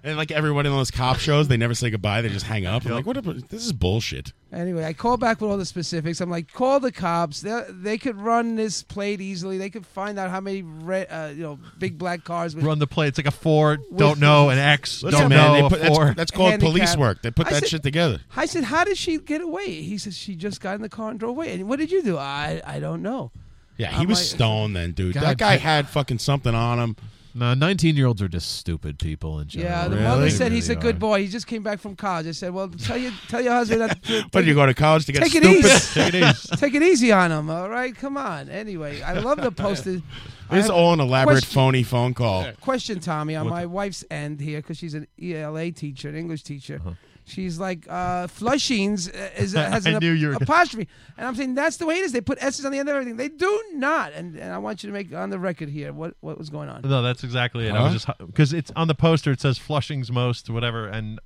and like everyone in those cop shows, they never say goodbye. They just hang up. I'm like, what? A, this is bullshit. Anyway, I call back with all the specifics. I'm like, call the cops. They they could run this plate easily. They could find out how many red, uh, you know, big black cars. With Run the play. It's like a four, don't know, an X, Listen, don't man, know, they put- a that's- four. that's called police handicap. work. They put I that said- shit together. I said, "How did she get away?" He says, "She just got in the car and drove away." And what did you do? I I don't know. Yeah, he I'm was like- stoned then, dude. God, that guy Chooch. had fucking something on him. No, 19 year olds are just stupid people in general. Yeah, the mother said he's a good boy. He just came back from college. I said, "Well, tell your tell your husband that." to- What did you go to college to get Take it stupid? easy. Take it easy on him. All right, come on. Anyway, I love the posted. I This is have- all an elaborate Question- phony phone call. Question, Tommy, on What E Uh-huh. my wife's end here because she's an ELA teacher, an English teacher, She's like uh, Flushings uh, is has I an knew you were gonna- apostrophe, and I'm saying that's the way it is. They put s's on the end of everything. They do not, and, and I want you to make on the record here what what was going on. No, that's exactly it. I was just because it's on the poster. It says Flushing's most whatever, and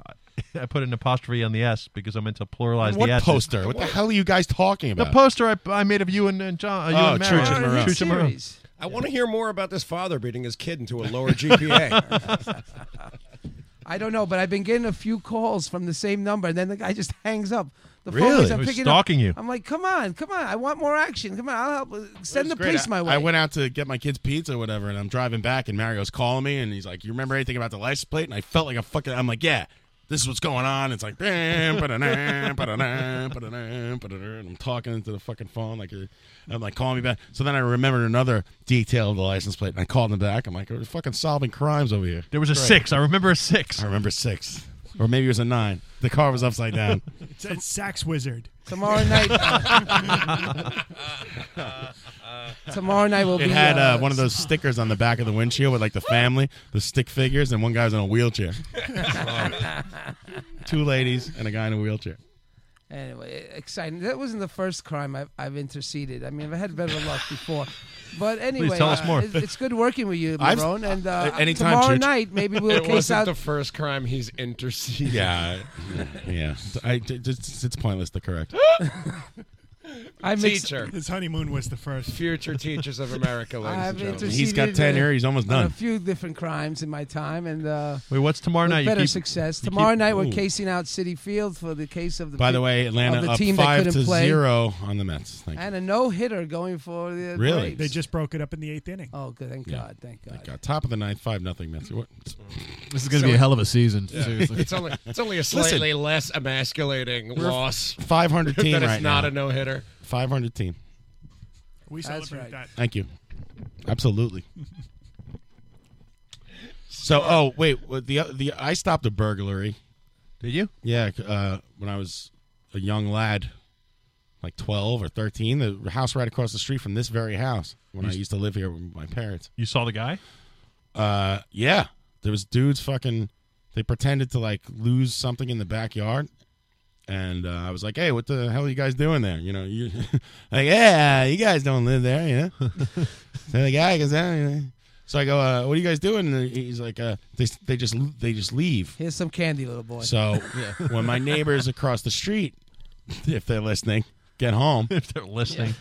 I- I put an apostrophe on the s because I meant to pluralize What the s. poster? What the hell are you guys talking The about? poster I, I made of you and, and John. Uh, you Oh, and Church Mara. and Moreau. Church and Moreau. Series. I want to hear more about this father beating his kid into a lower GPA. I don't know, but I've been getting a few calls from the same number, and then the guy just hangs up. The Really? phone is Who's picking stalking up. you? I'm like, come on, come on! I want more action. Come on, I'll help. Send the It's great. police I- my way. I went out to get my kids pizza or whatever, and I'm driving back, and Mario's calling me, and he's like, "You remember anything about the license plate?" And I felt like a fucking. I'm like, "Yeah, this is what's going on." It's like, "Bam, ba-da-na, ba-da-na, ba-da-na, ba-da-na," and I'm talking into the fucking phone like, a, I'm like, calling me back. So then I remembered another detail of the license plate, and I called him back. I'm like, "We're fucking solving crimes over here." There was a Right. six. I remember a six. I remember six, or maybe it was a nine. The car was upside down. It said Sax Wizard. Tomorrow night- Tomorrow night will It be. had uh, uh, one of those stickers on the back of the windshield with like the family, the stick figures, and one guy's in a wheelchair. Two ladies and a guy in a wheelchair. Anyway, exciting. That wasn't the first crime I've, I've interceded. I mean, I've had better luck before. But anyway, tell us uh, more. It's, it's good working with you, I've- Marone. And uh, uh, anytime, tomorrow Church. night, maybe we'll it case wasn't out. the first crime he's interceded. Yeah, yeah. I, it's, it's pointless to correct. I mix- Teacher. His honeymoon was the first. Future teachers of America, ladies I've and gentlemen. interceded, He's got tenure. uh, He's almost on done. A few different crimes in my time, and uh, Wait, what's tomorrow with night? You Better keep- success. you keep- Tomorrow night we're Ooh. casing out City Field for the case of the. By the pe- way, Atlanta of the up team that five couldn't to play. Ah, zero on the Mets. Thank you. and a no hitter going for the. Really? Braves. They just broke it up in the eighth inning. Oh, good. Thank Yeah. God. Thank God. Thank God. Top of the ninth, five nothing Mets. What? This is gonna be a hell of a season, Yeah. seriously. It's only it's only a Listen, slightly less emasculating we're a loss. Five hundred team that it's right not now. a no hitter. Five hundred team. We That's celebrate that. Thank you. Absolutely. So, oh wait, what the the I stopped a burglary. Did you? Yeah, c- uh, when I was a young lad, like twelve or thirteen, the house right across the street from this very house when You I s- used to live here with my parents. You saw the guy? Uh, yeah, there was dudes fucking. They pretended to like lose something in the backyard, and uh, I was like, "Hey, what the hell are you guys doing there?" You know, you like, "Yeah, you guys don't live there," you know. so they're like, "Yeah, 'cause I don't know." So I go, uh, "What are you guys doing?" And he's like, uh, "They they just they just leave." Here's some candy, little boy. So when my neighbors across the street, if they're listening, get home. If they're listening.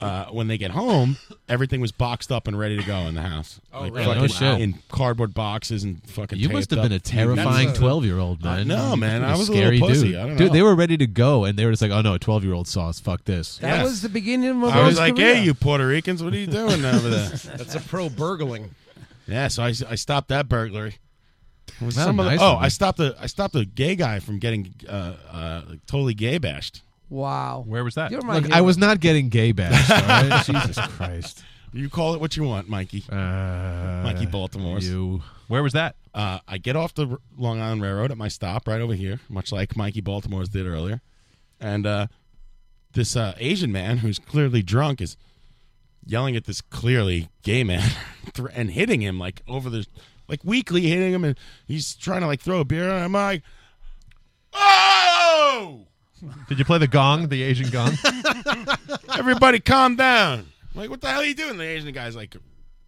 Uh, when they get home, everything was boxed up and ready to go in the house. Oh, Like, really? fucking No shit. In cardboard boxes and fucking. You must taped have been a up. terrifying That's a- twelve-year-old man. I- no, man, I was a scary little pussy. dude. I don't Dude, know. they were ready to go, and they were just like, "Oh no, a twelve-year-old sauce. Fuck this." That was the beginning of. I was Marone's like, career. "Hey, you Puerto Ricans, what are you doing over there?" That's a pro burgling. Yeah, so I, I stopped that burglary. Was Well, some of the- nice oh, of I you. stopped a I stopped a gay guy from getting uh, uh, like, totally gay bashed. Wow. Where was that? You're my Look, hero. I was not getting gay bashed. All right? Jesus Christ. You call it what you want, Mikey. Mikey Baltimore. you. Uh, Where was that? Uh, I get off the R- Long Island Railroad at my stop right over here, much like Mikey Baltimore's did earlier. And uh, this uh, Asian man who's clearly drunk is yelling at this clearly gay man thr- and hitting him like over the like weekly hitting him and he's trying to like throw a beer and I'm like Oh Did you play the gong, the Asian gong? Everybody calm down. I'm like, what the hell are you doing? The Asian guy's like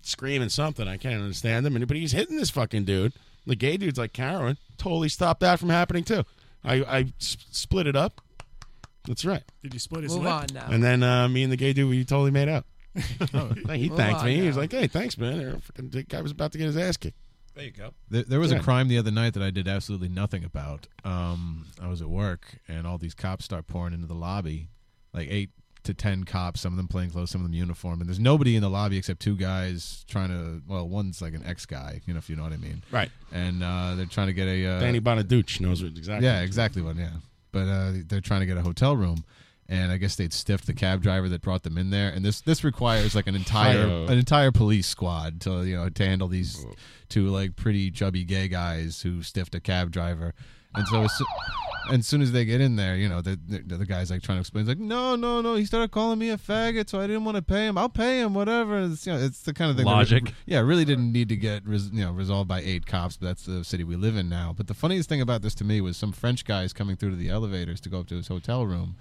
screaming something. I can't understand him. And- But he's hitting this fucking dude. The gay dude's like Karen. Totally stopped that from happening too. I, I s- split it up. That's right. Did you split his Move lip? on now. And then uh, me and the gay dude, we totally made out. he Oh. Move thanked on me. He was now. like, hey, thanks, man. Fucking dick guy was about to get his ass kicked. There you go. There, there was Yeah. a crime the other night that I did absolutely nothing about. Um, I was at work, and all these cops start pouring into the lobby, like eight to ten cops. Some of them plainclothes, some of them uniformed. And there's nobody in the lobby except two guys trying to. Well, one's like an ex guy, you know, if you know what I mean. Right. And uh, they're trying to get a uh, Danny Bonaduce knows what exactly. Yeah, exactly one. Yeah, but uh, they're trying to get a hotel room, and I guess they'd stiffed the cab driver that brought them in there. And this this requires like an entire Hi-yo. an entire police squad to you know to handle these two like pretty chubby gay guys who stiffed a cab driver. And so, as, soo- and as soon as they get in there, you know, the, the, the guy's like trying to explain, he's like, no, no, no. He started calling me a faggot, so I didn't want to pay him. I'll pay him, whatever. It's, you know, it's the kind of thing. that re- Logic. yeah, really didn't need to get res- you know resolved by eight cops. But that's the city we live in now. But the funniest thing about this to me was some French guys coming through to the elevators to go up to his hotel room.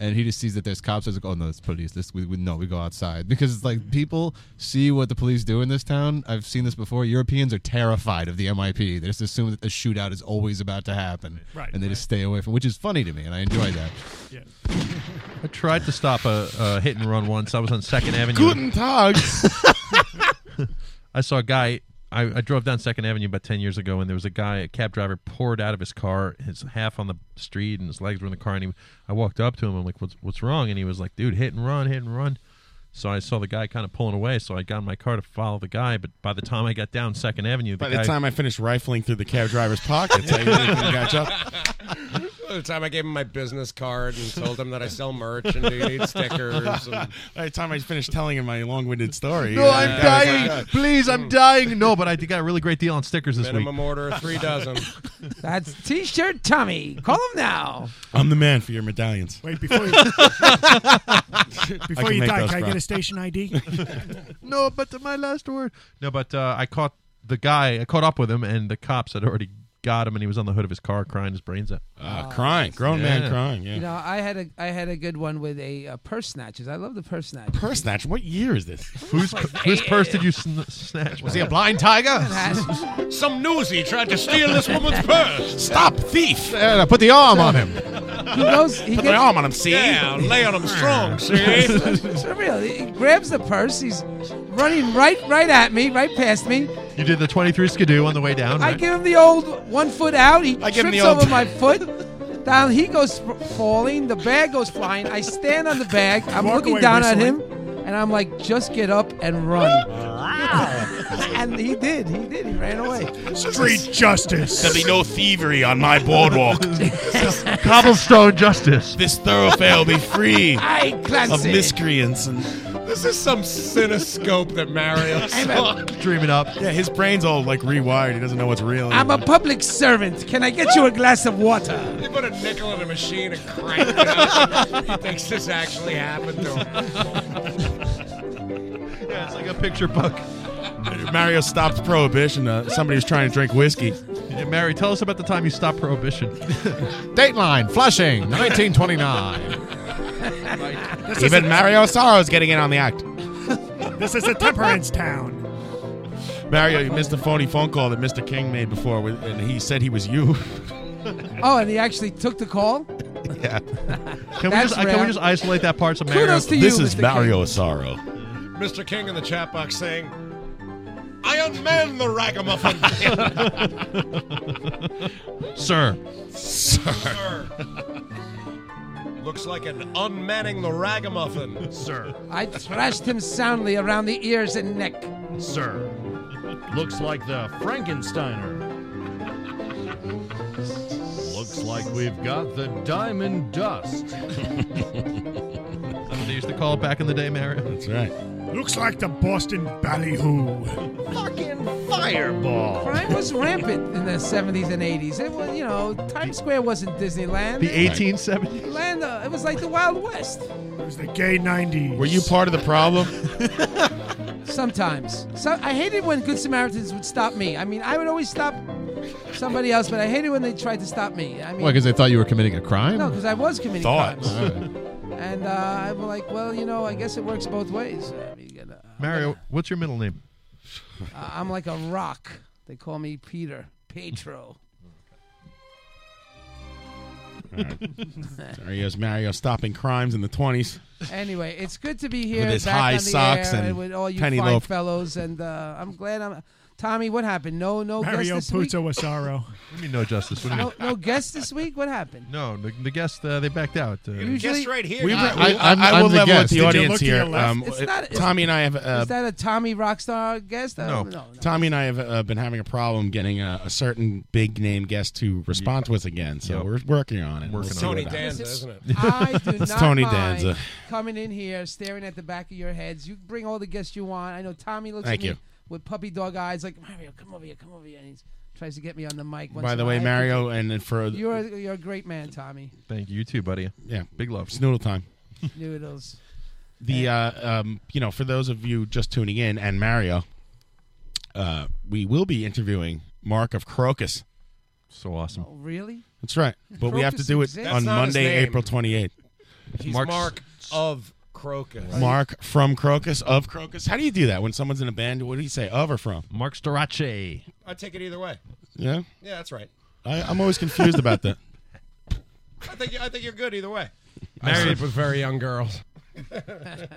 And he just sees that there's cops. He's like, "Oh no, it's police. This we, we no, we go outside because it's like people see what the police do in this town. I've seen this before. Europeans are terrified of the MIP. They just assume that a shootout is always about to happen, Right, and they just stay away from, which is funny to me, and I enjoy that. I tried to stop a, a hit and run once. I was on Second Avenue. Guten Tag. I saw a guy. I, I drove down Second Avenue about ten years ago, and there was a guy, a cab driver, poured out of his car, his half on the street, and his legs were in the car. And he, I walked up to him. I'm like, "What's what's wrong?" And he was like, "Dude, hit and run, hit and run." So I saw the guy kind of pulling away. So I got in my car to follow the guy. But by the time I got down Second Avenue, the By the guy- time I finished rifling through the cab driver's pockets, I even got up. By the time I gave him my business card and told him that I sell merch and do you need stickers. And By the time I finished telling him my long-winded story, uh, No, I'm I was like, dying. Please, Mm. I'm dying. No, but I got a really great deal on stickers this week. minimum order, three dozen. That's T-shirt Tommy. Call him now. I'm the man for your medallions. Wait, before you, before can you die, can make those I proud. get a station ID? no, but to my last word. No, but uh, I caught the guy. I caught up with him, and the cops had already got him, and he was on the hood of his car crying his brains out. Ah, crying. Grown man crying, yeah. You know, I had a I had a good one with a uh, purse snatchers. I love the purse snatchers. Purse snatch. What year is this? Whose, whose purse did you sn- snatch? Was he a blind tiger? Some newsie tried to steal this woman's purse. Stop, thief! I put the arm on him. He goes. He Put gets, my arm on him. See? Yeah, lay on him strong. See? It's real. He grabs the purse. He's running right right at me, right past me. You did the 23 skidoo on the way down. I Right? give him the old one foot out. He give him trips the old- over my foot. Down he goes f- falling. The bag goes flying. I stand on the bag. I'm Walk looking away down at him, whistling. and I'm like, just get up and run. and he did. He did. He ran away. Street justice. There'll be no thievery on my boardwalk. Cobblestone justice. This thoroughfare will be free I of miscreants. And This is some cinescope that Mario saw. dreaming up. Yeah, his brain's all like rewired. He doesn't know what's real. I'm a anymore. public servant. Can I get you a glass of water? They put a nickel in a machine and crank it up. he thinks this actually happened to him. Yeah, it's like a picture book. Mario stopped prohibition. Uh, somebody was trying to drink whiskey. Yeah, Mary, tell us about the time you stopped prohibition. Dateline, Flushing, 1929. This is, Even a, Mario Sorrow's getting in on the act. this is a temperance town. Mario, you missed a phony phone call that Mr. King made before, with- and he said he was you. Oh, and he actually took the call. yeah. Can we, That's just, uh, can rare. we just isolate that part of Mario? Kudos to you, This is Mr. Mario Sorrow. Mr. King in the chat box saying, I unman the ragamuffin. Sir. Sir. Looks like an unmanning the ragamuffin. Sir. I thrashed him soundly around the ears and neck. Sir. Looks like the Frankensteiner. Looks like we've got the diamond dust. That's what They used to call it back in the day, Mario. That's right. Looks like the Boston Ballyhoo. Fireball. Crime was rampant in the 70s and 80s. It was, you know, Times Square wasn't Disneyland. The It- 1870s. Land, uh, it was like the Wild West. It was the gay 90s. Were you part of the problem? Sometimes. So I hated when Good Samaritans would stop me. I mean, I would always stop somebody else, but I hated when they tried to stop me. I mean, Why? Because they thought you were committing a crime. no, because I was committing Thought. crimes. All right. And uh, I'm like, well, you know, I guess it works both ways. I mean, you know, Mario, what's your middle name? uh, I'm like a rock. They call me Peter, Pedro. Mario's Mario stopping crimes in the 20s. Anyway, it's good to be here his back high on the socks air and with all you penny fine loaf. fellows, and uh, I'm glad I'm. Tommy, what happened? No, no Mario guest Oh, this Puzo Asaro. What do you mean, no justice? What week. do you No, mean? no guest this week. What happened? No, the, the guest, uh, they backed out. Uh, Usually, right here. We were, guys. I, I'm- I I'm will the level guest. with Did the you audience look to your here. left? Um, It's not- it's- Tommy and I have uh, is that a Tommy Rockstar guest? Uh, No. Tommy and I have uh, been having a problem getting a, a certain big name guest to respond to us again, so we're working on it. Working see on it. Tony what Danza, happens. isn't it? I do It's not Tony mind Danza. coming in here, staring at the back of your heads. You bring all the guests you want. I know Tommy looks Thank at me you. with puppy dog eyes, like Mario, come over here, come over here, and he's tries to get me on the mic. Once By in the a way, while. Mario, and then for you're a, you're a great man, Tommy. thank you, you too, buddy. Yeah, big love. Snoodle time. Noodles. The uh, um, you know, for those of you just tuning in, and Mario, uh, we will be interviewing Mark of Crocus. So awesome! Really? That's right. But we have to Oh, Crocus do it exists? on That's not his Monday, name. April twenty eighth. He's Mark of Crocus. Mark from Crocus of Crocus. How do you do that when someone's in a band? What do you say, of or from? Mark Storace. I take it either way. Yeah. Yeah, that's right. I, I'm always confused about that. I think I think you're good either way. I sleep with very young girls.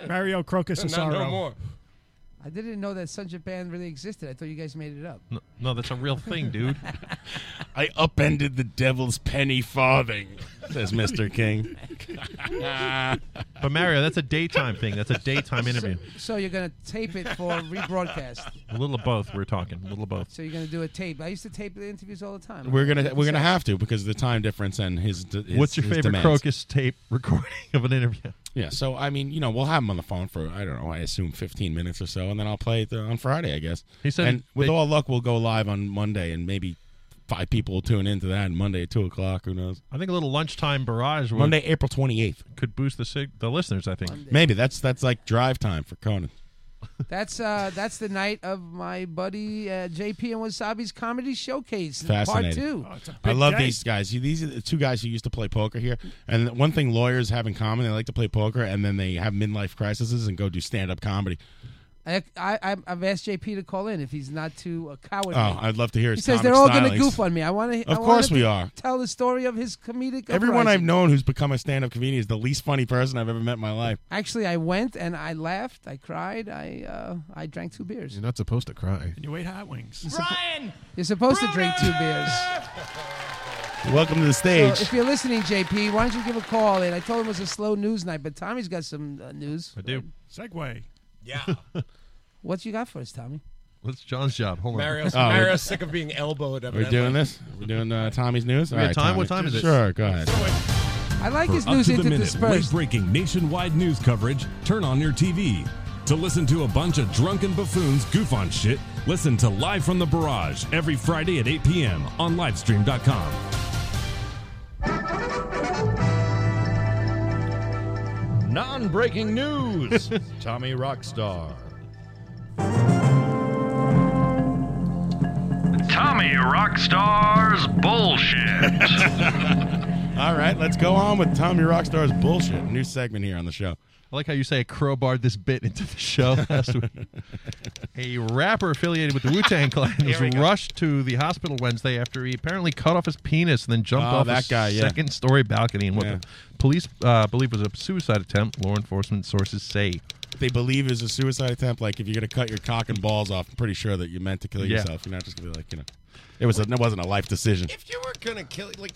Mario Crocus Not no Asaro. more. I didn't know that such a band really existed. I thought you guys made it up. No, that's a real thing, dude. I upended the devil's penny farthing, says Mr. King. but Mario, that's a daytime thing. That's a daytime interview. So you're gonna tape it for rebroadcast. A little of both. We're talking a little of both. So you're gonna do a tape. I used to tape the interviews all the time. We're gonna we're gonna have to because of the time difference and his. d- his What's your his favorite demands. crocus tape recording of an interview? Yeah, so I mean, you know, we'll have him on the phone for I don't know, I assume fifteen minutes or so, and then I'll play it uh, on Friday, I guess. He said and with they- all luck, we'll go live on Monday, and maybe five people will tune into that on Monday at two o'clock. Who knows? I think a little lunchtime barrage. would- Monday, April twenty eighth. could boost the sig- the listeners. I think Maybe that's that's like drive time for Conan. That's uh, that's the night of my buddy uh, JP and Wasabi's comedy showcase. Part Fascinating. Oh, two. Oh, I love these guys. You- These are the two guys who used to play poker here. And one thing lawyers have in common, they like to play poker and then they have midlife crises and go do stand up comedy. I, I I'm- I've asked JP to call in if he's not too uh, cowardly. Oh, I'd love to hear He his says they're all comic going to stylings. goof on me. I want to. Of course we are. Tell the story of his comedic. Everyone I've uprising. known who's become a stand up comedian is the least funny person I've ever met in my life. Actually, I went and I laughed. I cried. I uh, I drank two beers. You're not supposed to cry. You ate hot wings. Brian, you're supposed to drink two beers. Welcome to the So stage. if you're listening, JP, why don't you give a call? And I told him it was a slow news night, but Tommy's got some uh, news. I do. Segway. Yeah. What you got for us, Tommy? What's John's job? Hold on. Mario's, Oh, we- Mario's sick of being elbowed. We're doing this? We're doing uh, Tommy's news? We All got right, time? Tommy. What time is it? Sure, go ahead. I like For his up news to the interdispersed. minute, breaking nationwide news coverage. Turn on your TV to listen to a bunch of drunken buffoons goof on shit. Listen to Live from the Barrage every Friday at 8 p.m. on Livestream.com. Non breaking news Tommy Rockstar. Tommy Rockstar's bullshit. All right, let's go on with Tommy Rockstar's bullshit. New segment here on the show. I like how you say I crowbarred this bit into the show last week. A rapper affiliated with the Wu Tang Clan was rushed to the hospital Wednesday after he apparently cut off his penis and then jumped Oh, off that a guy, yeah. second story balcony in what Yeah. the police uh, believe was a suicide attempt, law enforcement sources say. They believe is a suicide attempt. Like if you're gonna cut your cock and balls off, I'm pretty sure that you meant to kill Yeah. yourself. You're not just gonna be like, you know, it was a, it wasn't a life decision. If you were gonna kill, like,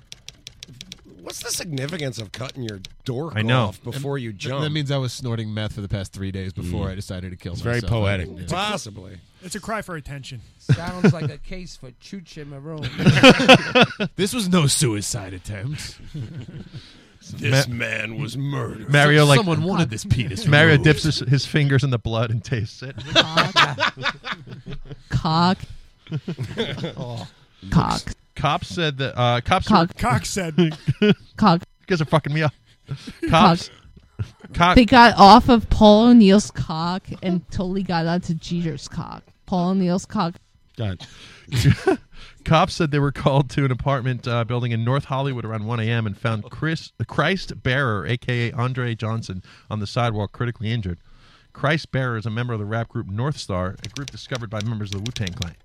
what's the significance of cutting your dork off before you Th- jump? That means I was snorting meth for the past three days before I decided to kill It's very myself. poetic. Yeah. Possibly. It's a cry for attention. Sounds like a case for Chucha Maroon. This was no suicide attempt. This man was murdered. Mario, like Someone wanted this penis Mario removed. dips his, his fingers in the blood and tastes it. Cock. Cock. Cops said that. Uh, cops. Cock. Cock said. Cock. You guys are fucking me up. Cops. Cock. They got off of Paul O'Neill's cock and totally got onto Jeter's cock. Paul O'Neill's cock. Cops said they were called to an apartment uh, building in North Hollywood around 1 a.m. and found Chris Christ Bearer, aka Andre Johnson, on the sidewalk critically injured. Christ Bearer is a member of the rap group North Star, a group discovered by members of the Wu Tang Clan.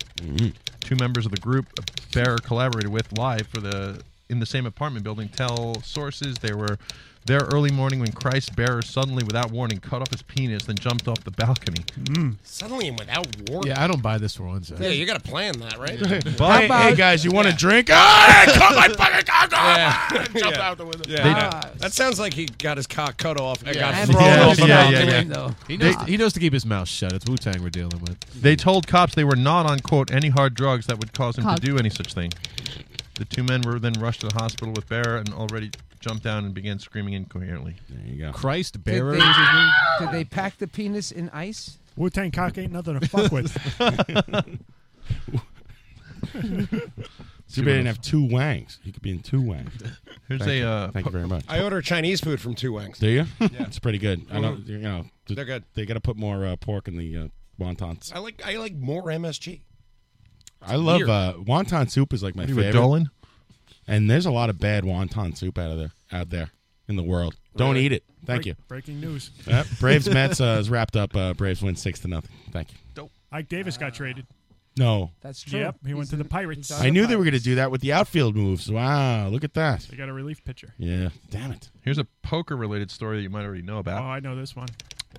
Two members of the group Bearer collaborated with live for the in the same apartment building tell sources they were there early morning when Christ Bearer suddenly, without warning, cut off his penis, then jumped off the balcony. Suddenly and without warning. Yeah, I don't buy this for one second. Yeah, you got to plan that, right? But- Hey- hey, guys, you want a drink? Ah, Ah, cut my fucking cock off! Jump out the window. Yeah. That sounds like he got his cock cut off and Yeah. got And thrown yeah, off the yeah, balcony. yeah, yeah. He knows, he knows to keep his mouth shut. It's Wu Tang we're dealing with. They told cops they were not on quote any hard drugs that would cause him Cock. to do any such thing. The two men were then rushed to the hospital with Bearer and already jumped down and began screaming incoherently. There you go. Christ Did Bearer. they, did they pack the penis in ice? Wu Tang cock ain't nothing to fuck with. Too bad he didn't have two wangs. He could be in two wangs. Here's Thank a, you. uh, Thank you very much. I order Chinese food from Two Wangs. Do you? Yeah. It's pretty good. I don't. Mhm. You know, th- They're good. They got to put more uh, pork in the uh, wontons. I like I like more MSG. I love weird. uh, wonton soup is like my What are you, a favorite. Dolan? And there's a lot of bad wonton soup out of there out there in the world. Don't Really? eat it. Thank Break- you. breaking news. Yep. Braves Mets uh, is wrapped up. Uh, Braves win six to nothing. Thank you. Ike Davis got traded. No. That's true. Yep, he went to the Pirates. I knew they were going to do that with the outfield moves. Wow, look at that. They got a relief pitcher. Yeah. Damn it. Here's a poker related story that you might already know about. Oh, I know this one.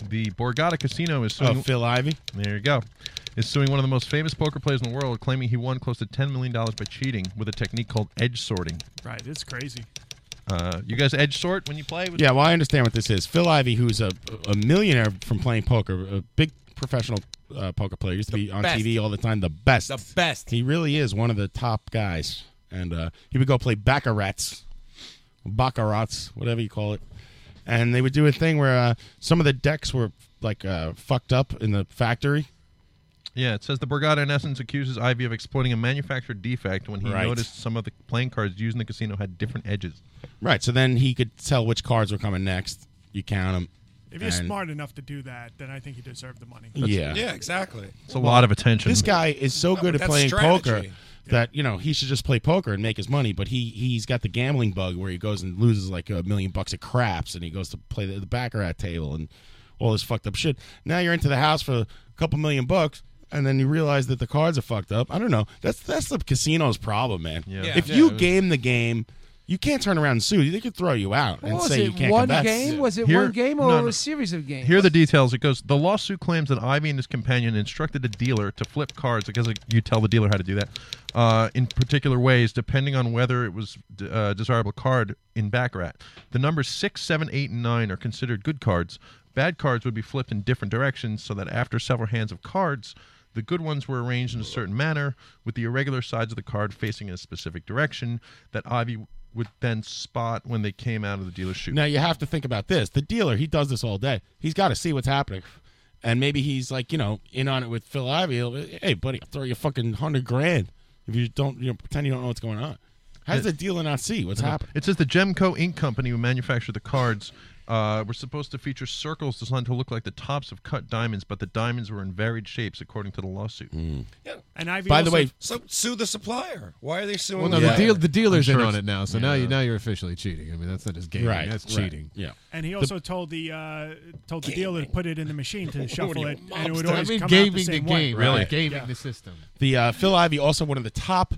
The Borgata Casino is suing Oh, Phil Ivey. There you go. Is suing one of the most famous poker players in the world, claiming he won close to ten million dollars by cheating with a technique called edge sorting. Right, it's crazy. Uh, you guys edge sort when you play. With Yeah, well, eh, I understand what this is. Phil Ivey, who's a, a millionaire from playing poker, a big professional uh, poker player, used to be on best. TV all the time, the best. The best. He really is one of the top guys. And uh, he would go play baccarats, baccarats, whatever you call it. And they would do a thing where uh, some of the decks were like uh, fucked up in the factory. Yeah, it says the Borgata in essence accuses Ivy of exploiting a manufactured defect when he Right. noticed some of the playing cards used in the casino had different edges. Right, so then he could tell which cards were coming next. You count them. If you're smart enough to do that, then I think you deserve the money. Yeah. exactly. It's a lot of attention. This guy is so No, good but at that's playing poker strategy. that you know he should just play poker and make his money. But he he's got the gambling bug where he goes and loses like a million bucks at craps, and he goes to play the, the baccarat table and all this fucked up shit. Now you're into the house for a couple million bucks. And then you realize that the cards are fucked up. I don't know. That's that's the casino's problem, man. Yeah. If Yeah. you Yeah. game the game, you can't turn around and sue. They could throw you out and What was say you it can't one come back. game? Was it Here- one game or no, a no. series of games? Here are the details. It goes the lawsuit claims that Ivy and his companion instructed the dealer to flip cards because you tell the dealer how to do that uh, in particular ways, depending on whether it was d- uh, desirable card in baccarat. The numbers six, seven, eight, and nine are considered good cards. Bad cards would be flipped in different directions, so that after several hands of cards. The good ones were arranged in a certain manner, with the irregular sides of the card facing in a specific direction that Ivy would then spot when they came out of the dealer's shoe. Now you have to think about this. The dealer, he does this all day. He's got to see what's happening, and maybe he's like, you know, in on it with Phil Ivey. He'll be, Hey, buddy, I'll throw you a fucking hundred grand if you don't, you know, pretend you don't know what's going on. How does the dealer not see what's I know. happening? It says the Gemco Ink Company, who manufactured the cards, uh, were supposed to feature circles designed to look like the tops of cut diamonds, but the diamonds were in varied shapes, according to the lawsuit. And Ivy By the also- way- So sue the supplier. Why are they suing? Well, no, the supplier? deal the dealer's I'm sure in on it's- it now, so yeah. now you now you're officially cheating. I mean, that's not just gaming; Right, that's right, cheating. yeah. And he also told the uh, told the dealer to put it in the machine to shuffle you, it, and it would mobster? always I mean, come out gaming the the same game, way. right? Really? Gaming Yeah. the system. The uh, Phil Ivey, also one of the top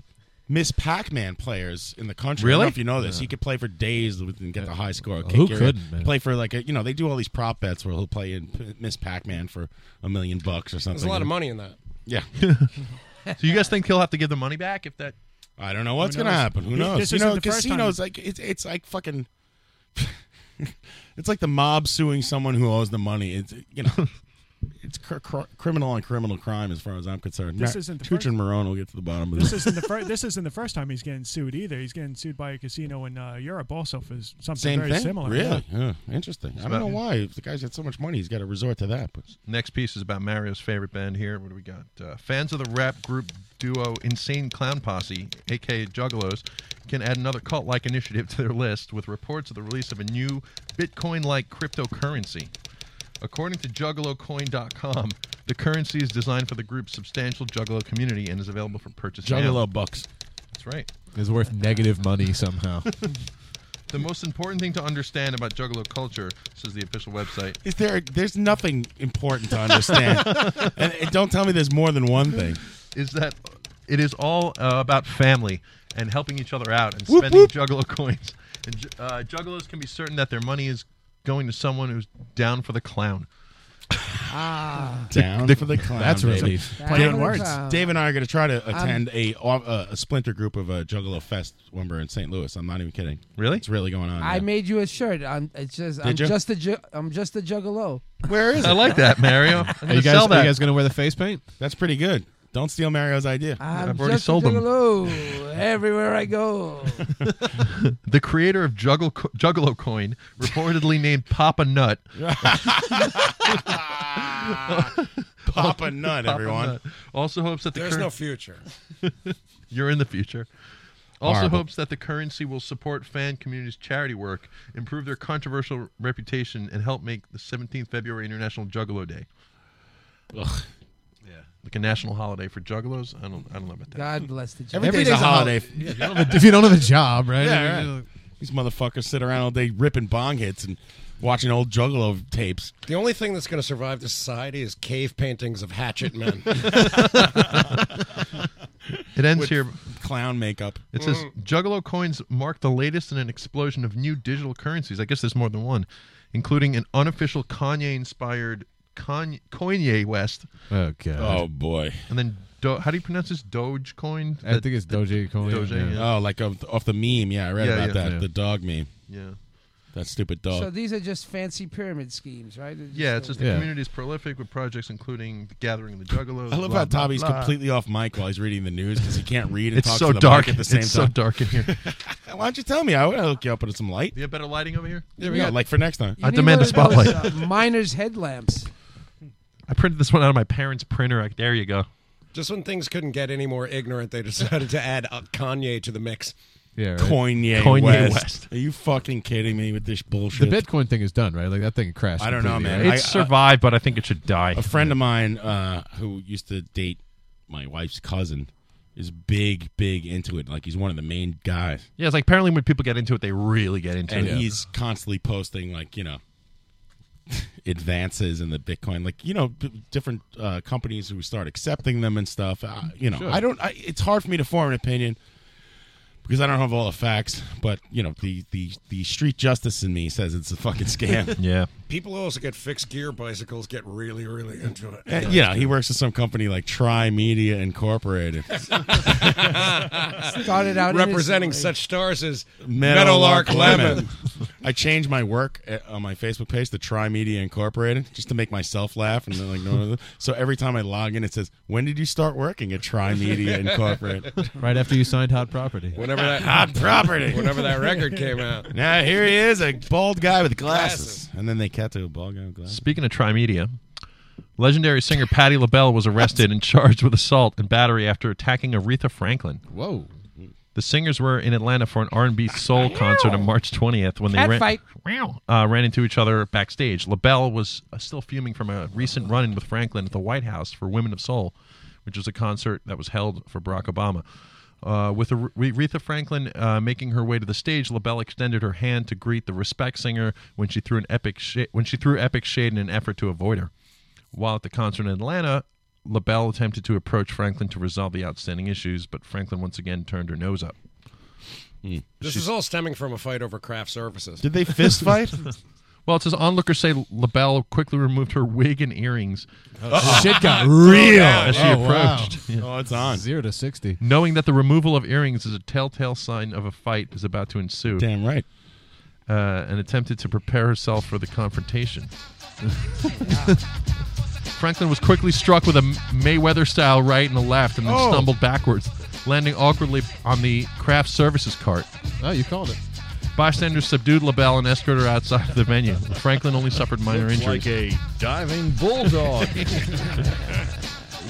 Miss Pac-Man players in the country. I don't Really? know if you know this, Yeah. Uh, he could play for days with- and get the high score. Who kick your- couldn't, man? play for like a, you know they do all these prop bets where he'll play in P- Miss Pac-Man for a million bucks or something. There's a lot of money in that. Yeah. so you guys think he'll have to give the money back if that? I don't know what's Who going to knows? happen. Who He- knows? this You isn't know, the first time. casinos like it's it's like fucking. it's like the mob suing someone who owes them money. It's you know, it's cr- cr- criminal on criminal crime as far as I'm concerned. This isn't the Chooch first- and Marone will get to the bottom of this. This isn't the first. This isn't the first time he's getting sued either. He's getting sued by a casino in uh, Europe also for s- something Same very thing, similar. really? Yeah. Yeah, interesting. I don't know why if the guy's had so much money, he's got to resort to that. But Next piece is about Mario's favorite band here. What do we got? Uh, fans of the rap group duo Insane Clown Posse, aka Juggalos, can add another cult like initiative to their list with reports of the release of a new Bitcoin like cryptocurrency. According to juggalocoin.com, the currency is designed for the group's substantial juggalo community and is available for purchase. now. Juggalo bucks. That's right. Is worth negative money somehow. The most important thing to understand about juggalo culture, says the official website, is there? There's nothing important to understand. and, and don't tell me there's more than one thing. is that it is all uh, about family and helping each other out and Whoop, spending whoop. juggalo coins. And ju- uh, juggalos can be certain that their money is going to someone who's down for the clown. Ah. Down The- for the clown. That's baby. relief. Down Play on for the words. clown. Dave and I are going to try to Um, attend a uh, a a splinter group of a Juggalo Fest when we're in St. Louis. I'm not even kidding. Really? It's really going on. I yeah. made you a shirt. I'm, it's just, Did I'm you? just a ju- I'm just a juggalo. Where is I like that, Mario. I'm Are you gonna guys, sell are that. you guys gonna wear the face paint? That's pretty good. Don't steal Mario's idea. I'm I've already just sold a them. juggalo everywhere I go. the creator of Juggle Co- Juggalo Coin, reportedly named Papa Nut. Papa Nut, everyone. Also hopes that the There's current- no future. You're in the future. Also Horrible. hopes that the currency will support fan community's charity work, improve their controversial reputation, and help make the 17th February International Juggalo Day. Ugh. Yeah. Like a national holiday for juggalos? I don't. I don't know about that. God bless the Every day's a holiday. Yeah, If you don't have a- if you don't have a job, right? Yeah, You right. know- These motherfuckers sit around all day ripping bong hits and watching old Juggalo tapes. The only thing that's going to survive this society is cave paintings of hatchet men. It ends With here. Clown makeup. It says Mm. Juggalo coins mark the latest in an explosion of new digital currencies. I guess there's more than one, including an unofficial Kanye-inspired Kanye, Kanye West. Oh, God. Oh, boy. And then, Do- how do you pronounce this? Dogecoin. I think it's Dogecoin, Doge. Yeah. Oh, like off, off the meme. Yeah, I read Yeah, about yeah. that. Yeah. The dog meme. Yeah. That stupid dog. So these are just fancy pyramid schemes, right? They're Yeah, it's just the Yeah. community is prolific with projects including the Gathering of the Juggalos. I love blah, how blah, Tommy's blah. completely off mic while he's reading the news because he can't read and It's talk so to the dark. mic at the same It's so time. dark in here. Why don't you tell me? I would hook you up with some light. Do you have better lighting over here? There we go. Like for next time. You need one of those, uh, miner's headlamps. I printed this one out of my parents' printer. I- There you go. Just when things couldn't get any more ignorant, they decided to add uh, Kanye to the mix. Kanye, Kanye West. West. Are you fucking kidding me with this The bullshit? Bitcoin thing is done, right? Like that thing crashed. I don't know, completely, man. right? I- survived, but I think it should die. A friend of mine uh, who used to date my wife's cousin is big, big into it. Like he's one of the main guys, Yeah, it's like apparently when people get into it, they really get into and it. he's constantly posting like you know advances in the Bitcoin, like you know d- different uh, companies who start accepting them and stuff. Uh, you know, Sure. I don't. I, it's hard for me to form an opinion because I don't have all the facts. But you know, the the the street justice in me says it's a fucking scam. People who also get fixed gear bicycles get really, really into it. And, you know, he works at some company like Tri Media Incorporated. Started out representing innocently. such stars as Meadowlark Meadowlark Lemon. I changed my work at, on my Facebook page to Tri Media Incorporated just to make myself laugh, and then like no, no, no. so every time I log in, it says, "When did you start working at Tri Media Incorporated?" right after you signed Hot Property. Whenever that hot property, Whenever that record came out. Now here he is, a bald guy with glasses, and then they cut to a bald guy with glasses. Speaking of Trimedia, legendary singer Patti LaBelle was arrested and charged with assault and battery after attacking Aretha Franklin. Whoa. The singers were in Atlanta for an R&B soul concert on March 20th when they Cat ran, fight. Uh, ran into each other backstage. LaBelle was uh, still fuming from a recent run-in with Franklin at the White House for Women of Soul, which was a concert that was held for Barack Obama. Uh, with Ar- Aretha Franklin uh, making her way to the stage, LaBelle extended her hand to greet the Respect singer when she threw an epic sh- when she threw epic shade in an effort to avoid her. While at the concert in Atlanta, LaBelle attempted to approach Franklin to resolve the outstanding issues, but Franklin once again turned her nose up. Hmm. This is all stemming from a fight over craft services. Did they fist fight? Well, it says onlookers say LaBelle quickly removed her wig and earrings. Oh, shit got real. as she Oh, wow. approached. Oh, it's on zero to sixty. Knowing that the removal of earrings is a telltale sign of a fight is about to ensue. Damn right. Uh, and attempted to prepare herself for the confrontation. Franklin was quickly struck with a Mayweather style right and a left and then Oh. stumbled backwards, landing awkwardly on the craft services cart. Oh, you called it. Bystanders subdued LaBelle and escorted her outside of the venue. Franklin only suffered minor Looks like injuries. a diving bulldog.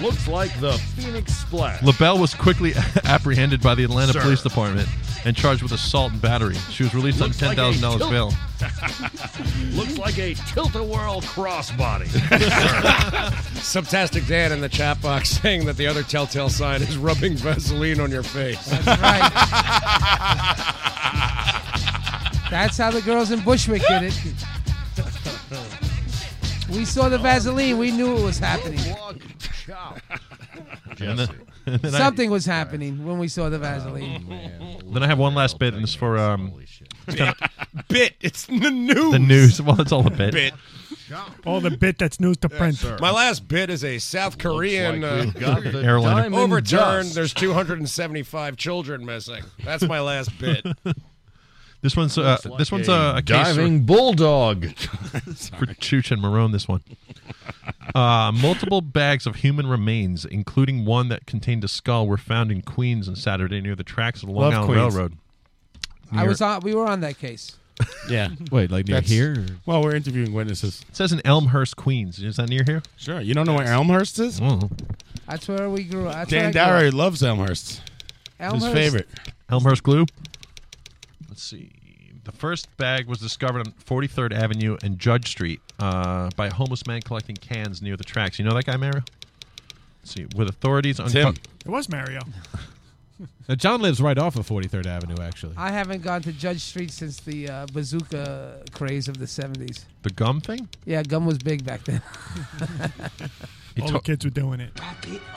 Looks like the Phoenix Splash. LaBelle was quickly apprehended by the Atlanta Sir. Police Department and charged with assault and battery. She was released Looks on like a $10,000 tilt- bail. Looks like a tilt-a-whirl crossbody. Subtastic Dan in the chat box saying that the other telltale sign is rubbing Vaseline on your face. That's how the girls in Bushwick did it. We saw the Vaseline. We knew it was happening. And then, and then I, Something was happening when we saw Oh, the Vaseline. then I have one last bit, and it's for um, it's kinda- bit. It's the news. the news. Well, it's all a bit. Bit. All the bit that's news to print. My last bit is a South Korean like we've got the Airliner. diamond overturn. dust. There's 275 children missing. That's my last bit. This one's uh, Looks this like one's a a, a case diving bulldog for Chooch and Marone. This one, uh, multiple bags of human remains, including one that contained a skull, were found in Queens on Saturday near the tracks of the Long Love Island Queens. Railroad. I Near- was on. We were on that case. Yeah. Wait, like near That's- here? or- Well, we're interviewing witnesses. It says in Elmhurst, Queens. Is that near here? Sure. You don't know where Elmhurst is? Oh. That's where we grew up. That's where I Dan grew up. Darrow loves Elmhurst. It's Elmhurst. His favorite. Elmhurst glue. Let's see. The first bag was discovered on 43rd Avenue and Judge Street uh, by a homeless man collecting cans near the tracks. You know that guy, Mario? Let's see. With authorities on. Tim. It was Mario. Now, John lives right off of 43rd Avenue, actually. I haven't gone to Judge Street since the uh, bazooka craze of the 70s. The gum thing? Yeah, gum was big back then. All the kids were doing it.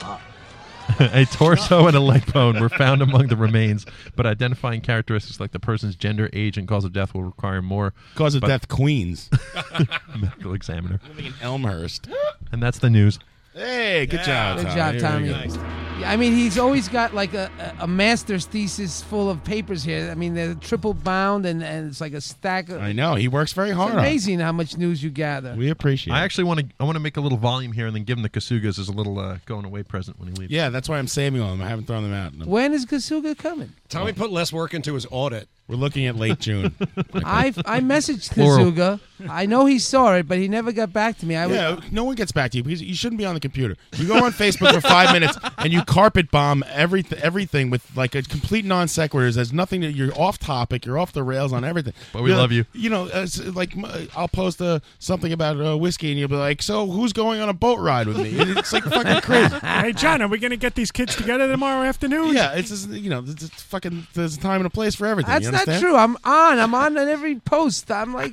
a torso and a leg bone were found among the remains, but identifying characteristics like the person's gender, age, and cause of death will require more. Cause of but- death, Queens. medical examiner. Living in Elmhurst. And that's the news. Hey, good Yeah. job, Good Tommy. job, Tommy. Here we go. Yeah, I mean, he's always got like a, a a master's thesis full of papers here. I mean, they're triple bound, and, and it's like a stack of. I know he works very It's hard. on it. amazing how much news you gather. We appreciate. I it. actually want to. I want to make a little volume here and then give him the Kasugas as a little uh, going away present when he leaves. Yeah, that's why I'm saving them. I haven't thrown them out. No. When is Kasuga coming? Tommy put less work into his audit. We're looking at late June. I I messaged Plural. Kazuga. I know he saw it, but he never got back to me. I was, yeah, no one gets back to you because you shouldn't be on the computer. You go on Facebook for five minutes and you carpet bomb every everything with like a complete non sequiturs. There's nothing that you're off topic. You're off the rails on everything. But we love you. You know, uh, s- like m- I'll post uh, something about uh, whiskey and you'll be like, "So who's going on a boat ride with me?" It's like fucking crazy. hey, John, are we going to get these kids together tomorrow afternoon? Yeah, it's just, you know, it's just fucking there's a time and a place for everything. that's you not understand? true. I'm on. I'm on at every post. I'm like,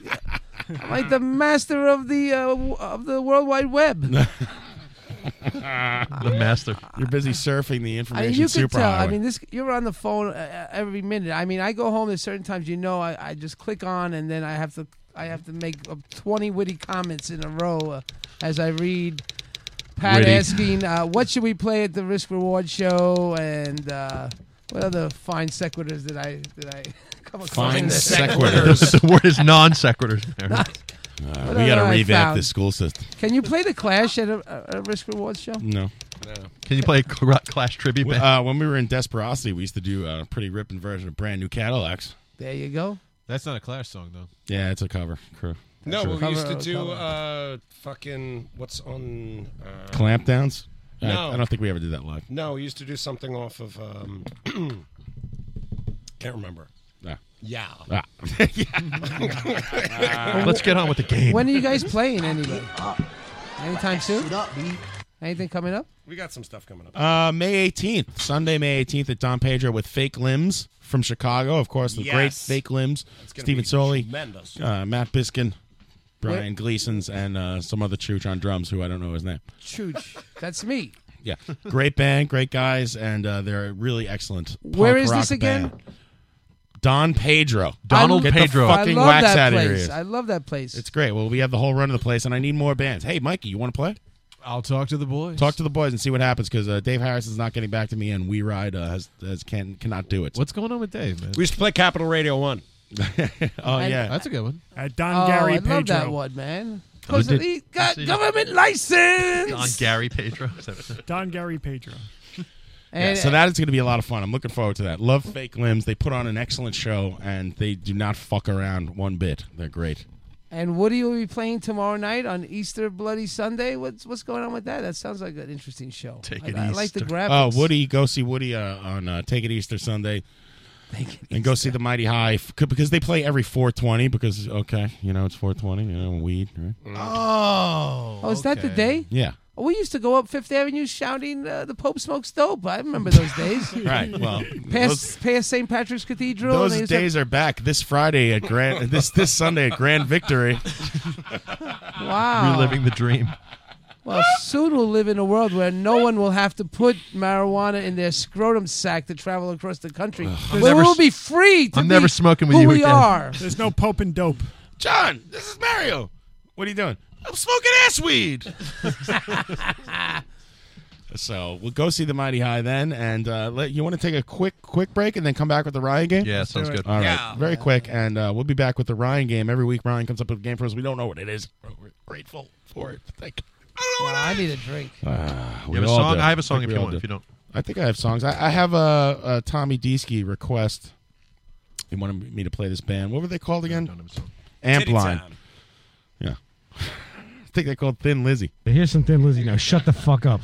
I'm like the master of the uh, w- of the World Wide Web. the master. You're busy surfing the I information mean, you superhighway. could tell. I mean, this you're on the phone uh, every minute. I mean, I go home. There's certain times you know I, I just click on, and then I have to I have to make up 20 witty comments in a row uh, as I read. Pat Witty. asking, uh, "What should we play at the risk reward show?" And uh, what other fine sequiturs did I did I come across? Fine in this? sequiturs. the word is non sequiturs. Uh, What we got other to I revamp found? this school system. Can you play the Clash at a, a- a risk reward show? No. Can you play cl- Clash tribute? band? Uh, when we were in Desperosity, we used to do a pretty ripping version of Brand New Cadillacs. There you go. That's not a Clash song, though. Yeah, it's a cover. Crew. No, Sure. but we used to Cover- do uh, fucking what's on uh, Clampdowns? I- No, I don't think we ever did that live. No, we used to do something off of. Um, can't remember. Yeah. Yeah. Ah. Let's get on with the game. When are you guys playing anyway? Anytime soon? Anything coming up? We got some stuff coming up. Uh, May 18th, Sunday, May 18th at Don Pedro with Fake Limbs from Chicago. Of course, the great Yes. Fake Limbs. That's gonna Stephen be Soley, tremendous. uh, Matt Biskin, Brian Where- Gleason's, and uh, some other chooch on drums who I don't know his name. Chooch. That's me. Yeah, great band, great guys, and uh, they're really excellent. punk Where is rock this again? band. Don Pedro. Donald Get the Pedro. fucking I love wax that out place. of here. I love that place. It's great. Well, we have the whole run of the place, and I need more bands. Hey, Mikey, you want to play? I'll talk to the boys. Talk to the boys and see what happens because uh, Dave Harris is not getting back to me, and We Ride uh, has, has can cannot do it. What's going on with Dave, man? We used to play Capital Radio One. oh yeah, That's a good one. At uh, Don oh, Gary I Pedro. love that one, man. Oh, Because did- he got see. government license. on Gary Pedro. Don Gary Pedro. Yeah, And- so that is going to be a lot of fun. I'm looking forward to that. Love Fake Limbs. They put on an excellent show, and they do not fuck around one bit. They're great. And Woody will be playing tomorrow night on Easter Bloody Sunday. What's what's going on with that? That sounds like an interesting show. Take I, I like the Oh, graphics. Woody, go see Woody uh, on uh, Take It Easter Sunday. and go see the Mighty High f- c- because they play every 420 because okay you know it's 420 you know weed right Oh, is that the okay. day? Oh, Yeah. We used to go up Fifth Avenue shouting uh, "The Pope smokes dope." I remember those days. Right, well, past past St. Patrick's Oh, Cathedral. and they those used to- days are back this Friday at Grand this this Sunday at Grand Victory wow. Reliving the dream. Well, soon we'll live in a world where no one will have to put marijuana in their scrotum sack to travel across the country. I'm we never will s- be free to I'm be never smoking with who you we again. are. There's no Pope and dope. John this is Mario what are you doing I'm smoking ass weed so we'll go see the Mighty High then and uh, let, you want to take a quick quick break and then come back with the Ryan game Yeah, sounds good. all right very quick and uh, we'll be back with the Ryan game every week Ryan comes up with a game for us we don't know what it is we're grateful for it thank you Well, I need a drink. Uh, You we have a all song? do. I have a song think if we you all want, if you don't. I think I have songs. I, I have a, a Tommy Deesky request. He wanted me to play this band. What were they called again? Amp Titty Line. Town. Yeah. I think they called Thin Lizzy. Here's some Thin Lizzy now. Shut the fuck up.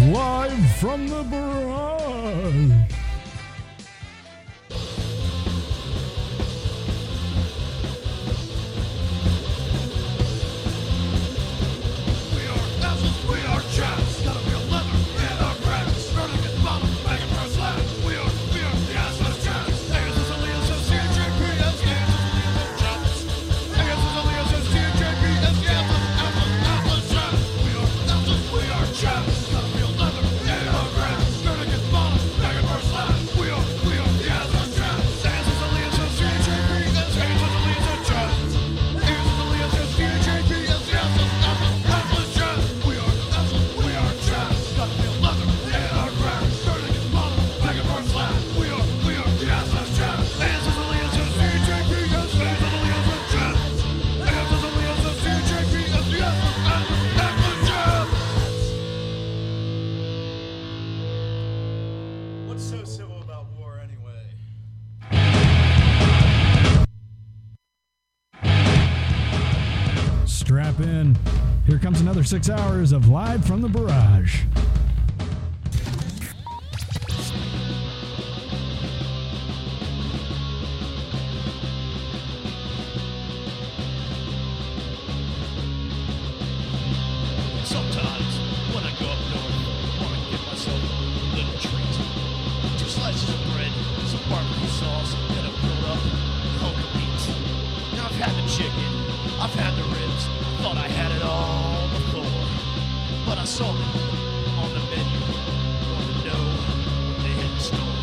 Live from the barrage. What's so civil about war anyway? Strap in. Here comes another six hours of Live from the Barrage. Sometimes when I go up north, I want to give myself a little treat. Two slices of bread, some barbecue sauce, and a build up hunk of meat. Now I've had the chicken, I've had the ribs, thought I had it all before. But I saw them on the menu, wanted to know when they hit the store.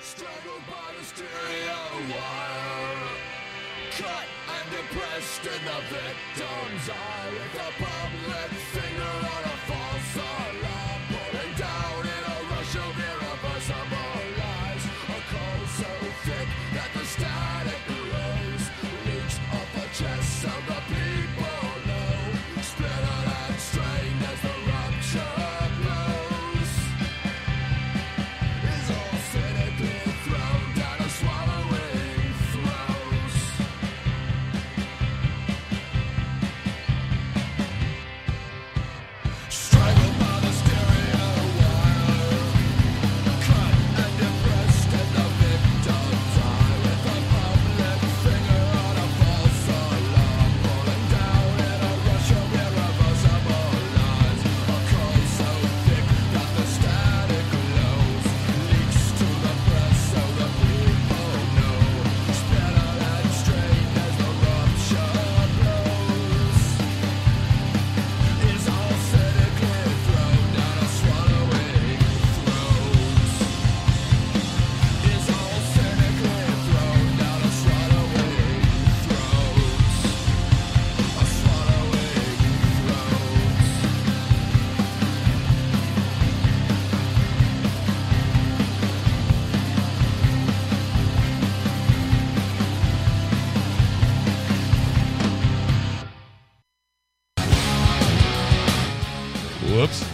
Strangled by the stereo wire. Cut and depressed in the victim's eye with a public finger on a false alarm. Pulling down in a rush of irreversible lies. A cold so thick that the static grows. Leaks up the chests of the people low. Splintered and strained as the rupture blows. Is all cynically thrown down a swallowing throes. Strangled by the stereo wire. Cut and depressed and the victim die with a public finger on a false alarm. Falling down in a rush of irreversible lies. A cold so thick that the static glows. Leaks to the press so the people know. Splintered and strained as the rupture blows. Is all cynically thrown down a swallowing throes. Is all cynically thrown down a swallowing throes. A swallowing throes. Whoops.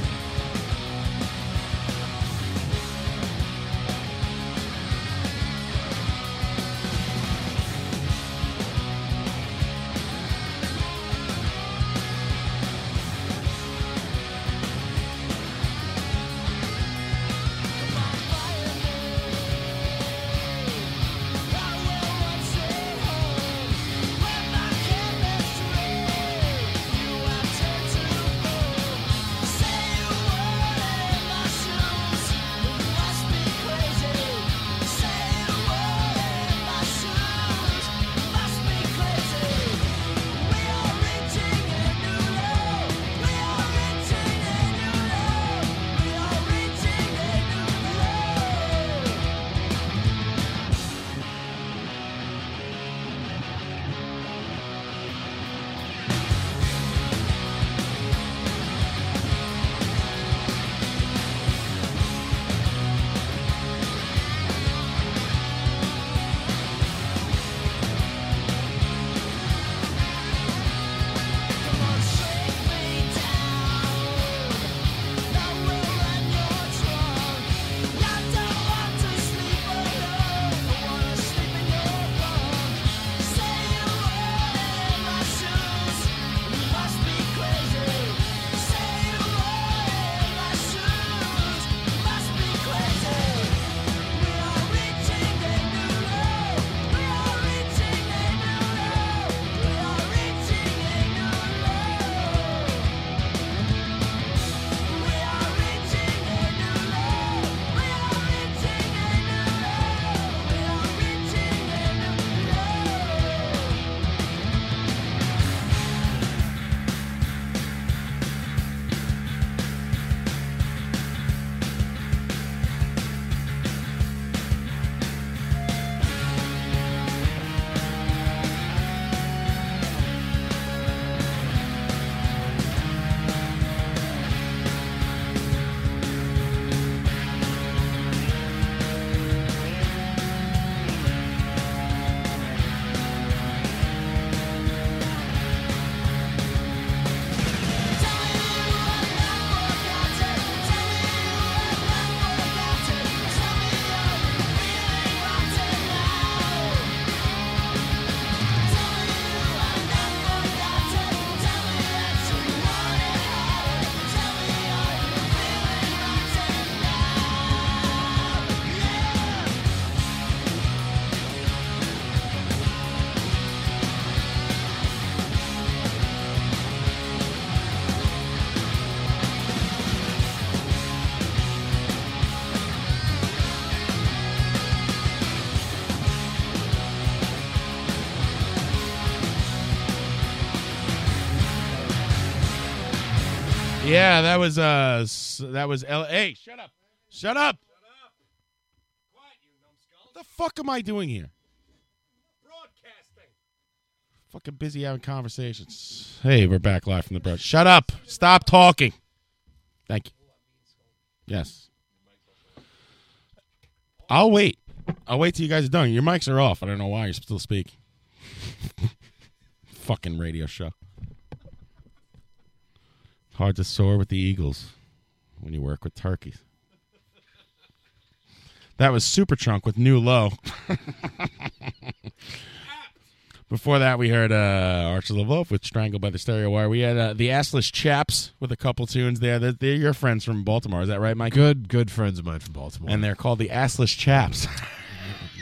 Yeah, that was uh, s- that was L. Hey, shut up, shut up. The fuck am I doing here? Fucking busy having conversations. Hey, we're back live from the brush. Shut up. Stop talking. Thank you. Yes. I'll wait. I'll wait till you guys are done. Your mics are off. I don't know why you're still speaking. Fucking radio show. Hard to soar with the eagles when you work with turkeys. That was Supertrunk with New Low. Before that, we heard uh, Archer LaVoe with Strangled by the Stereo Wire. We had uh, the Assless Chaps with a couple tunes there. They're, they're your friends from Baltimore. Is that right, Mike? Good, good friends of mine from Baltimore. And they're called the Assless Chaps.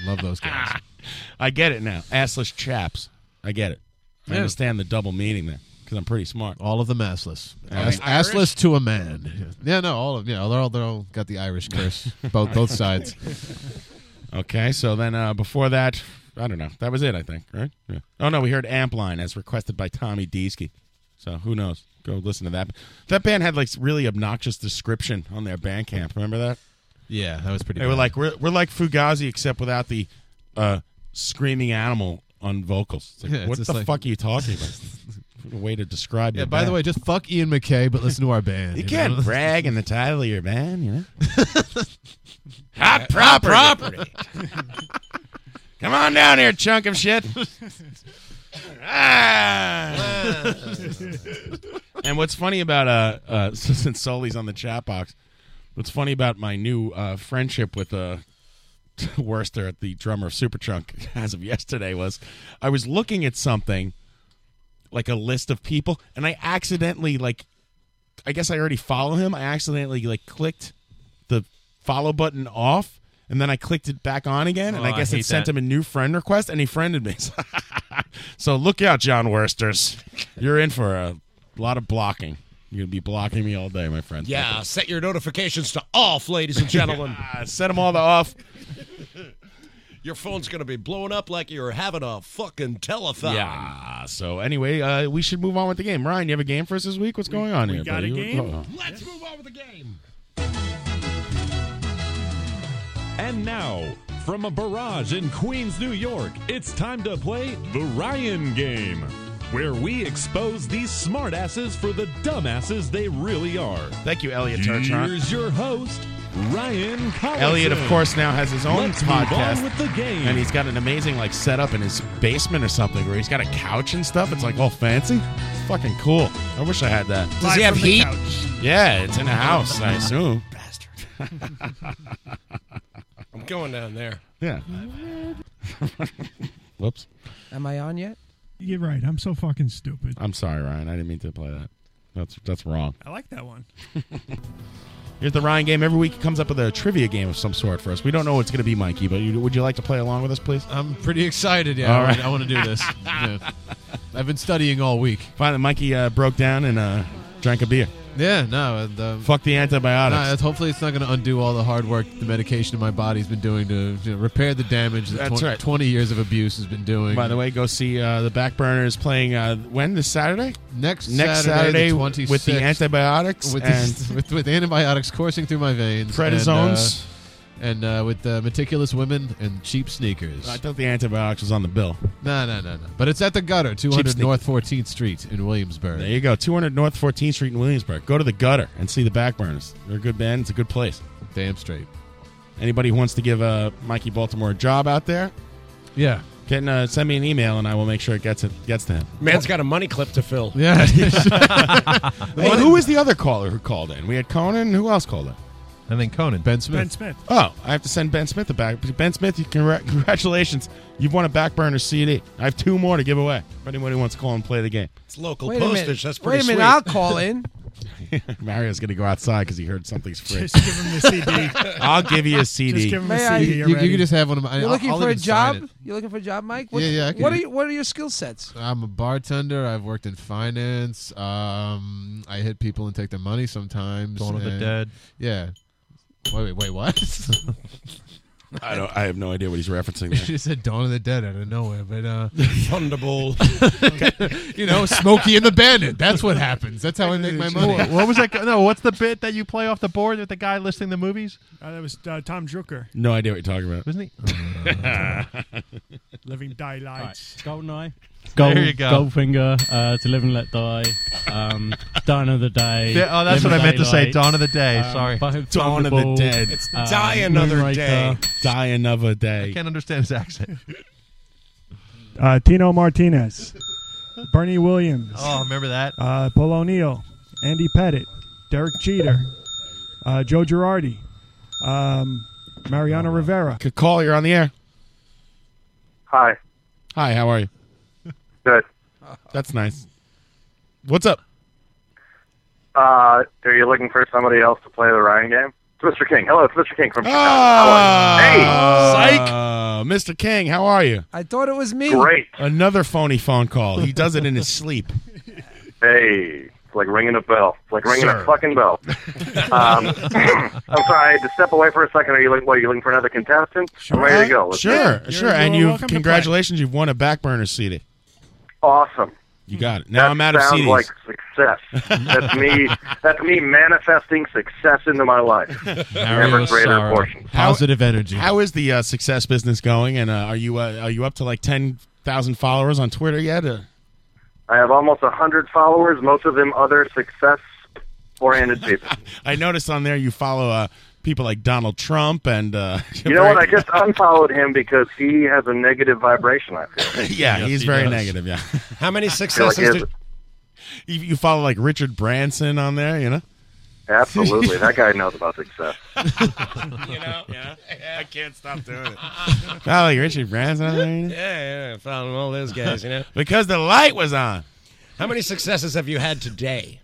Love those guys. I get it now. Assless Chaps. I get it. I Yeah. understand the double meaning there because I'm pretty smart. All of them assless. Ass- assless to a man. Yeah, no, all of you know, they're all they're all got the Irish curse, both both sides. Okay, so then uh, before that, I don't know. That was it, I think, right? Yeah. Oh no, we heard Ampline as requested by Tommy Deesky. So who knows? Go listen to that. That band had like really obnoxious description on their Bandcamp. Remember that? Yeah, that was pretty. They were bad. like, we're, we're like Fugazi except without the uh, screaming animal on vocals. It's like, Yeah, it's what just the like- fuck are you talking about? What a way to describe. yeah. your By the band. way, just fuck Ian McKay, but listen to our band. you know? can't brag in the title of your band, you know. Hot property. Come on down here, chunk of shit. Ah. and what's funny about uh, uh since Sully's on the chat box, what's funny about my new uh friendship with uh Worster at the drummer of Superchunk as of yesterday was I was looking at something like a list of people and I accidentally like I guess I already follow him. I accidentally like clicked the follow button off and then I clicked it back on again and Oh, I I guess hate it sent that. him a new friend request and he friended me. so look out, John Worsters. You're in for a lot of blocking. You're gonna be blocking me all day, my friend. Yeah, set your notifications to off, ladies and gentlemen. set them all to off. Your phone's going to be blowing up like you're having a fucking telethon. Yeah. Ah, So anyway, uh, we should move on with the game. Ryan, you have a game for us this week? What's going on we here? got buddy? Oh. a You- game? uh-oh. Let's move on with the game. And now, from a barrage in Queens, New York, it's time to play the Ryan game, where we expose these smartasses for the dumbasses they really are. Thank you, Elliot Turtron. Here's your host, Ryan Collison. Elliot, of course, now has his own Let's move on podcast, with the game. and he's got an amazing like setup in his basement or something, where he's got a couch and stuff. It's like all fancy, It's fucking cool. I wish I had that. Does Live he have from the heat? couch. Yeah, it's in a house, I assume. I'm going down there. Yeah. Whoops. Am I on yet? You're right. I'm so fucking stupid. I'm sorry, Ryan. I didn't mean to play that. That's that's wrong. I like that one. Here's the Ryan game. Every week he comes up with a trivia game of some sort for us. We don't know what it's going to be, Mikey, but you, would you like to play along with us, please? I'm pretty excited. Yeah, All I right. wanna- I want to do this. Yeah. I've been studying all week. Finally, Mikey uh, broke down and uh, drank a beer. Yeah, no, and, um, Fuck the antibiotics. Nah, it's- hopefully, it's not going to undo all the hard work the medication in my body's been doing to you know, repair the damage that That's twen- right. 20 years of abuse has been doing. By the way, go see uh, the Backburners playing uh, when this Saturday. Next next Saturday, Saturday, the with the 26th, antibiotics with, and the- with, with antibiotics coursing through my veins, Predozones. and, uh, and uh, with uh, meticulous women and cheap sneakers. I thought the antibiotics was on the bill. No, no, no, no. But it's at the gutter, 200 sneakers. North 14th Street in Williamsburg. There you go, 200 North 14th Street in Williamsburg. Go to the gutter and see the Backburners. They're a good band. It's a good place. Damn straight. Anybody who wants to give uh, Mikey Baltimore a job out there? Yeah. Can uh, send me an email and I will make sure it gets it gets to him. Man's got a money clip to fill. Yeah. Hey, who was the other caller who called in? We had Conan. Who else called in? And then Conan. Ben Smith. Ben Smith. Oh, I have to send Ben Smith a back. Ben Smith, you congr- congratulations. You've won a Backburner CD. I have two more to give away for anyone who wants to call and play the game. It's local Wait a minute. postage. That's pretty Wait a minute. sweet. I'll call in. Mario's going to go outside because he heard something's free. Just give him the CD. I'll give you a CD. May I- You're looking I'll for a even sign job? it. You're looking for a job, Mike? What, Yeah, yeah, I can what are do- you, What are your skill sets? I'm a bartender. I've worked in finance. Um, I hit people and take their money sometimes. Dawn of the and- Dead. Yeah. Wait, wait, wait. What? I don't. I have no idea what he's referencing. You There. should have said Dawn of the Dead out of nowhere, but uh, Thunderbolt. you know, Smokey and the Bandit. That's what happens. That's how I make my money. What, what was that? No, what's the bit that you play off the board with the guy listing the movies? Uh, that was uh, Tom Drucker. No idea what you're talking about. Isn't he? Living Daylights. Goldeneye. Gold- Gold, Goldfinger, uh, To Live and Let Die, um, Dawn of the Day. Um, Yeah, oh, that's Live what and I meant to say, Daylight, Dawn of the Day, sorry. Thun- Dawn of the Thunderball, Dead. uh, Moonraker. Die another I day. can't understand his accent. Uh, Tino Martinez, Bernie Williams. Oh, remember that? Uh, Paul O'Neill, Andy Pettit, Derek Cheater, uh, Joe Girardi, um, Mariano Rivera. Could call. You're on the air. Hi. Hi. How are you? Good. That's nice. What's up? Uh, are you looking for somebody else to play the Ryan game? It's Mr. King. Hello, it's Mr. King Ah! from. Hey, Ah, psych. Mr. King, how are you? I thought it was me. Great. Another phony phone call. He does it in his sleep. Hey, it's like ringing a bell. It's like ringing Sir. a fucking bell. um, I'm sorry, I had to step away for a second. Are you looking? What are you looking for another contestant? I'm ready to go. Let's Sure, do it. sure. and you congratulations, you've won a backburner CD. Awesome. You got it. Now I'm out of Sounds CDs. like success. That's me. That's me manifesting success into my life. Never greater portion. Positive energy. How is the uh, success business going? And uh, are you uh, are you up to like ten thousand followers on Twitter yet? Uh, Or? I have almost a hundred followers, most of them other success-oriented people. I noticed on there you follow uh, people like Donald Trump and uh, You know what? I just unfollowed him because he has a negative vibration. I feel. yeah, Yes, he's he very does. negative. Yeah. How many I successes feel like did You, you follow like Richard Branson on there, you know? Absolutely, that guy knows about success. you know? Yeah. I can't stop doing it. Follow Oh, like Richard Branson on there. You know? Yeah, yeah, I found all those guys, you know. Because the light was on. How many successes have you had today?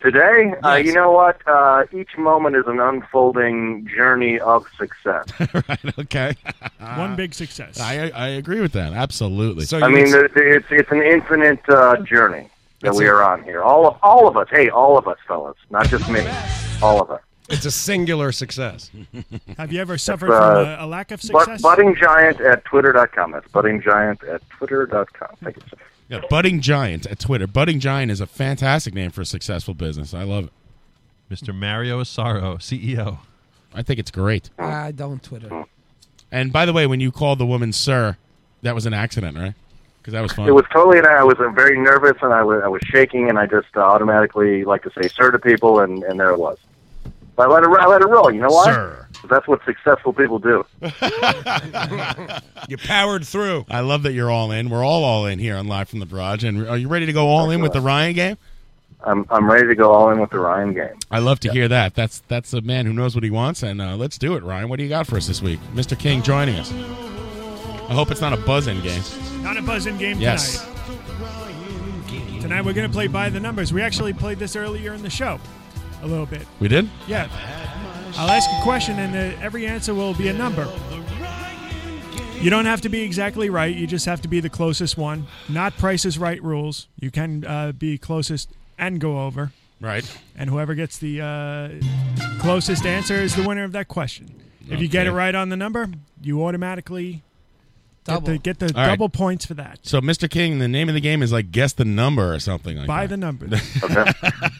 Today, uh, you know what? Uh, each moment is an unfolding journey of success. right. Okay. One big success. I I agree with that. Absolutely. So I mean, there- there- it's it's an infinite uh, journey that That's we it. are on here. All of all of us. Hey, all of us, fellas, not just me. All of us. It's a singular success. Have you ever suffered uh, from a, a lack of But, success? budding giant at twitter.com. That's budding giant at twitter.com. Thank you. Yeah, Budding Giant at Twitter. Budding Giant is a fantastic name for a successful business. I love it. Mr. Mario Asaro, E CEO. I think it's great. I Ah, don't Twitter. And by the way, when you called the woman sir, that was an accident, right? Because that was fun. It was totally. and I was uh, very nervous, and I was I was shaking, and I just uh, automatically like to say sir to people, and and there it was. But I let it ro- I let it roll. You know why? Sir. That's what successful people do. you powered through. I love that you're all in. We're all all in here on Live from the Barrage. And are you ready to go all in with the Ryan game? I'm I'm ready to go all in with the Ryan game. I love to hear that. That's that's a man who knows what he wants. And uh, let's do it, Ryan. What do you got for us this week? Mr. King joining us. I hope it's not a buzz-in game. Not a buzzing game Yes. tonight. Tonight we're going to play by the numbers. We actually played this earlier in the show, a little bit. We did? Yeah. I'll ask a question, and uh, every answer will be a number. You don't have to be exactly right. You just have to be the closest one. Not Price is Right rules. You can uh, be closest and go over. Right. And whoever gets the uh, closest answer is the winner of that question. If you get it Okay. right on the number, you automatically get the, Double. get the All right. double points for that. So, Mr. King, the name of the game is like guess the number or something like By that. the numbers. Okay.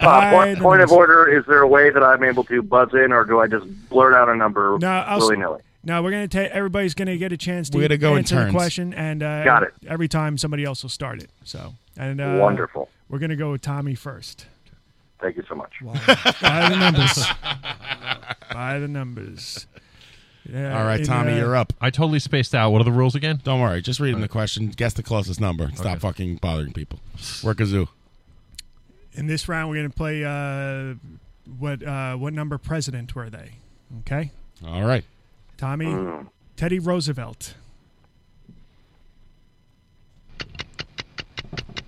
By Uh, point, the point of numbers. order: Is there a way that I'm able to buzz in, or do I just blurt out a number No, I'll s- willy nilly? No, we're gonna take. Everybody's gonna get a chance to We're gonna go in answer the turns. question, and uh, Got it. Every time somebody else will start it. So and uh, Wonderful. We're gonna go with Tommy first. Thank you so much. By the numbers. By the numbers. Yeah, All right, in, Tommy, uh, you're up. I totally spaced out. What are the rules again? Don't worry. Just read him the question. Guess the closest number. Stop fucking bothering people. Work a zoo. In this round, we're gonna play. Uh, what uh, what number president were they? Okay, All right. Tommy, Mm. Teddy Roosevelt.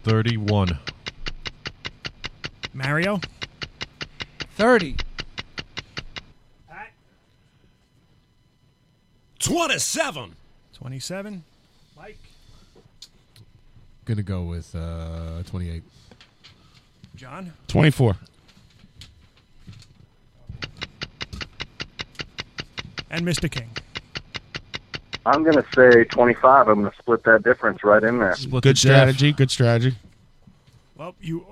31. Mario? 30. 27. 27. Mike? Gonna go with uh, 28. John? 24. and Mr. King. I'm going to say 25. I'm going to split that difference right in there. good strategy. Good strategy. Well, you,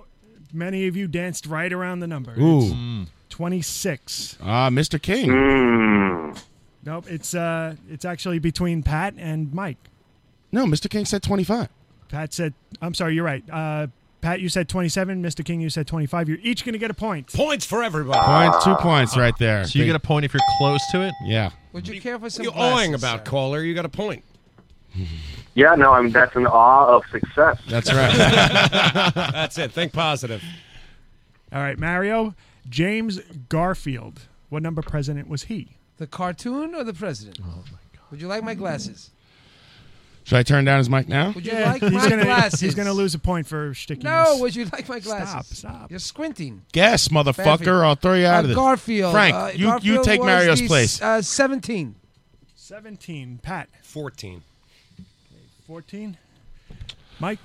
many of you danced right around the number. Ooh. It's Hmm. Mm. 26. Ah, Mr. King. Nope, it's uh, it's actually between Pat and Mike. No, Mr. King said 25. Pat said, "I'm sorry, you're right." Uh, Pat, you said 27. Mr. King, you said 25. You're each going to get a point. Points for everybody. Point, two points right there. So you get a point if you're close to it. Yeah. Would you care for some You're glasses, awing about, caller. You got a point. Yeah, no, I mean, that's an awe of success. That's That's it. Think positive. All right, Mario. James Garfield. What number president was he? The cartoon or the president? Oh my god! Would you like my glasses? Should I turn down his mic now? Would you Yeah, like he's my gonna, glasses? He's going to lose a point for sticking. No, would you like my glasses? Stop! Stop! You're squinting. Guess, motherfucker. I'll throw you out Uh, of this. Garfield. Frank, uh, you, you Garfield take was Mario's the s- place. Uh, Seventeen. 17. Pat. 14. 14. Mike.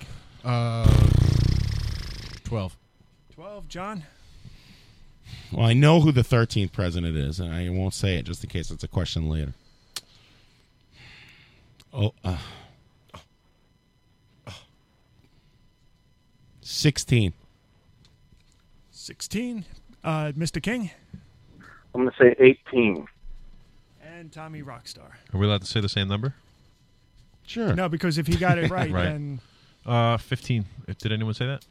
Uh, 12. 12. John. Well, I know who the 13th president is, and I won't say it just in case it's a question later. Oh, uh, 16. 16. Uh, Mr. King I'm going to say 18. and Tommy Rockstar. Are we allowed to say the same number? Sure. No, because if he got it right, right. then Uh, 15. Uh, Did anyone say that?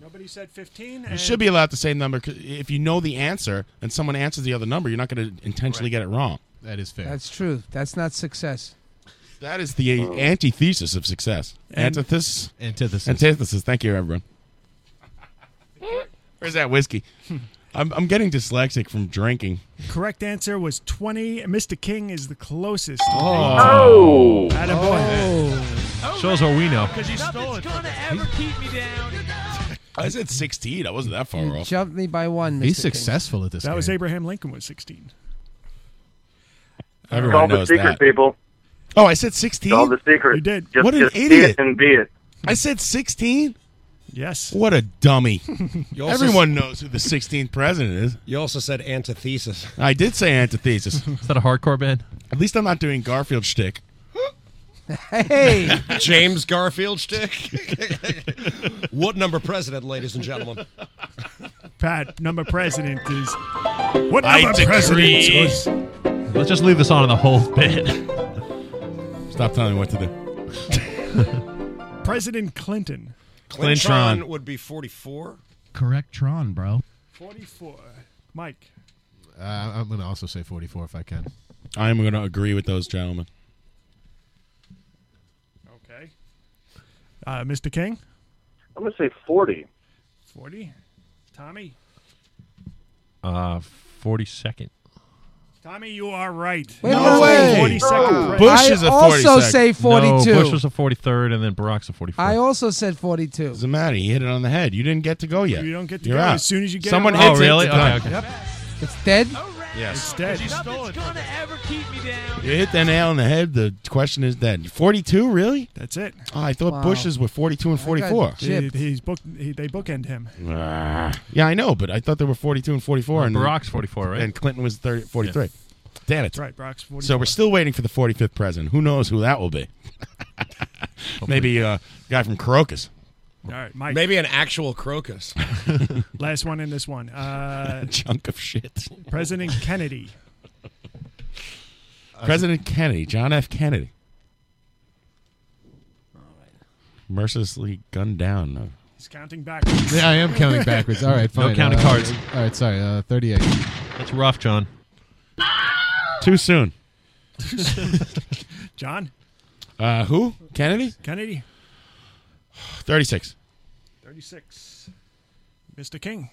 nobody said 15. You And should be allowed to say the number 'cause if you know the answer and someone answers the other number, you're not going to intentionally get it wrong. That is fair. That's true. That's not success. That is the antithesis of success. And- antithesis. Antithesis. Antithesis. Thank you, everyone. Where's that whiskey? I'm, I'm getting dyslexic from drinking. Correct answer was 20. Mr. King is the closest. Oh. Oh. Shows what we know. Because you stole it. gonna ever keep me down. I said 16. I wasn't that far You off. jumped me by one. He's Mr. King. successful at this That was game. Abraham Lincoln was 16. Everyone Solve the knows secret, that. people. Oh, I said 16? Solve the secret. You did. Just, What an just see idiot. it and be it. I said 16? Yes. What a dummy. You also Everyone s- knows who the 16th president is. You also said antithesis. I did say antithesis. Is that a hardcore band? At least I'm not doing Garfield shtick. Hey, James Garfield stick. what number president, ladies and gentlemen? Pat, number president is. What I number decree- president was. Let's just leave this on the whole bit. Stop telling me what to do. President Clinton. Clintron would be 44. Correct Tron, bro. 44. Mike. Uh, I'm going to also say 44 if I can. I am going to agree with those gentlemen. Okay. Uh, Mr. King, I'm going to say 40. 40. Tommy. Uh, 42nd. Tommy, you are right. Wait, No wait, way. wait. 42nd No. president. Bush I is a also 42nd. say 42. No, Bush was a 43rd, and then Barack's a 44th. I also said forty-two. Doesn't matter. He hit it on the head. You didn't get to go yet. You don't get to You're go. out. As soon as you get Oh, someone it hits right. it, it's done. It's dead. Yes. It's dead. gonna ever keep me down. You hit the nail on the head. The question is dead. 42, really? That's it. Ah, Oh, I thought Wow. Bushes were 42 and 44. He- he's book, he, they bookend him. Ah. Yeah, I know, but I thought there were 42 and 44. Well, and Barack's 44, right? And Clinton was 30, 43. Yeah. Damn it. That's right, Barack's 44. So we're still waiting for the 45th president. Who knows who that will be? Maybe a guy from Crocus. All right, Mike. Maybe an actual crocus. Last one in this one. Uh, Chunk of shit. President Kennedy. Uh, President Kennedy, John F. Kennedy. Mercilessly gunned down. He's counting backwards. Yeah, I am counting backwards. All right, fine. No counting Uh, cards. All right, sorry. Uh, 38. That's rough, John. Too soon. John Uh, who? Kennedy? Kennedy, 36. 36. Mr. King,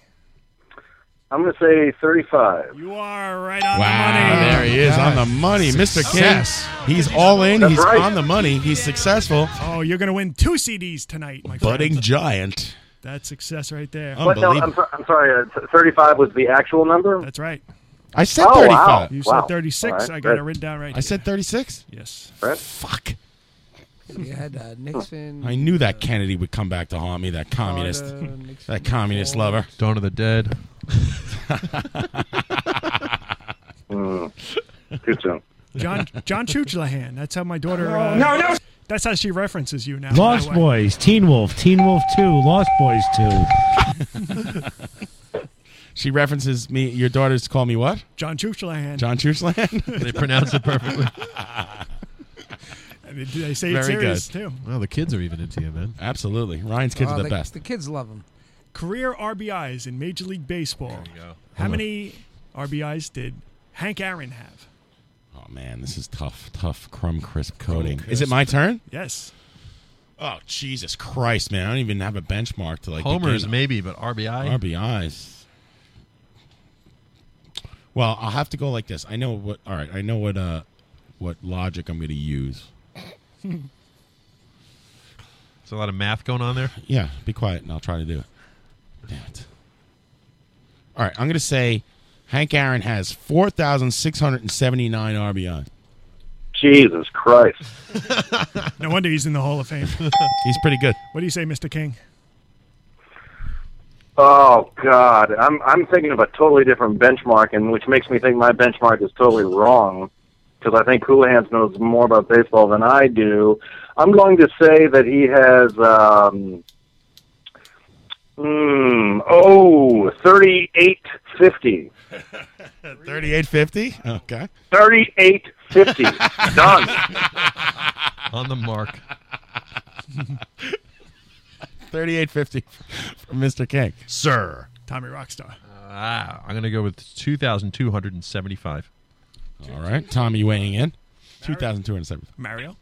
I'm going to say 35. you are right on Wow, there he is on the money, Mr. Success. King. He's all in. That's He's right. on the money. He's successful. the money. Oh, you're going to win two CDs tonight, my Budding friend. giant. That's success right there. But no, I'm, so- I'm sorry. Uh, th- 35 was the actual number? That's right. I said oh, 35. Wow. You wow. said 36. All right, I got it good. written down right I said 36. Yes. Fuck. You had uh, Nixon. I knew that Kennedy would come back to haunt me, that communist. That communist lover. Dawn of the Dead. Mm. Good song. John John Chuchulahan. That's how my daughter. Oh, Uh, no, no. That's how she references you now. Lost by the way. Boys, Teen Wolf, Teen Wolf 2, Lost Boys 2. She references me. Your daughters call me what? John Chuchulahan. John Churchland. They pronounce it perfectly. And they, they say it's serious too. Well, the kids are even into you, man. Absolutely, Ryan's Ah, kids Oh, are the best. The kids love him. Career RBIs in Major League Baseball. How Hold on. many RBIs did Hank Aaron have? Oh man, this is tough, tough crumb crisp coating. Crumb Is it my crisp. turn? Yes. Oh Jesus Christ, man! I don't even have a benchmark to like Homers maybe, but RBI RBIs. Well, I'll have to go like this. I know what. All right, I know what. Uh, what logic I'm going to use. There's a lot of math going on there. Yeah, be quiet, and I'll try to do it. Damn it! All right, I'm going to say Hank Aaron has four thousand six hundred and seventy nine RBI. Jesus Christ! No wonder he's in the Hall of Fame. He's pretty good. What do you say, Mr. King? Oh God, I'm I'm thinking of a totally different benchmark, and which makes me think my benchmark is totally wrong, because I think Houlihan knows more about baseball than I do. I'm going to say that he has, um, mm, oh, thirty-eight fifty. Thirty-eight fifty. Okay. Thirty-eight fifty. Done. on the mark. Thirty-eight fifty from Mr. King, sir. Tommy Rockstar. Ah, I'm gonna go with two thousand two hundred and seventy-five. All right, Tommy weighing in. Two thousand two hundred seventy. Mario?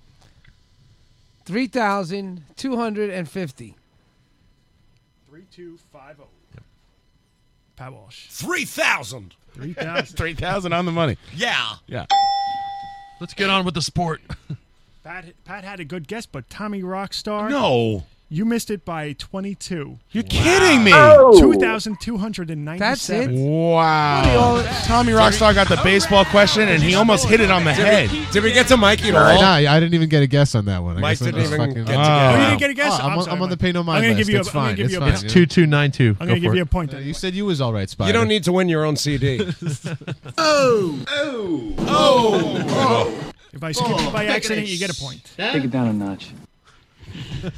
3,250. 3250. oh. Pat Walsh. 3,000. 3,000. 3,000 on the money. Yeah. Yeah. Let's get on with the sport. Pat, Pat had a good guess, but Tommy Rockstar. No. You missed it by 22. You're kidding me. Oh. 2,297. That's it. Wow. Tommy Rockstar got the baseball question, and he almost hit it on the head. Did we get to Mikey at All right, all? nah, I didn't even get a guess on that one. I Mike guess I'm didn't just even fucking- get to guess. Oh, you didn't get a guess? Oh, I'm, I'm on- sorry, I'm on the Mike. pay no I'm mind gonna list. give you a- it's I'm gonna fine. give it's you a fine. bet. Yeah. Two two nine two. I'm going to give you a point. You said you was all right, Spider. You don't need to win your own CD. Oh. Oh. Oh. If I skip you by accident, you get a point. Take it down a notch.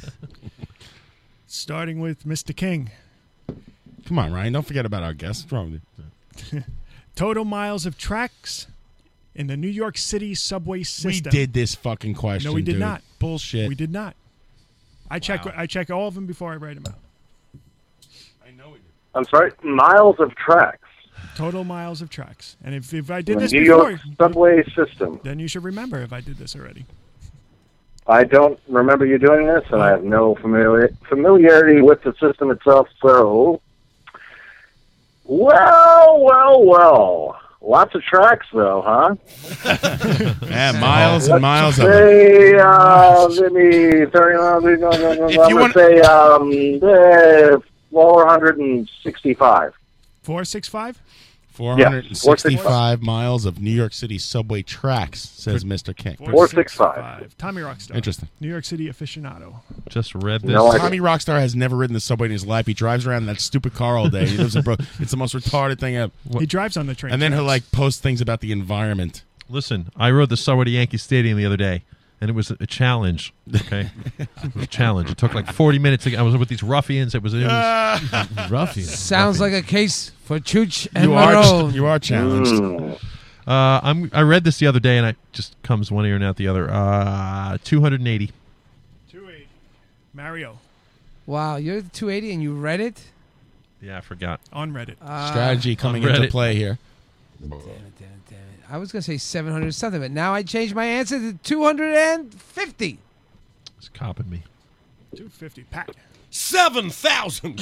Starting with Mr. King. Come on, Ryan. Don't forget about our guest. What's wrong with you? Total miles of tracks in the New York City subway We system. did this fucking question. No, we did dude. not. Bullshit. We did not. I check. I check all of them before I write them out. I'm sorry, miles of tracks. Total miles of tracks. And if, if I did this New before, York subway system. then you should remember if I did this already. I don't remember you doing this, and I have no familiar, familiarity with the system itself. So, well, well, well. Lots of tracks, though, huh? Yeah, miles and miles of it. Say, uh, give me thirty miles. No, no, no, no, I'm gonna say um, eh, four hundred and sixty-five. Four six five. Yeah, 465 miles of New York City subway tracks, says Mr. King. Four six five. Tommy Rockstar. Interesting. New York City aficionado. Just read this. No, Tommy Rockstar has never ridden the subway in his life. He drives around in that stupid car all day. He lives in Bro- it's the most retarded thing ever. He drives on the train And then he'll tracks. like post things about the environment. Listen, I rode the subway to Yankee Stadium the other day, and it was a challenge. Okay, it was a challenge. It took like forty minutes. To get, I was with these ruffians. It was, it was ruffians. Sounds like a case for Chooch and You are- Marone. you are challenged. Mm. Uh, I'm. I read this the other day, and it just comes one ear and out the other. Uh, two hundred and eighty. Mario Wow, you're the 280 and you read it? Yeah, I forgot. on Reddit. Strategy coming Uh, on into Reddit. play here. I was going to say 700 something, but now I changed my answer to 250. It's copping me. Two fifty. Pat. 7,000.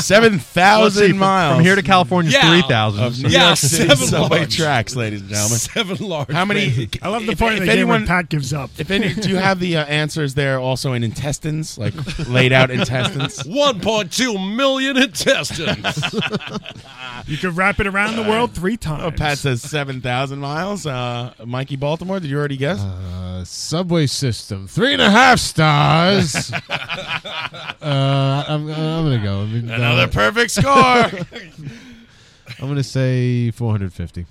7,000 from- miles. from here to California is Yeah. 3,000. Of New Yeah, York City seven subway large. tracks, ladies and gentlemen. Seven large. How many? I love the point of the game when Pat gives up. If any, do you have the uh, answers there also in intestines, like laid out intestines? 1.2 million intestines. you could wrap it around the world three times. Oh, Pat says 7,000 miles. Uh, Mikey Baltimore, did you already guess? Uh, subway system, three and a half stars. uh, I'm, I'm gonna go. I mean, uh, Another perfect score. I'm gonna say 450.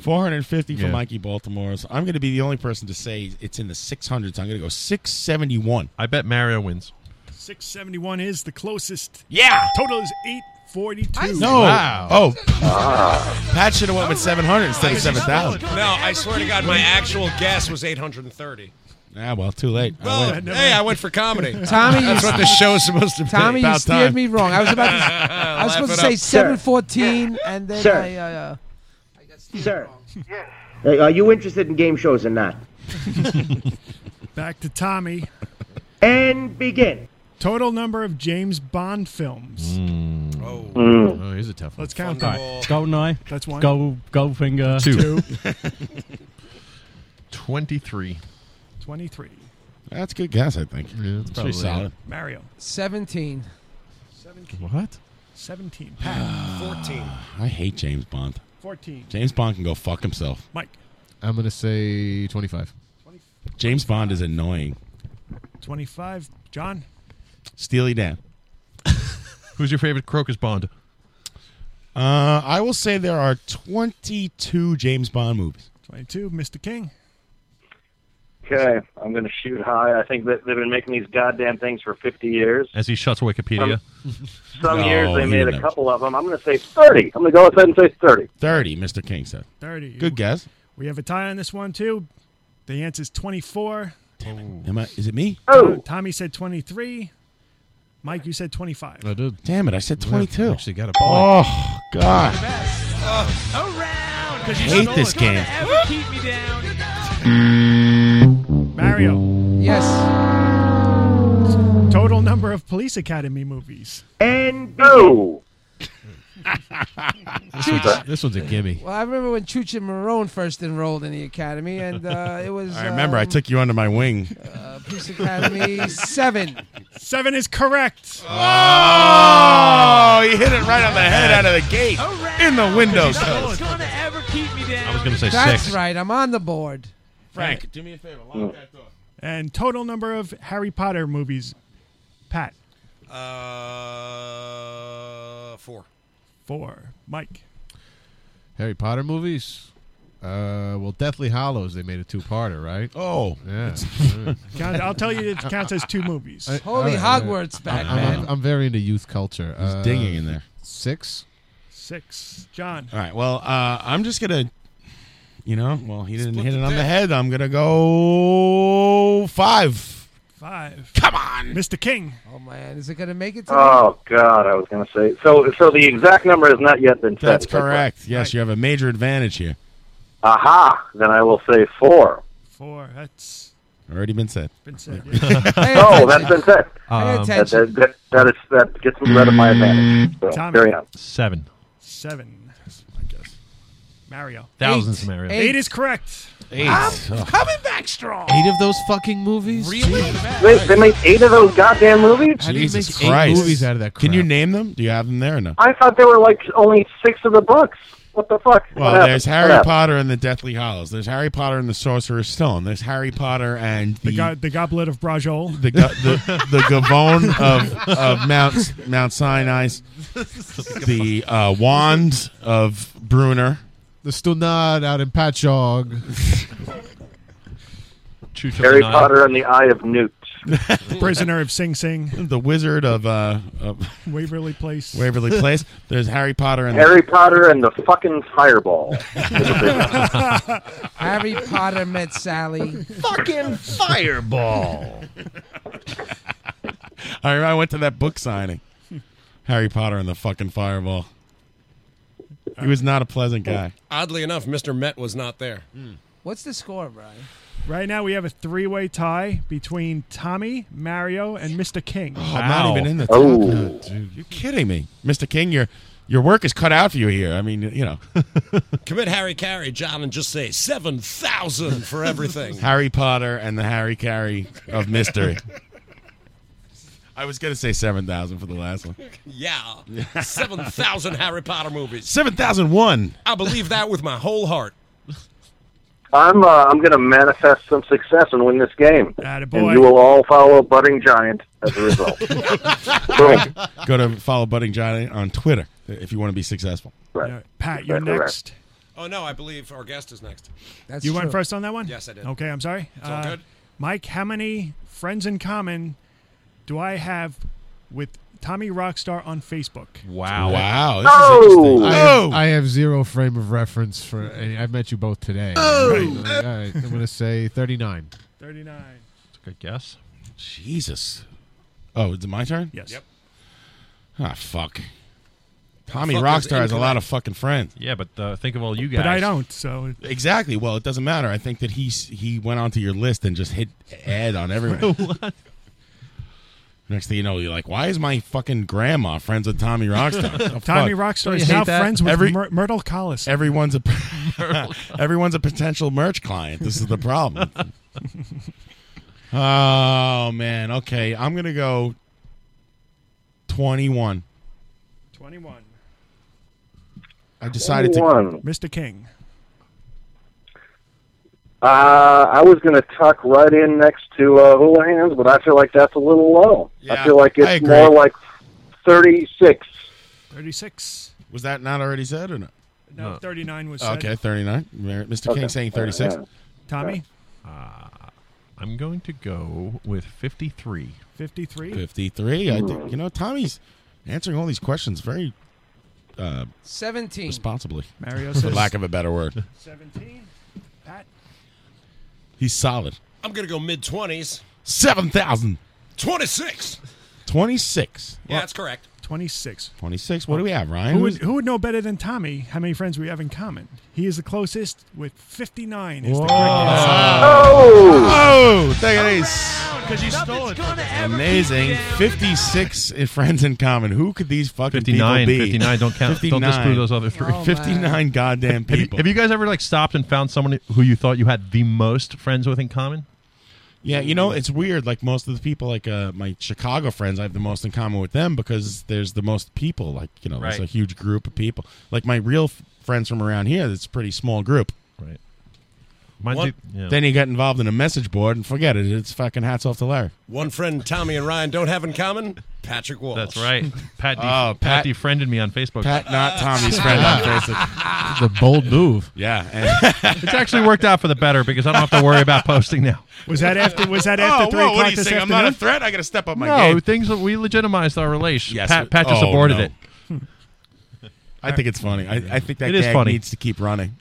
450 for Yeah. Mikey Baltimore. So I'm going to be the only person to say it's in the 600s. I'm going to go 671. I bet Mario wins. 671 is the closest. Yeah. Total is 842. No. Oh. Ah. Pat should have went with 700 instead of 7,000. No, I swear to God, my actual guess was 830. Ah, well, too late. I Well, went. hey, I went for comedy. Tommy, you that's what the ste- show's supposed to be. Tommy, you About steered time. me wrong. I was about to, I Laugh was supposed to it say up. seven fourteen, and then Sir. I, uh, Sir, Hey, are you interested in game shows or not? Back to Tommy. And begin. Total number of James Bond films. Hmm. Hmm. Oh. Mm. here's a tough Let's count All them. right. Goldeneye. That's one. Gold, uh, Goldfinger. Two. 23. 23. That's a good guess, I think. Yeah, that's probably it. Mario. seventeen. What? 17. Pat. 14. I hate James Bond. 14. James Bond can go fuck himself. Mike. I'm going to say 25. James Bond is annoying. 25. John. Steely Dan. Who's your favorite Crocus Bond? Uh, I will say there are 22 James Bond movies. 22. Mr. King. Okay, I'm going to shoot high. I think that they've been making these goddamn things for 50 years. As he shuts Wikipedia. Some No, years they Oh, you made a never- couple of them. I'm going to say 30. I'm going to go ahead and say 30. 30, Mr. King said. 30. Good guess. We have a tie on this one, too. The answer's 24. Am I, is it me? Oh. Tommy said 23. Mike, you said 25. I did. Damn it, I said 22. Actually got a point. Oh, God. Around, cause you Hate stole this it. game. Gonna ever keep me down. Mario. Yes. Total number of Police Academy movies. And go. This one's, a, this one's a gimme. Well, I remember when Chucha Marone first enrolled in the academy, and uh, it was. I remember um, I took you under my wing. uh, Police Academy seven. Seven is correct. Oh, he hit it right on the head out of the gate. In the windows. Nothing's gonna ever keep me down. was gonna say That's six. right. I'm on the board. Frank, do me a favor. Lock that door. And total number of Harry Potter movies. Pat, Uh, four. four. Mike, Harry Potter movies. Uh, well, Deathly Hollows. They made a two-parter, right? Oh, yeah. count, Hmm. I'll tell you it counts as two movies. Uh, I- all right, all right. I'm- I'm, I'm, very into youth culture. Uh, He's digging in there. Six. Six. John. All right. Well, uh, I'm just gonna, you know, well, he didn't hit it on the head. I'm gonna go five. Five. Come on. Mr. King. Oh man, is it gonna make it? To Oh, God, I was going to say. So so the exact number has not yet been said. That's correct. Yes, you have a major advantage here. Aha! Then I will say four. Four. That's Already been said. been said. No, Oh, that's been said. Um, that, that, that, that, is, that gets me rid of my advantage. So, Tommy. carry on. Seven. Seven. Mario. Thousands, Eight. Mario. Eight. is correct. Eight. I'm Oh. coming back strong. Eight of those fucking movies. Really? Wait, they made eight of those goddamn movies? How do you Jesus make eight Christ. movies out of that Can you name them? Do you have them there or no? I thought there were like only six of the books. What the fuck? What Well, happened? there's What Harry happened? Potter and the Deathly Hollows. There's Harry Potter and the Sorcerer's Stone. There's Harry Potter and the The, go- the goblet of Brajol. the go- the, the Gavone of of Mount Mount Sinai, the uh, wand of Bruner. The Stunad out in Patchog. Harry Potter and the Eye of Newt. Prisoner of Sing Sing. The Wizard of uh of Waverly Place. Waverly Place. There's Harry Potter and Harry Potter and the fucking Fireball. Harry Potter met Sally. Fucking Fireball. I remember I went to that book signing. Harry Potter and the fucking Fireball. He was not a Oh, pleasant guy. Oddly enough, Mr. Met was not there. Hmm. What's the score, Brian? Right now we have a three-way tie between Tommy, Mario, and Mr. King. Oh, I'm not even in the top. Oh. dude. You're kidding me, Mr. King. Your your work is cut out for you here. I mean, you know, Commit Harry Carey, John, and just say 7,000 for everything. Harry Potter and the Harry Carey of mystery. I was gonna say seven thousand for the last one. Yeah. 7,000 Harry Potter movies. Seven thousand one. I believe that with my whole heart. I'm uh, I'm going to manifest some success and win this game. boy. And you will all follow Budding Giant as a result. Boom. Go to follow Budding Johnny on Twitter if you want to be successful. Right. Pat, you're Correct. next. Oh no, I believe our guest is next. you went first on that one? Yes, I did. Okay, I'm sorry. Uh, It's all good. Mike, how many friends in common do I have with Tommy Rockstar on Facebook? Wow. Wow. this is Oh! interesting. I Oh! have, I have zero frame of reference for any. I've met you both today. Oh! Right. All right. I'm going to say 39. 39. It's a good guess. Jesus. Oh, is it my turn? Yes. Yep. Ah, fuck. Tommy fuck is Rockstar has a lot incorrect? of fucking friends. Yeah, but uh, think of all you guys. But I don't, so Exactly. Well, it doesn't matter. I think that he's he went onto your list and just hit add on everyone. Next thing you know, you're like, why is my fucking grandma friends with Tommy Rockstar? The Tommy fuck? Rockstar Don't you is now hate that? friends with Every- Myr- Myrtle Collis. Everyone's a everyone's a potential merch client. This is the problem. oh man. Okay, I'm gonna go twenty-one. 21. I decided to. 21. Mr. King. Uh, I was going to tuck right in next to uh, Hula Hands, but I feel like that's a little low. I feel like I it's agree. more like 36. 36. Was that not already said or no? No, 39 was said. Uh, okay. Thirty-nine. Mer- Mr. Okay. King saying thirty-six. Tommy? I'm going to go with 53. 53? 53. I think, you know, Tommy's answering all these questions very uh, 17. responsibly. Mario for says- lack of a better word. 17. Pat? He's solid. I'm gonna go mid twenties. 7,000. Twenty six. 26. Yeah, that's correct. 26. 26. What do we have, Ryan? Who would, who would know better than Tommy how many friends we have in common? He is the closest with 59 is the correct answer. Oh! Oh! Take it easy. Because you stole it. Amazing. 56 i- friends in common. Who could these fucking 59, people be? 59, don't count- don't 59. disprove those other three. Oh, man. 59 goddamn Have you, people. have you guys ever like stopped and found someone who you thought you had the most friends with in common? Yeah, you know, it's weird. Like most of the people, like uh, my Chicago friends, I have the most in common with them because there's the most people. Like you know, there's Right. a huge group of people. Like my real f- friends from around here, it's a pretty small group. Right. One- Then you get involved in a message board and forget it. It's fucking hats off to Larry. One friend Tommy and Ryan don't have in common. Patrick Walsh. That's right. Pat, de- Oh, Pat, defriended me on Facebook. Pat, not Tommy's friend on Facebook. The bold move. Yeah. it's actually worked out for the better because I don't have to worry about posting now. Was that after? Was that Oh, after three whoa, o'clock what do you this think? I'm afternoon? not a threat. I got to step up my no, game. things that we legitimized our relation. Yes, Pat, but- Pat just oh, aborted no. it. I think it's funny. I, I think that It is gag funny. needs to keep running.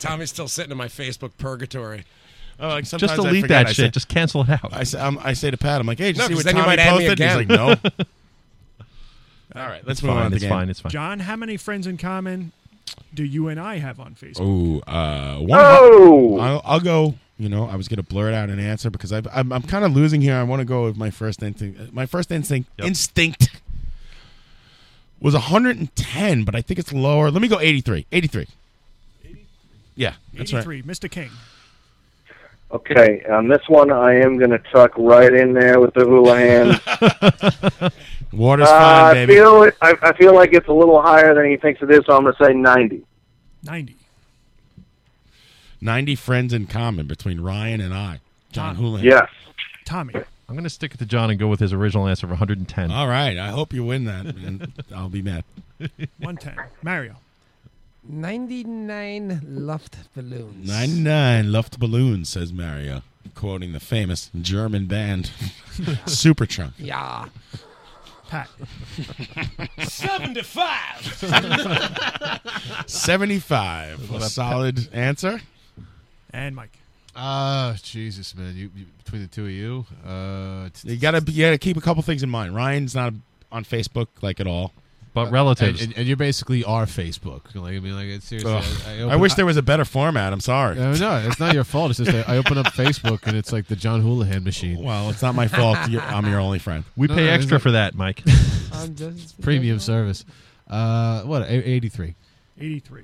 Tommy's still sitting in my Facebook purgatory. Oh, like Just delete forget. that I shit. said- just cancel it out. I say, um, I say to Pat, I'm like, hey, did you No, see 'cause what then you Tommy might add me posted? He's like, again. no. All right, let's It's move fine, on. to the it's game. fine, it's fine. John, how many friends in common do you and I have on Facebook? Oh, uh, one. Oh! I'll, I'll go. You know, I was gonna blurt out an answer because I've, I'm I'm kind of losing here. I want to go with my first instinct. uh, My first instinct instinct was 110, but I think it's lower. Let me go 83. 83. Yeah, that's right. 83. Mr. King. Okay, on this one, I am going to tuck right in there with the Hula Hands. Water's Uh, fine, I baby. feel it, I, I feel like it's a little higher than he thinks it is, so I'm going to say 90. 90. 90 friends in common between Ryan and I. John Houlihan. Tommy. I'm going to stick it to John and go with his original answer of 110. All right. I hope you win that, and I'll be mad. 110. Mario. 99 Luft balloons. 99 Luft Balloons, says Mario, quoting the famous German band Supertramp. Yeah. Pat. 75. 75. A solid answer. And Mike. Ah, Jesus, man. You, you Between the two of you, uh, t- You gotta you gotta keep a couple things in mind. Ryan's not on Facebook like at all, Uh, but relatives. And, and, and you're basically our Facebook. Like I mean, like it's seriously. Ugh. I, I, I open- wish there was a better format. I'm sorry. Uh, no, it's not your fault. It's just that I open up Facebook and it's like the John Houlihan machine. Well, it's not my fault. You're- I'm your only friend. We pay extra for that, Mike. I'm just- It's premium service. Uh, what? a- 83. 83.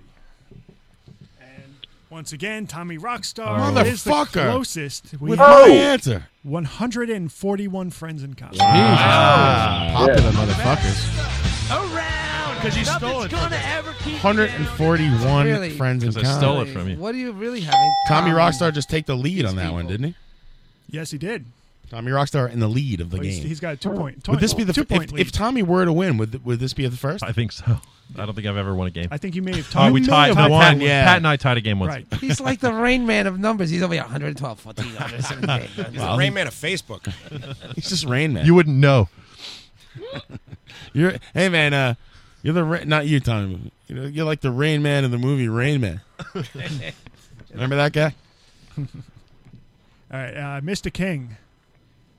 And once again, Tommy Rockstar Oh. is the Motherfucker. closest. With my Oh. answer. 141 friends in common. Wow. Popular motherfuckers. Around. Because you stole it. gonna ever keep 141 Really? friends in 'Cause I common. stole it from you. What do you really have in Tommy common? Rockstar just take the lead on that one, didn't he? Yes, he did. Tommy Rockstar in the lead of the Well, game. he's- he's got a two-point- Would this be the two f- point if, if lead. Tommy were to win? Would th- would this be the first? I think so. I don't think I've ever won a game. I think you may have Oh, tied- we You may tied. have No, won. Pat, Yeah. Pat and I tied a game once. Right. He's like the rain man of numbers. He's over here 112, 14, 117. He's the Rain Man of Facebook. Um, He's just Rain Man. You wouldn't know. You're hey man, uh, you're the Ra- not you Tommy. You know, you're like the Rain Man in the movie Rain Man. Remember that guy? All right, uh, Mr. King.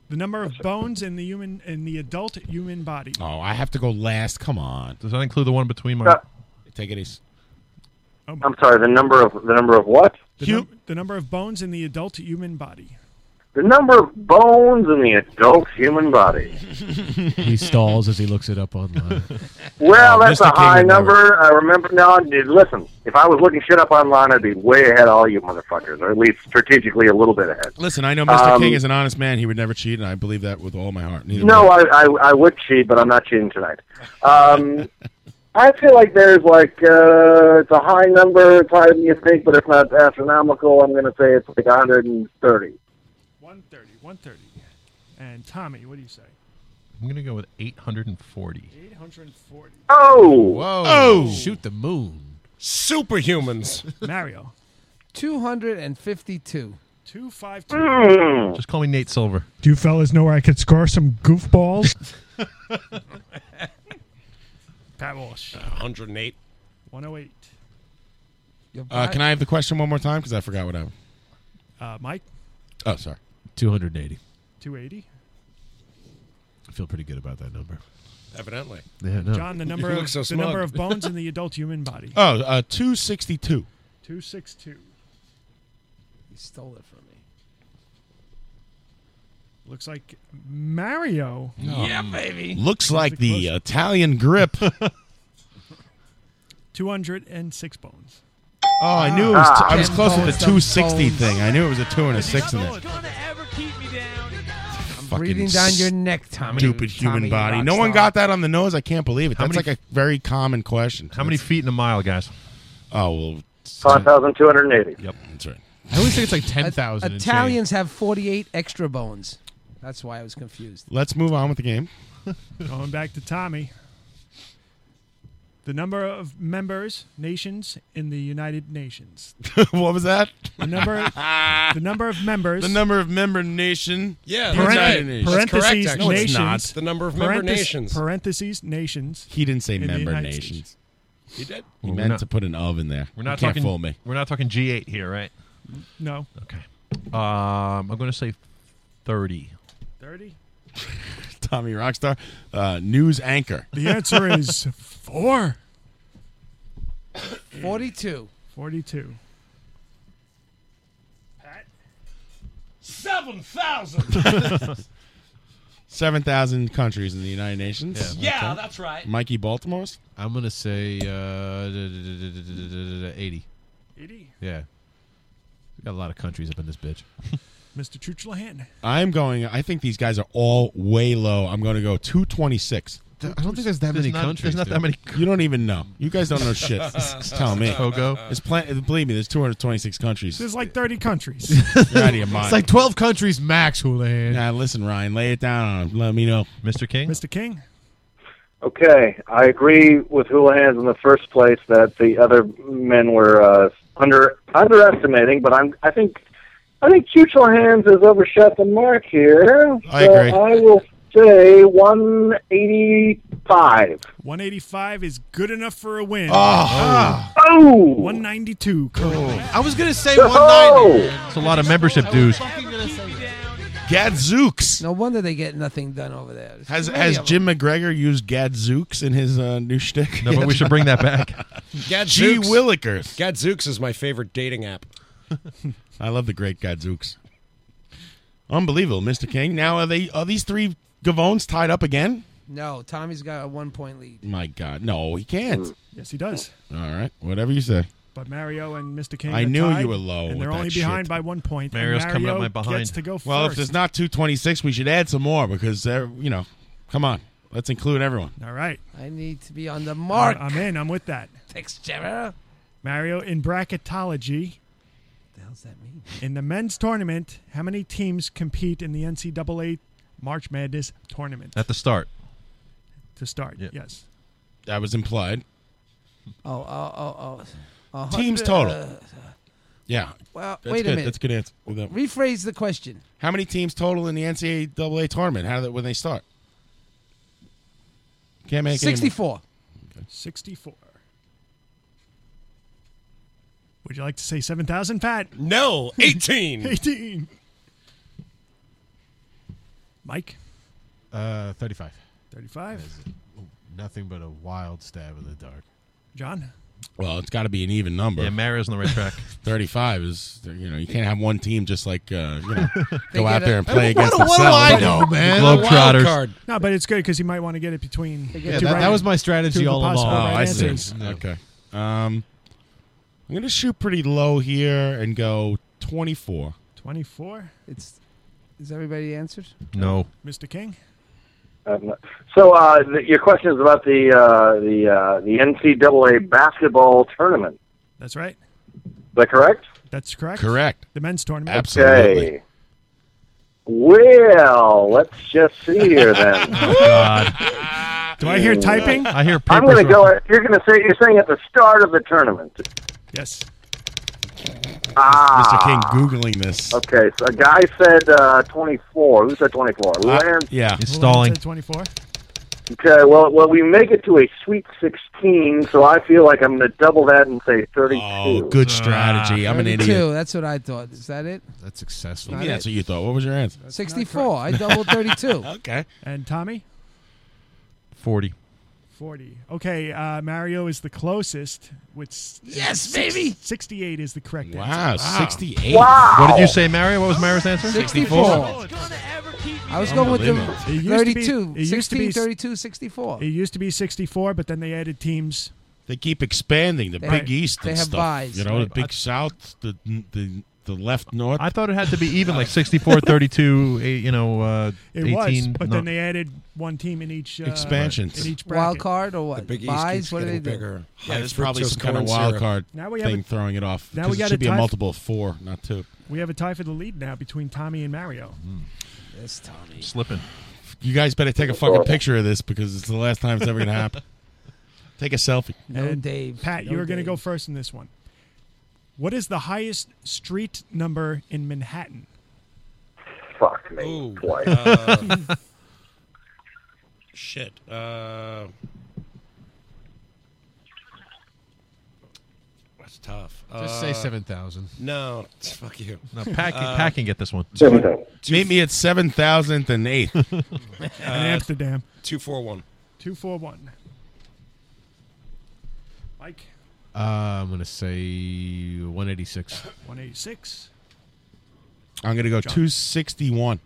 The number of bones in the human in the adult human body. Oh, I have to go last. Come on. Does that include the one between my? Uh, Take it easy. I'm sorry. The number of the number of what? The, num- the number of bones in the adult human body. The number of bones in the adult human body. he stalls as he looks it up online. Well, that's Uh, Mr. a King high would know number. I remember now. dude, Listen, if I was looking shit up online, I'd be way ahead of all you motherfuckers, or at least strategically a little bit ahead. Listen, I know Mr. Um, King is an honest man. He would never cheat, and I believe that with all my heart. Mm-hmm. Neither No, would I, I I would cheat, but I'm not cheating tonight. Um, I feel like there's like uh, it's a high number, it's higher than you think, but it's not astronomical. I'm gonna say it's like 130. 130, 130. And Tommy, what do you say? I'm gonna go with 840. 840. Oh, whoa! Oh, shoot the moon! Superhumans. Mario. 252. 252. Just call me Nate Silver. Do you fellas know where I could score some goofballs? Pat Walsh. 108. 108. Uh, can I have the question one more time? Because I forgot what I. Uh, Mike, Oh, sorry. Two hundred eighty. 280. I feel pretty good about that number. Evidently. Yeah, no. John, the number You of look so the smug. number of bones in the adult human body. Oh, uh, 262. 262. He stole it from me. Looks like Mario. Yeah, baby. Looks like the Italian grip. oh, 206 bones. Oh, I knew it was. Ah, I was ten close with the bones, ten 260 bones. thing. I knew it was a two and a six in there. Fucking breathing down your neck, Tommy. Tommy Stupid human body. No one Rockstar. got that on the nose. I can't believe it. How That's many- like a very common question. How many feet in a mile, guys? Oh well, 5,280. Yep, that's right. I always think it's like ten It- thousand. Italians have 48 extra bones. That's why I was confused. Let's move on with the game. Going back to Tommy. The number of members, nations in the United Nations. what was that? The number, the number of members. The number of member nation. Yeah, Paren- that's right. That's Parentheses, correct, actually. No, it's nations. not. The number of member Parentheses- nations. Parentheses, nations. He didn't say in the member United nations. States. He did. He Well, we're meant not- to put an of in there. We're not You talking. Can't fool me. We're not talking G8 here, right? No. Okay. Um, I'm gonna say 30. 30? Tommy Rockstar, uh, news anchor. The answer is four. 42. 42. 7,000. Seven thousand countries in the United Nations. Yeah. Yeah, that's right. Mikey Baltimore's. I'm gonna say uh, d- d- d- d- d- d- d- d- eighty. 80? Yeah, we got a lot of countries up in this bitch. Mr. Chuchulahan. I'm going. I think these guys are all way low. I'm going to go 226. I don't think there's that many countries. dude. You don't even know. You guys don't know shit. Tell me. Togo? It's plan- believe me. There's 226 countries. There's like 30 countries. You're out of your mind. It's like twelve countries max, Houlihan. Nah, listen, Ryan. Lay it down on him. Let me know, Mr. King. Mr. King. Okay, I agree with Houlihan's in the first place that the other men were uh, under underestimating, but I'm I think I think Chuchulahan's has overshot the mark here. I so agree. I will say 185. 185 is good enough for a win. Ah. Oh. 192 currently. I was going to say Oh! It's a lot of membership dues. Gadzooks. No wonder they get nothing done over there. There's Has too many has of 'em. Jim McGregor used Gadzooks in his uh, new shtick? No, but we should bring that back. Gee Willikers. Gadzooks is my favorite dating app. I love the great Gadzooks. Unbelievable, Mr. King. Now are they are these three Gavones tied up again? No, Tommy's got a one point lead. My God, no, he can't. Yes, he does. All right, whatever you say. But Mario and Mr. King. I are knew you tied, were low And they're with only that behind shit. by one point. and Mario's coming up Mario my behind. Gets to go Well, if first. there's not 226, we should add some more because they're you know, come on, let's include everyone. All right. I need to be on the mark. I'm in. I'm with that. Thanks, Gemma. Mario in bracketology. the hell's that mean? In the men's tournament, how many teams compete in the NCAA March Madness tournament At the start. to start? Yes. That was implied. Oh, oh, oh, oh. A Teams hundred- total. uh, Yeah. Well, That's wait a good. minute. That's a good answer. With that- rephrase the question. How many teams total in the NCAA tournament? How did when they start? Can't make any more. 64. 64. Would you like to say 7,000, Pat? No, 18. 18. Mike? Uh, 35. 35. Nothing but a wild stab in the dark. John? Well, it's got to be an even number. Yeah, Mara's on the right track. Thirty-five is, you know, you can't have one team just like, uh, you know, They go out get there a- and Hey, play what against do- what do themselves. I know, man? The The Globetrotters. No, but it's good because you might want to get it between. Yeah, that- that was my strategy all along. Oh, I see. Yeah. Okay. Um, I'm gonna shoot pretty low here and go twenty-four. 24. It's. Is everybody answered? No. Mr. King? Um, so uh, th- your question is about the uh, the uh, the NCAA basketball tournament. That's right. Is that correct? That's correct. Correct. The men's tournament. Okay. Well, let's just see here then. Oh, Do I hear typing? I hear I'm going to go. at- You're going to say you're saying at the start of the tournament. Yes. Ah, Mr. King googling this. Okay, so a guy said uh, 24. Who said 24? Lance. yeah, it's stalling. Said 24. Okay, well, well, we make it to a sweet 16, so I feel like I'm going to double that and say Ah, 32. Oh, good strategy. I'm an idiot. Two. That's what I thought. Is that it? That's successful. Yeah, Not that's it. what you thought. What was your answer? 64. I doubled 32. okay. And Tommy? 40. 40. Okay, uh, Mario is the closest, which. Yes, six- baby! 68 is the correct Wow, answer. 68. What did you say, Mario? What was Mario's answer? 64. I was going with the Unbelievable. It used to be- 32. it used to 16, be- 32, 64. It used to be 64, but then they added teams. They keep expanding the They Big have- East. they and have stuff, buys, You know, right. the Big South, the the the left north. I thought it had to be even, like 64, 32, eh, you know, uh, It 18. was, but no. then they added one team in each uh, Expansions. In each Wild bracket. card or what? The Big East Buys? keeps what do they getting do? bigger. Yeah, High there's probably fructose some kind of corn wild syrup. card Now we have thing a- throwing it off. now 'cause we it got should a be a tie- multiple of four, not two. We have a tie for the lead now between Tommy and Mario. Hmm. Yes, Tommy. Slipping. You guys better take a fucking picture of this because it's the last time it's ever going to happen. Take a selfie. No, And Dave. Pat, No, you were going to Dave. go first in this one. What is the highest street number in Manhattan? Fuck me. Ooh. Twice. Uh, shit. Uh, that's tough. Just say Uh, 7,000. No, fuck you. No, Pat, can- Uh, Pat can get this one. Meet me at 7,000th and 8th. In Amsterdam. uh, Two four one. 241. Mike, Uh, I'm going to say 186. 186. I'm going to go John. 261.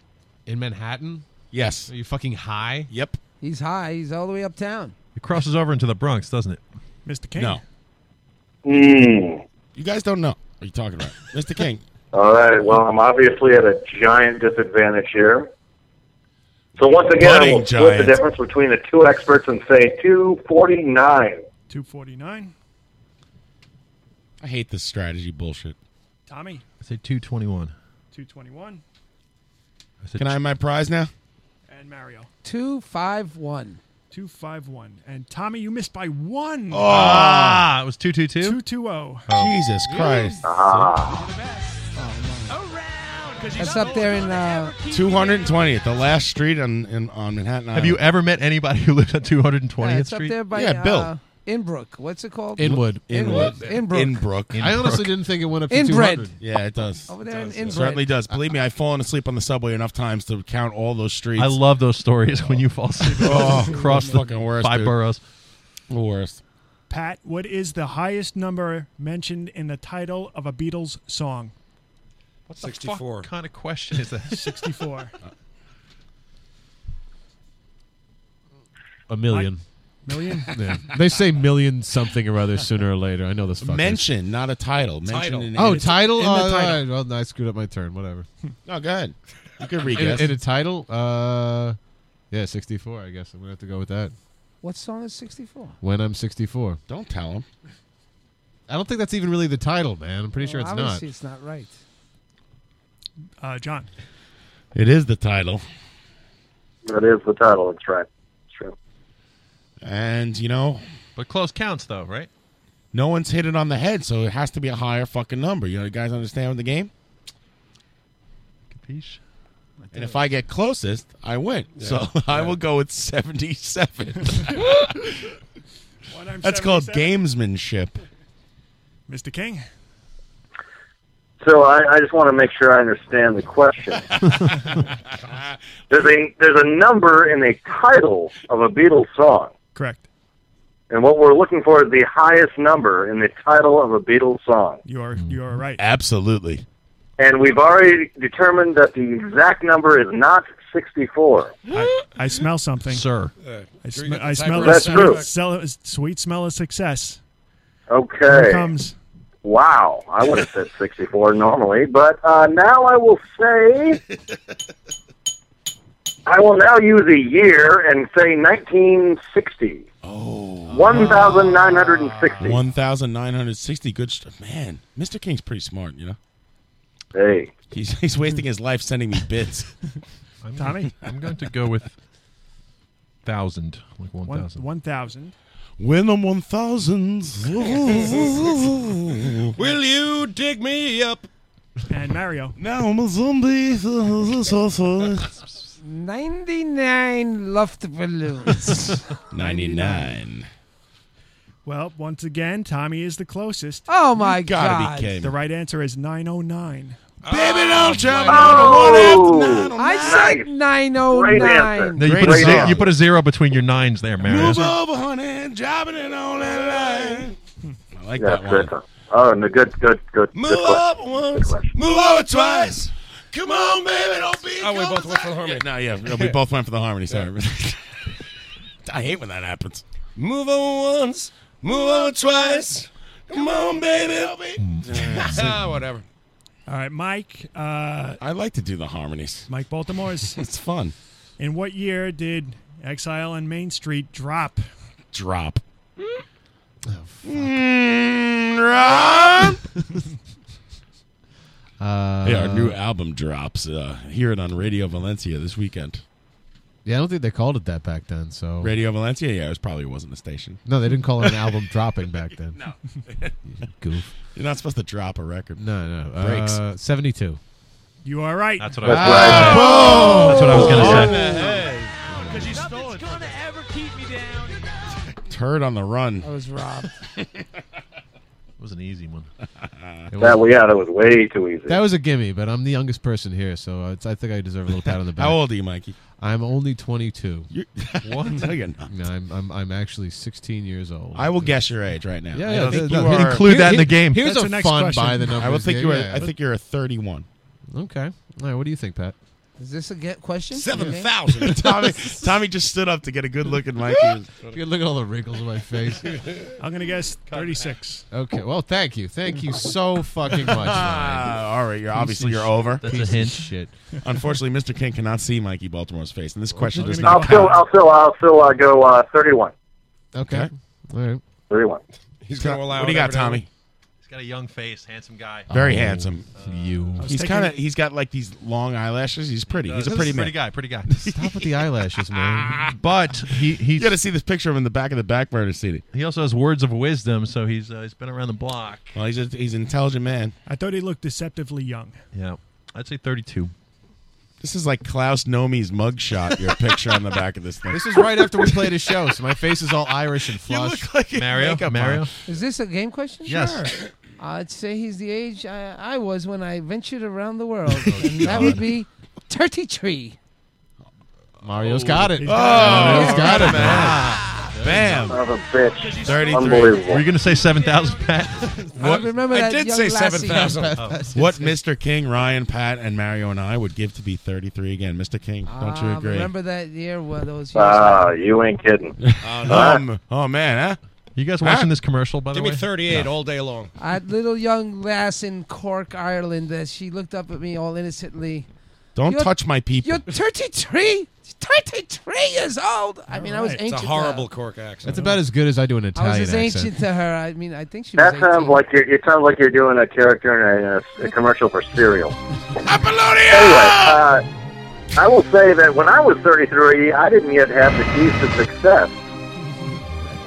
In Manhattan? Yes. Are you fucking high? Yep. He's high. He's all the way uptown. It crosses over into the Bronx, doesn't it? Mr. King. No. You guys don't know. What are you talking about? Mr. King. Hmm. All right. Well, I'm obviously at a giant disadvantage here. So once again, Budding I will split the giant. difference between the two experts and say 249. 249. I hate this strategy bullshit. Tommy, I say 221. 221. I said Can I have my prize now? And Mario, 251. 251. And Tommy, you missed by one. Oh. Oh. Ah, it was 222? Oh. 220. Jesus Christ. Oh, That's up there in. Uh, 220th, the last street on, in, on Manhattan Have you Island. ever met anybody who lives on 220th yeah, it's up Street? there by. Yeah, Bill. Uh, Inbrook. What's it called? Inwood. Inwood. Inbrook. Inbrook. I honestly didn't think it went up to Inbred. 200. Yeah, it does. Over there in It Inbrook. certainly does. Believe me, I've fallen asleep on the subway enough times to count all those streets. I love those stories when you fall asleep Oh, across the fucking worst, five dude. boroughs. the worst. Pat, what is the highest number mentioned in the title of a Beatles song? What the fuck 64. kind of question is that? 64. A million. Million? Yeah. They say million something or other sooner or later. I know this fucker. Mention, not a title. Mention Title. in- Oh, in- title? in the oh, all title. right. Well, no, I screwed up my turn. Whatever. No, Oh, go ahead. You can In, re-guess. in a title? Uh, yeah, 64, I guess. I'm going to have to go with that. What song is 64? When I'm 64. Don't tell him. I don't think that's even really the title, man. I'm pretty sure it's Well, not. Obviously, it's not right. Uh, John. It is the title. That is the title. It's right. It's true. And, you know, But close counts, though, right? no one's hit it on the head, so it has to be a higher fucking number. You know, you guys understand the game? Capiche? And if I get closest, I win. So I will go with 77. That's called gamesmanship. Mr. King. So I, I just want to make sure I understand the question. there's a there's a number in the title of a Beatles song. Correct. And what we're looking for is the highest number in the title of a Beatles song. You are you are right. Absolutely. And we've already determined that the exact number is not 64. I, I smell something, sir. Uh, I, sm- Sure you got the I smell. typewriter That's a, true. Sell, sweet smell of success. Here it Okay. comes. Wow, I would have said 64 normally, but uh, now I will say I will now use a year and say 1960. Oh, 1960. 1,960. Good stuff. Man, Mr. King's pretty smart, you know? Hey. He's, he's wasting his life sending me bits. I'm Tommy? I'm going to go with thousand, like one One thousand. one thousand. Win them 1,000. Will you dig me up? And Mario. Now I'm a zombie. Ninety-nine luft balloons. 99. Well, once again, Tommy is the closest. Oh, my gotta be God. kidding. The right answer is nine oh nine. Baby, don't jump Oh. on I said nine oh Great nine. No, you, put a zero, you put a zero between your nines there, Marius. Move over, honey. Jobbing it on that line. I like That's that one. it. Oh, no, good, good, good. Move good question. up once. Move over twice. Come on, baby. Don't be. Oh, we both went for the harmony. no, yeah. no, we both went for the harmony. Sorry. I hate when that happens. Move over once, move over twice. Come on, baby. Ah, Whatever. All right, Mike. Uh, I like to do the harmonies. Mike Baltimore's. It's fun. In what year did Exile on Main Street drop? Mm. Drop. Oh, Drop. Mm, Uh, yeah, our new album drops. Uh, hear it on Radio Valencia this weekend. Yeah, I don't think they called it that back then. So Radio Valencia? Yeah, it was probably wasn't the station. Oh. No, they didn't call it an album dropping back then. No. You goof. You're not supposed to drop a record. No, no. Breaks. Ah, Uh, Seventy-two. You are right. That's what I was That's right. Oh! That's what I was gonna say. Because you stole it. gonna ever keep me down. Turd on the run. I was robbed. It was an easy one. That, well, yeah, that was way too easy. That was a gimme, but I'm the youngest person here, so it's, I think I deserve a little pat on the back. How old are you, Mikey? I'm only 22. What? No, you're not. No, I'm, I'm I'm actually 16 years old. I will guess your age right now. Yeah, I yeah, think th- you no, are- include that in the Here- game. Here's That's a the next fun question. by the I numbers. would think game. you were- Yeah. I think you're a 31. Okay. All right. What do you think, Pat? Is this a get question? Okay. Tommy, Tommy just stood up to get a good look at Mikey. You look at all the wrinkles on my face. I'm gonna guess thirty-six. Okay. Well, thank you. Thank you so fucking much. Ah, all right, you're obviously you're over. Piece of Shit. Unfortunately, Mr. King cannot see Mikey Baltimore's face, and this question does I'll not still, count. I'll still, I'll still uh, go uh, 31. Okay. All right. 31. He's gonna allow What do you got, whatever they Tommy? He's got a young face, handsome guy. Oh. Uh, Very handsome. Oh. You. He's kind of. He's got like these long eyelashes. He's pretty. He's a This pretty is man. pretty guy. Pretty guy. Stop with the eyelashes, man. But he You he's, got to see this picture of him in the back of the Backburner CD. he also has words of wisdom, so he's uh, he's been around the block. Well, he's a, he's an intelligent man. I thought he looked deceptively young. Yeah, I'd say thirty-two. This is like Klaus Nomi's mugshot. Your picture on the back of this thing. This is right after we played a show, so my face is all Irish and flushed. Mario. Mario. Is this a game question? Yes. Sure. I'd say he's the age I, I was when I ventured around the world, Oh, and that would be thirty-three. Mario's got it. Oh. He's got Oh, it. Mario's got it, Ah, man. Son of a bitch. 33. Unbelievable. Were you gonna say seven thousand, Pat? I remember that young lassie. What Mr. King, Ryan, Pat, and Mario and I would give to be 33 again. Mr. King, don't you Ah, agree? Remember that year where those. Ah, you ain't kidding. Um, oh, man, huh? You guys Huh? watching this commercial by Give the way? me 38 all day long. A little young lass in Cork, uh, Ireland, that she looked up at me all innocently. Don't You're- touch my people. You're 33? 33 years old. I mean, I was Alright. ancient. It's a horrible Cork accent. That's about as good as I do an I was Italian as accent. ancient to her. I mean, I think she was. That 18. sounds like you're, it sounds like you're doing a character in a, a commercial for cereal. Apollonia! Anyway, uh, I will say that when I was 33, I didn't yet have the keys to success.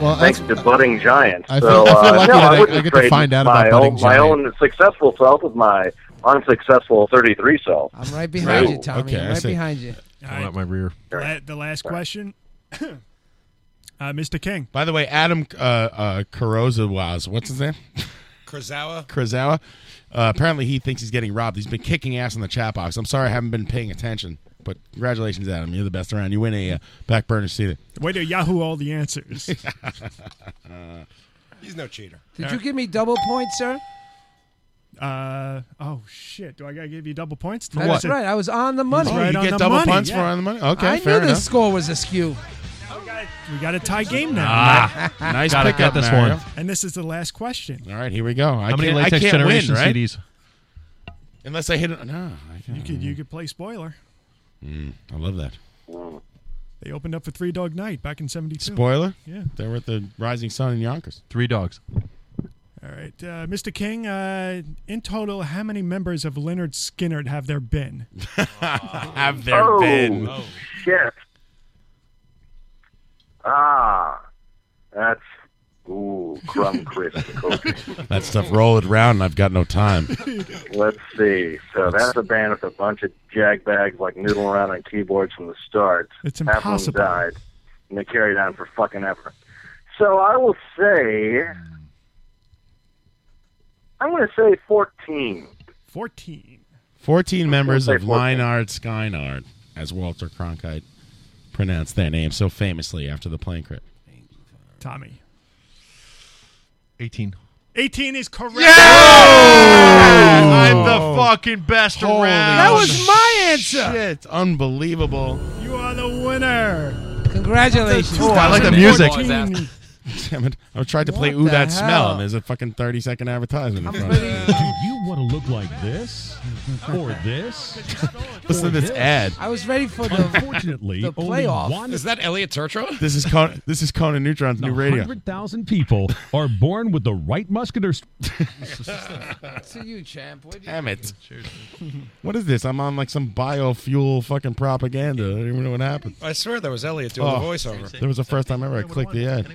Well, thanks to budding giants. I so, feel- I feel uh, lucky no, that I- I, wouldn't I get to trade find out my about budding own, my giant. own successful self with my unsuccessful 33 self. I'm right behind you, Tommy. Okay, I'm I right see. behind you. Pull out my rear. La- the last question, uh, Mr. Uh, King. By the way, Adam uh, uh, Kurosawa, what's his name? Krasawa? Kurosawa. Uh, apparently, he thinks he's getting robbed. He's been kicking ass in the chat box. I'm sorry I haven't been paying attention, but congratulations, Adam. You're the best around. You win a uh, back burner seat. Way to Yahoo all the answers. Uh, He's no cheater. Did you give me double points, sir? Uh, oh shit! Do I gotta give you double points? That's right. I was on the money. He's right on the money, yeah. I knew the score was askew. We got a tie game now. Ah, nice Gotta pickup, get this Mario. one. And this is the last question. All right, here we go. I How many can't, I Latex can't Generation win, right? CDs? Unless I hit it. No, I can't. You could you could play spoiler. Mm, I love that. They opened up for Three Dog Night back in '72. Spoiler? Yeah. They were at the Rising Sun in Yonkers. Three dogs. All right, uh, Mr. King. Uh, in total, how many members of Leonard Skinner have there been? have there oh, been? shit. Ah, that's ooh crumb crisp cookie. That stuff rolled round, and I've got no time. Let's see. So that's a band with a bunch of jackbags like noodling around on keyboards from the start. It's Half of impossible. them died, and they carried on for fucking ever. So I will say, I'm going to say 14. 14. 14 members say of Leinard Skynard, as Walter Cronkite pronounced their name so famously after the plane crash. Tommy. 18. 18 is correct. I'm the fucking best Holy around. Oh. That was my answer. Shit, unbelievable. You are the winner. Congratulations. Ooh, I like the music. Damn it. I tried to play What Ooh the That Smell, hell? and there's a fucking 30 second advertisement in front of it. Do you want to look like this or this? Listen to this ad. I was ready for the Unfortunately, the only playoff. one Is that Elliot Turtro? This is Conan, this is Conan Neutron's new radio. 100,000 people are born with the right muscular. to you, champ. What'd you Damn think? it. What is this? I'm on like some biofuel fucking propaganda. I don't even know what happened. I swear that was Elliot Oh. doing the voiceover. That was the first time ever I clicked the ad.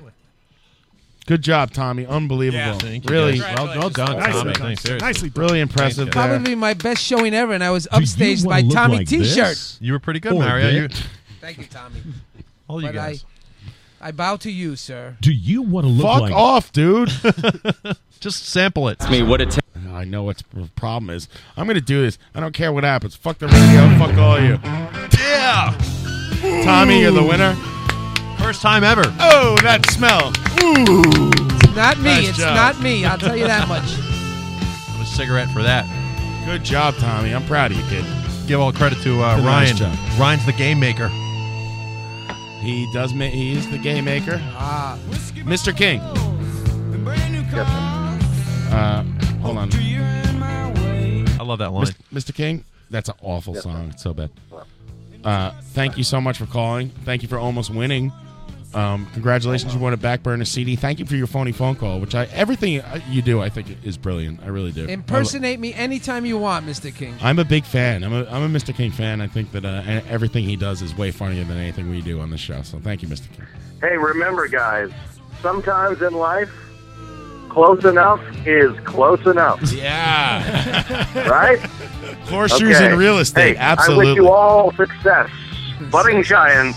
Good job, Tommy. Unbelievable. Yeah, thank you, really, guys. Well- well done, Nicely Tommy. done. Thanks, seriously. Nicely done. Really impressive there. Probably my best showing ever, and I was upstaged wanna by look Tommy like this? T-shirt. You were pretty good, Or Mario. You, this? Thank you, Tommy. all you But guys. I, I bow to you, sir. Do you want to look Fuck like off, dude. Just sample it. That's me. What it takes. I know what the problem is. I'm going to do this. I don't care what happens. Fuck the radio. Fuck all you. Yeah. Tommy, you're the winner. First time ever. Oh, that smell. Ooh. It's not me. Nice it's job. not me. I'll tell you that much. a cigarette for that. Good job, Tommy. I'm proud of you, kid. Give all credit to uh, Did a nice Ryan. Ryan's the game maker. He does. Ma- he is the game maker. Ah. Mr. King. Uh, hold on. I love that line. Mr. Mr. King, that's an awful Yes, song. It's so bad. Uh, thank you so much for calling. Thank you for almost winning. Um, congratulations, you won a back burner CD. Thank you for your phony phone call, which I everything uh, you do, I think is brilliant. I really do. Impersonate me anytime you want, Mr. King. I'm a big fan. I'm a, I'm a Mr. King fan. I think that uh, and everything he does is way funnier than anything we do on the show. So thank you, Mr. King. Hey, remember, guys, sometimes in life, close enough is close enough. Ah. Yeah. right? Horseshoes Okay. in real estate. Hey, I absolutely. wish you all success. Budding Giants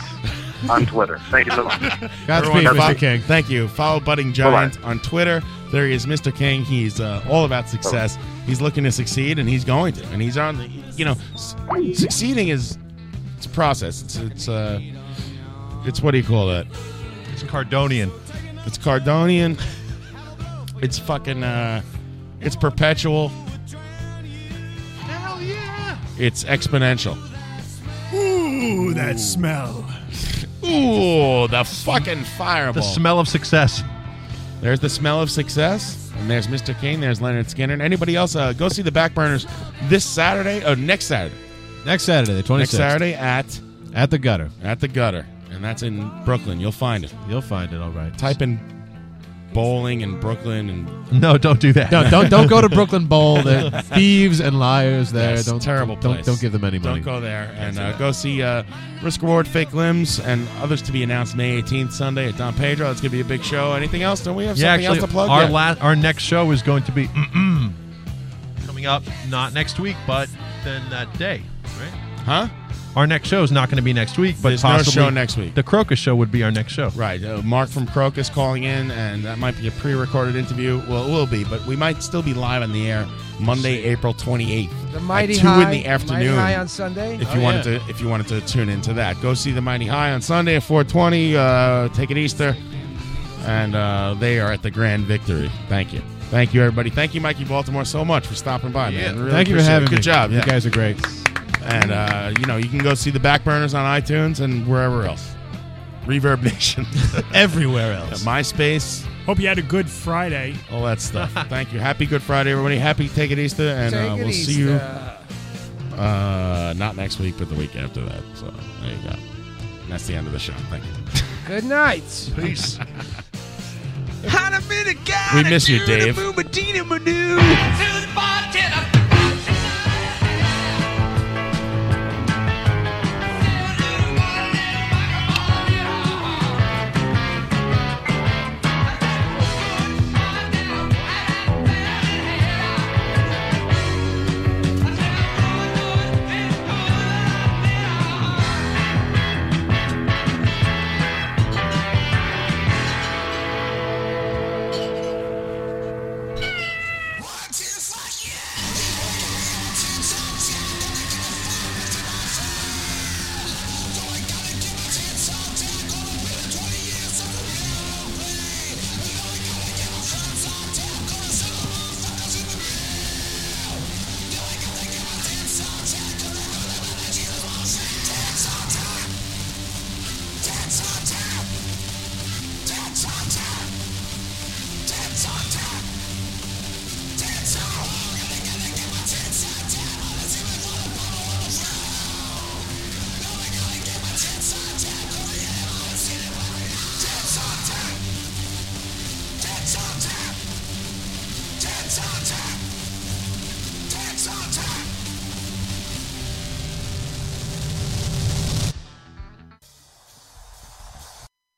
on Twitter. Thank you so much. Godspeed, Everyone have Mr. King. Thank you. Follow Budding Giant on Twitter. There he is, Mr. King. He's uh, all about success. He's looking to succeed, and he's going to. And he's on the, you know, s- succeeding is it's a process. It's it's uh, it's what do you call that? It's Cardonian. It's Cardonian. It's fucking uh, it's perpetual. Hell yeah! It's exponential. Ooh, that smell. Ooh, the fucking fireball. The smell of success. There's the smell of success. And there's Mr. King. There's Leonard Skinner. And anybody else, uh, go see the Backburners this Saturday. Oh, next Saturday. Next Saturday, the 26th. Next Saturday at At the gutter. At the gutter. And that's in Brooklyn. You'll find it. You'll find it, all right. Type in bowling in Brooklyn and No, don't do that. No, don't don't go to Brooklyn Bowl. They're thieves and liars there. Yes, don't terrible don't, place. Don't give them any money. Don't go there. And uh, go see uh, Risk Reward Fake Limbs and others to be announced May 18th Sunday at Don Pedro. It's going to be a big show. Anything else? Don't we have yeah, something actually, else to plug? our yet? la- our next show is going to be Mm. Mm-mm, coming up not next week, but then that day, right? Huh? Our next show is not going to be next week, but There's no possibly show next week. The Crocus show would be our next show. Right. Uh, Mark from Crocus calling in, and that might be a pre-recorded interview. Well, it will be, but we might still be live on the air Monday, April 28th. The Mighty at two High- in the Mighty afternoon. High on Sunday? If Oh, you wanted yeah. to, if you wanted to tune into that, go see the Mighty High on Sunday at 4:20. Uh, take it Easter, and uh, they are at the Grand Victory. Thank you. Thank you, everybody. Thank you, Mikey Baltimore, so much for stopping by, man. Really Thank you for appreciate it. having Good me. job. You yeah. guys are great. And uh, you know, you can go see the Backburners on iTunes and wherever else. Reverb Nation. Everywhere else. MySpace. Hope you had a good Friday. All that stuff. Thank you. Happy Good Friday, everybody. Happy Take It Easter, and uh, Take it we'll see you. Easter. Uh, not next week, but the week after that. So there you go. And that's the end of the show. Thank you. Good night. Peace. We miss you, Dave. Medina Manu.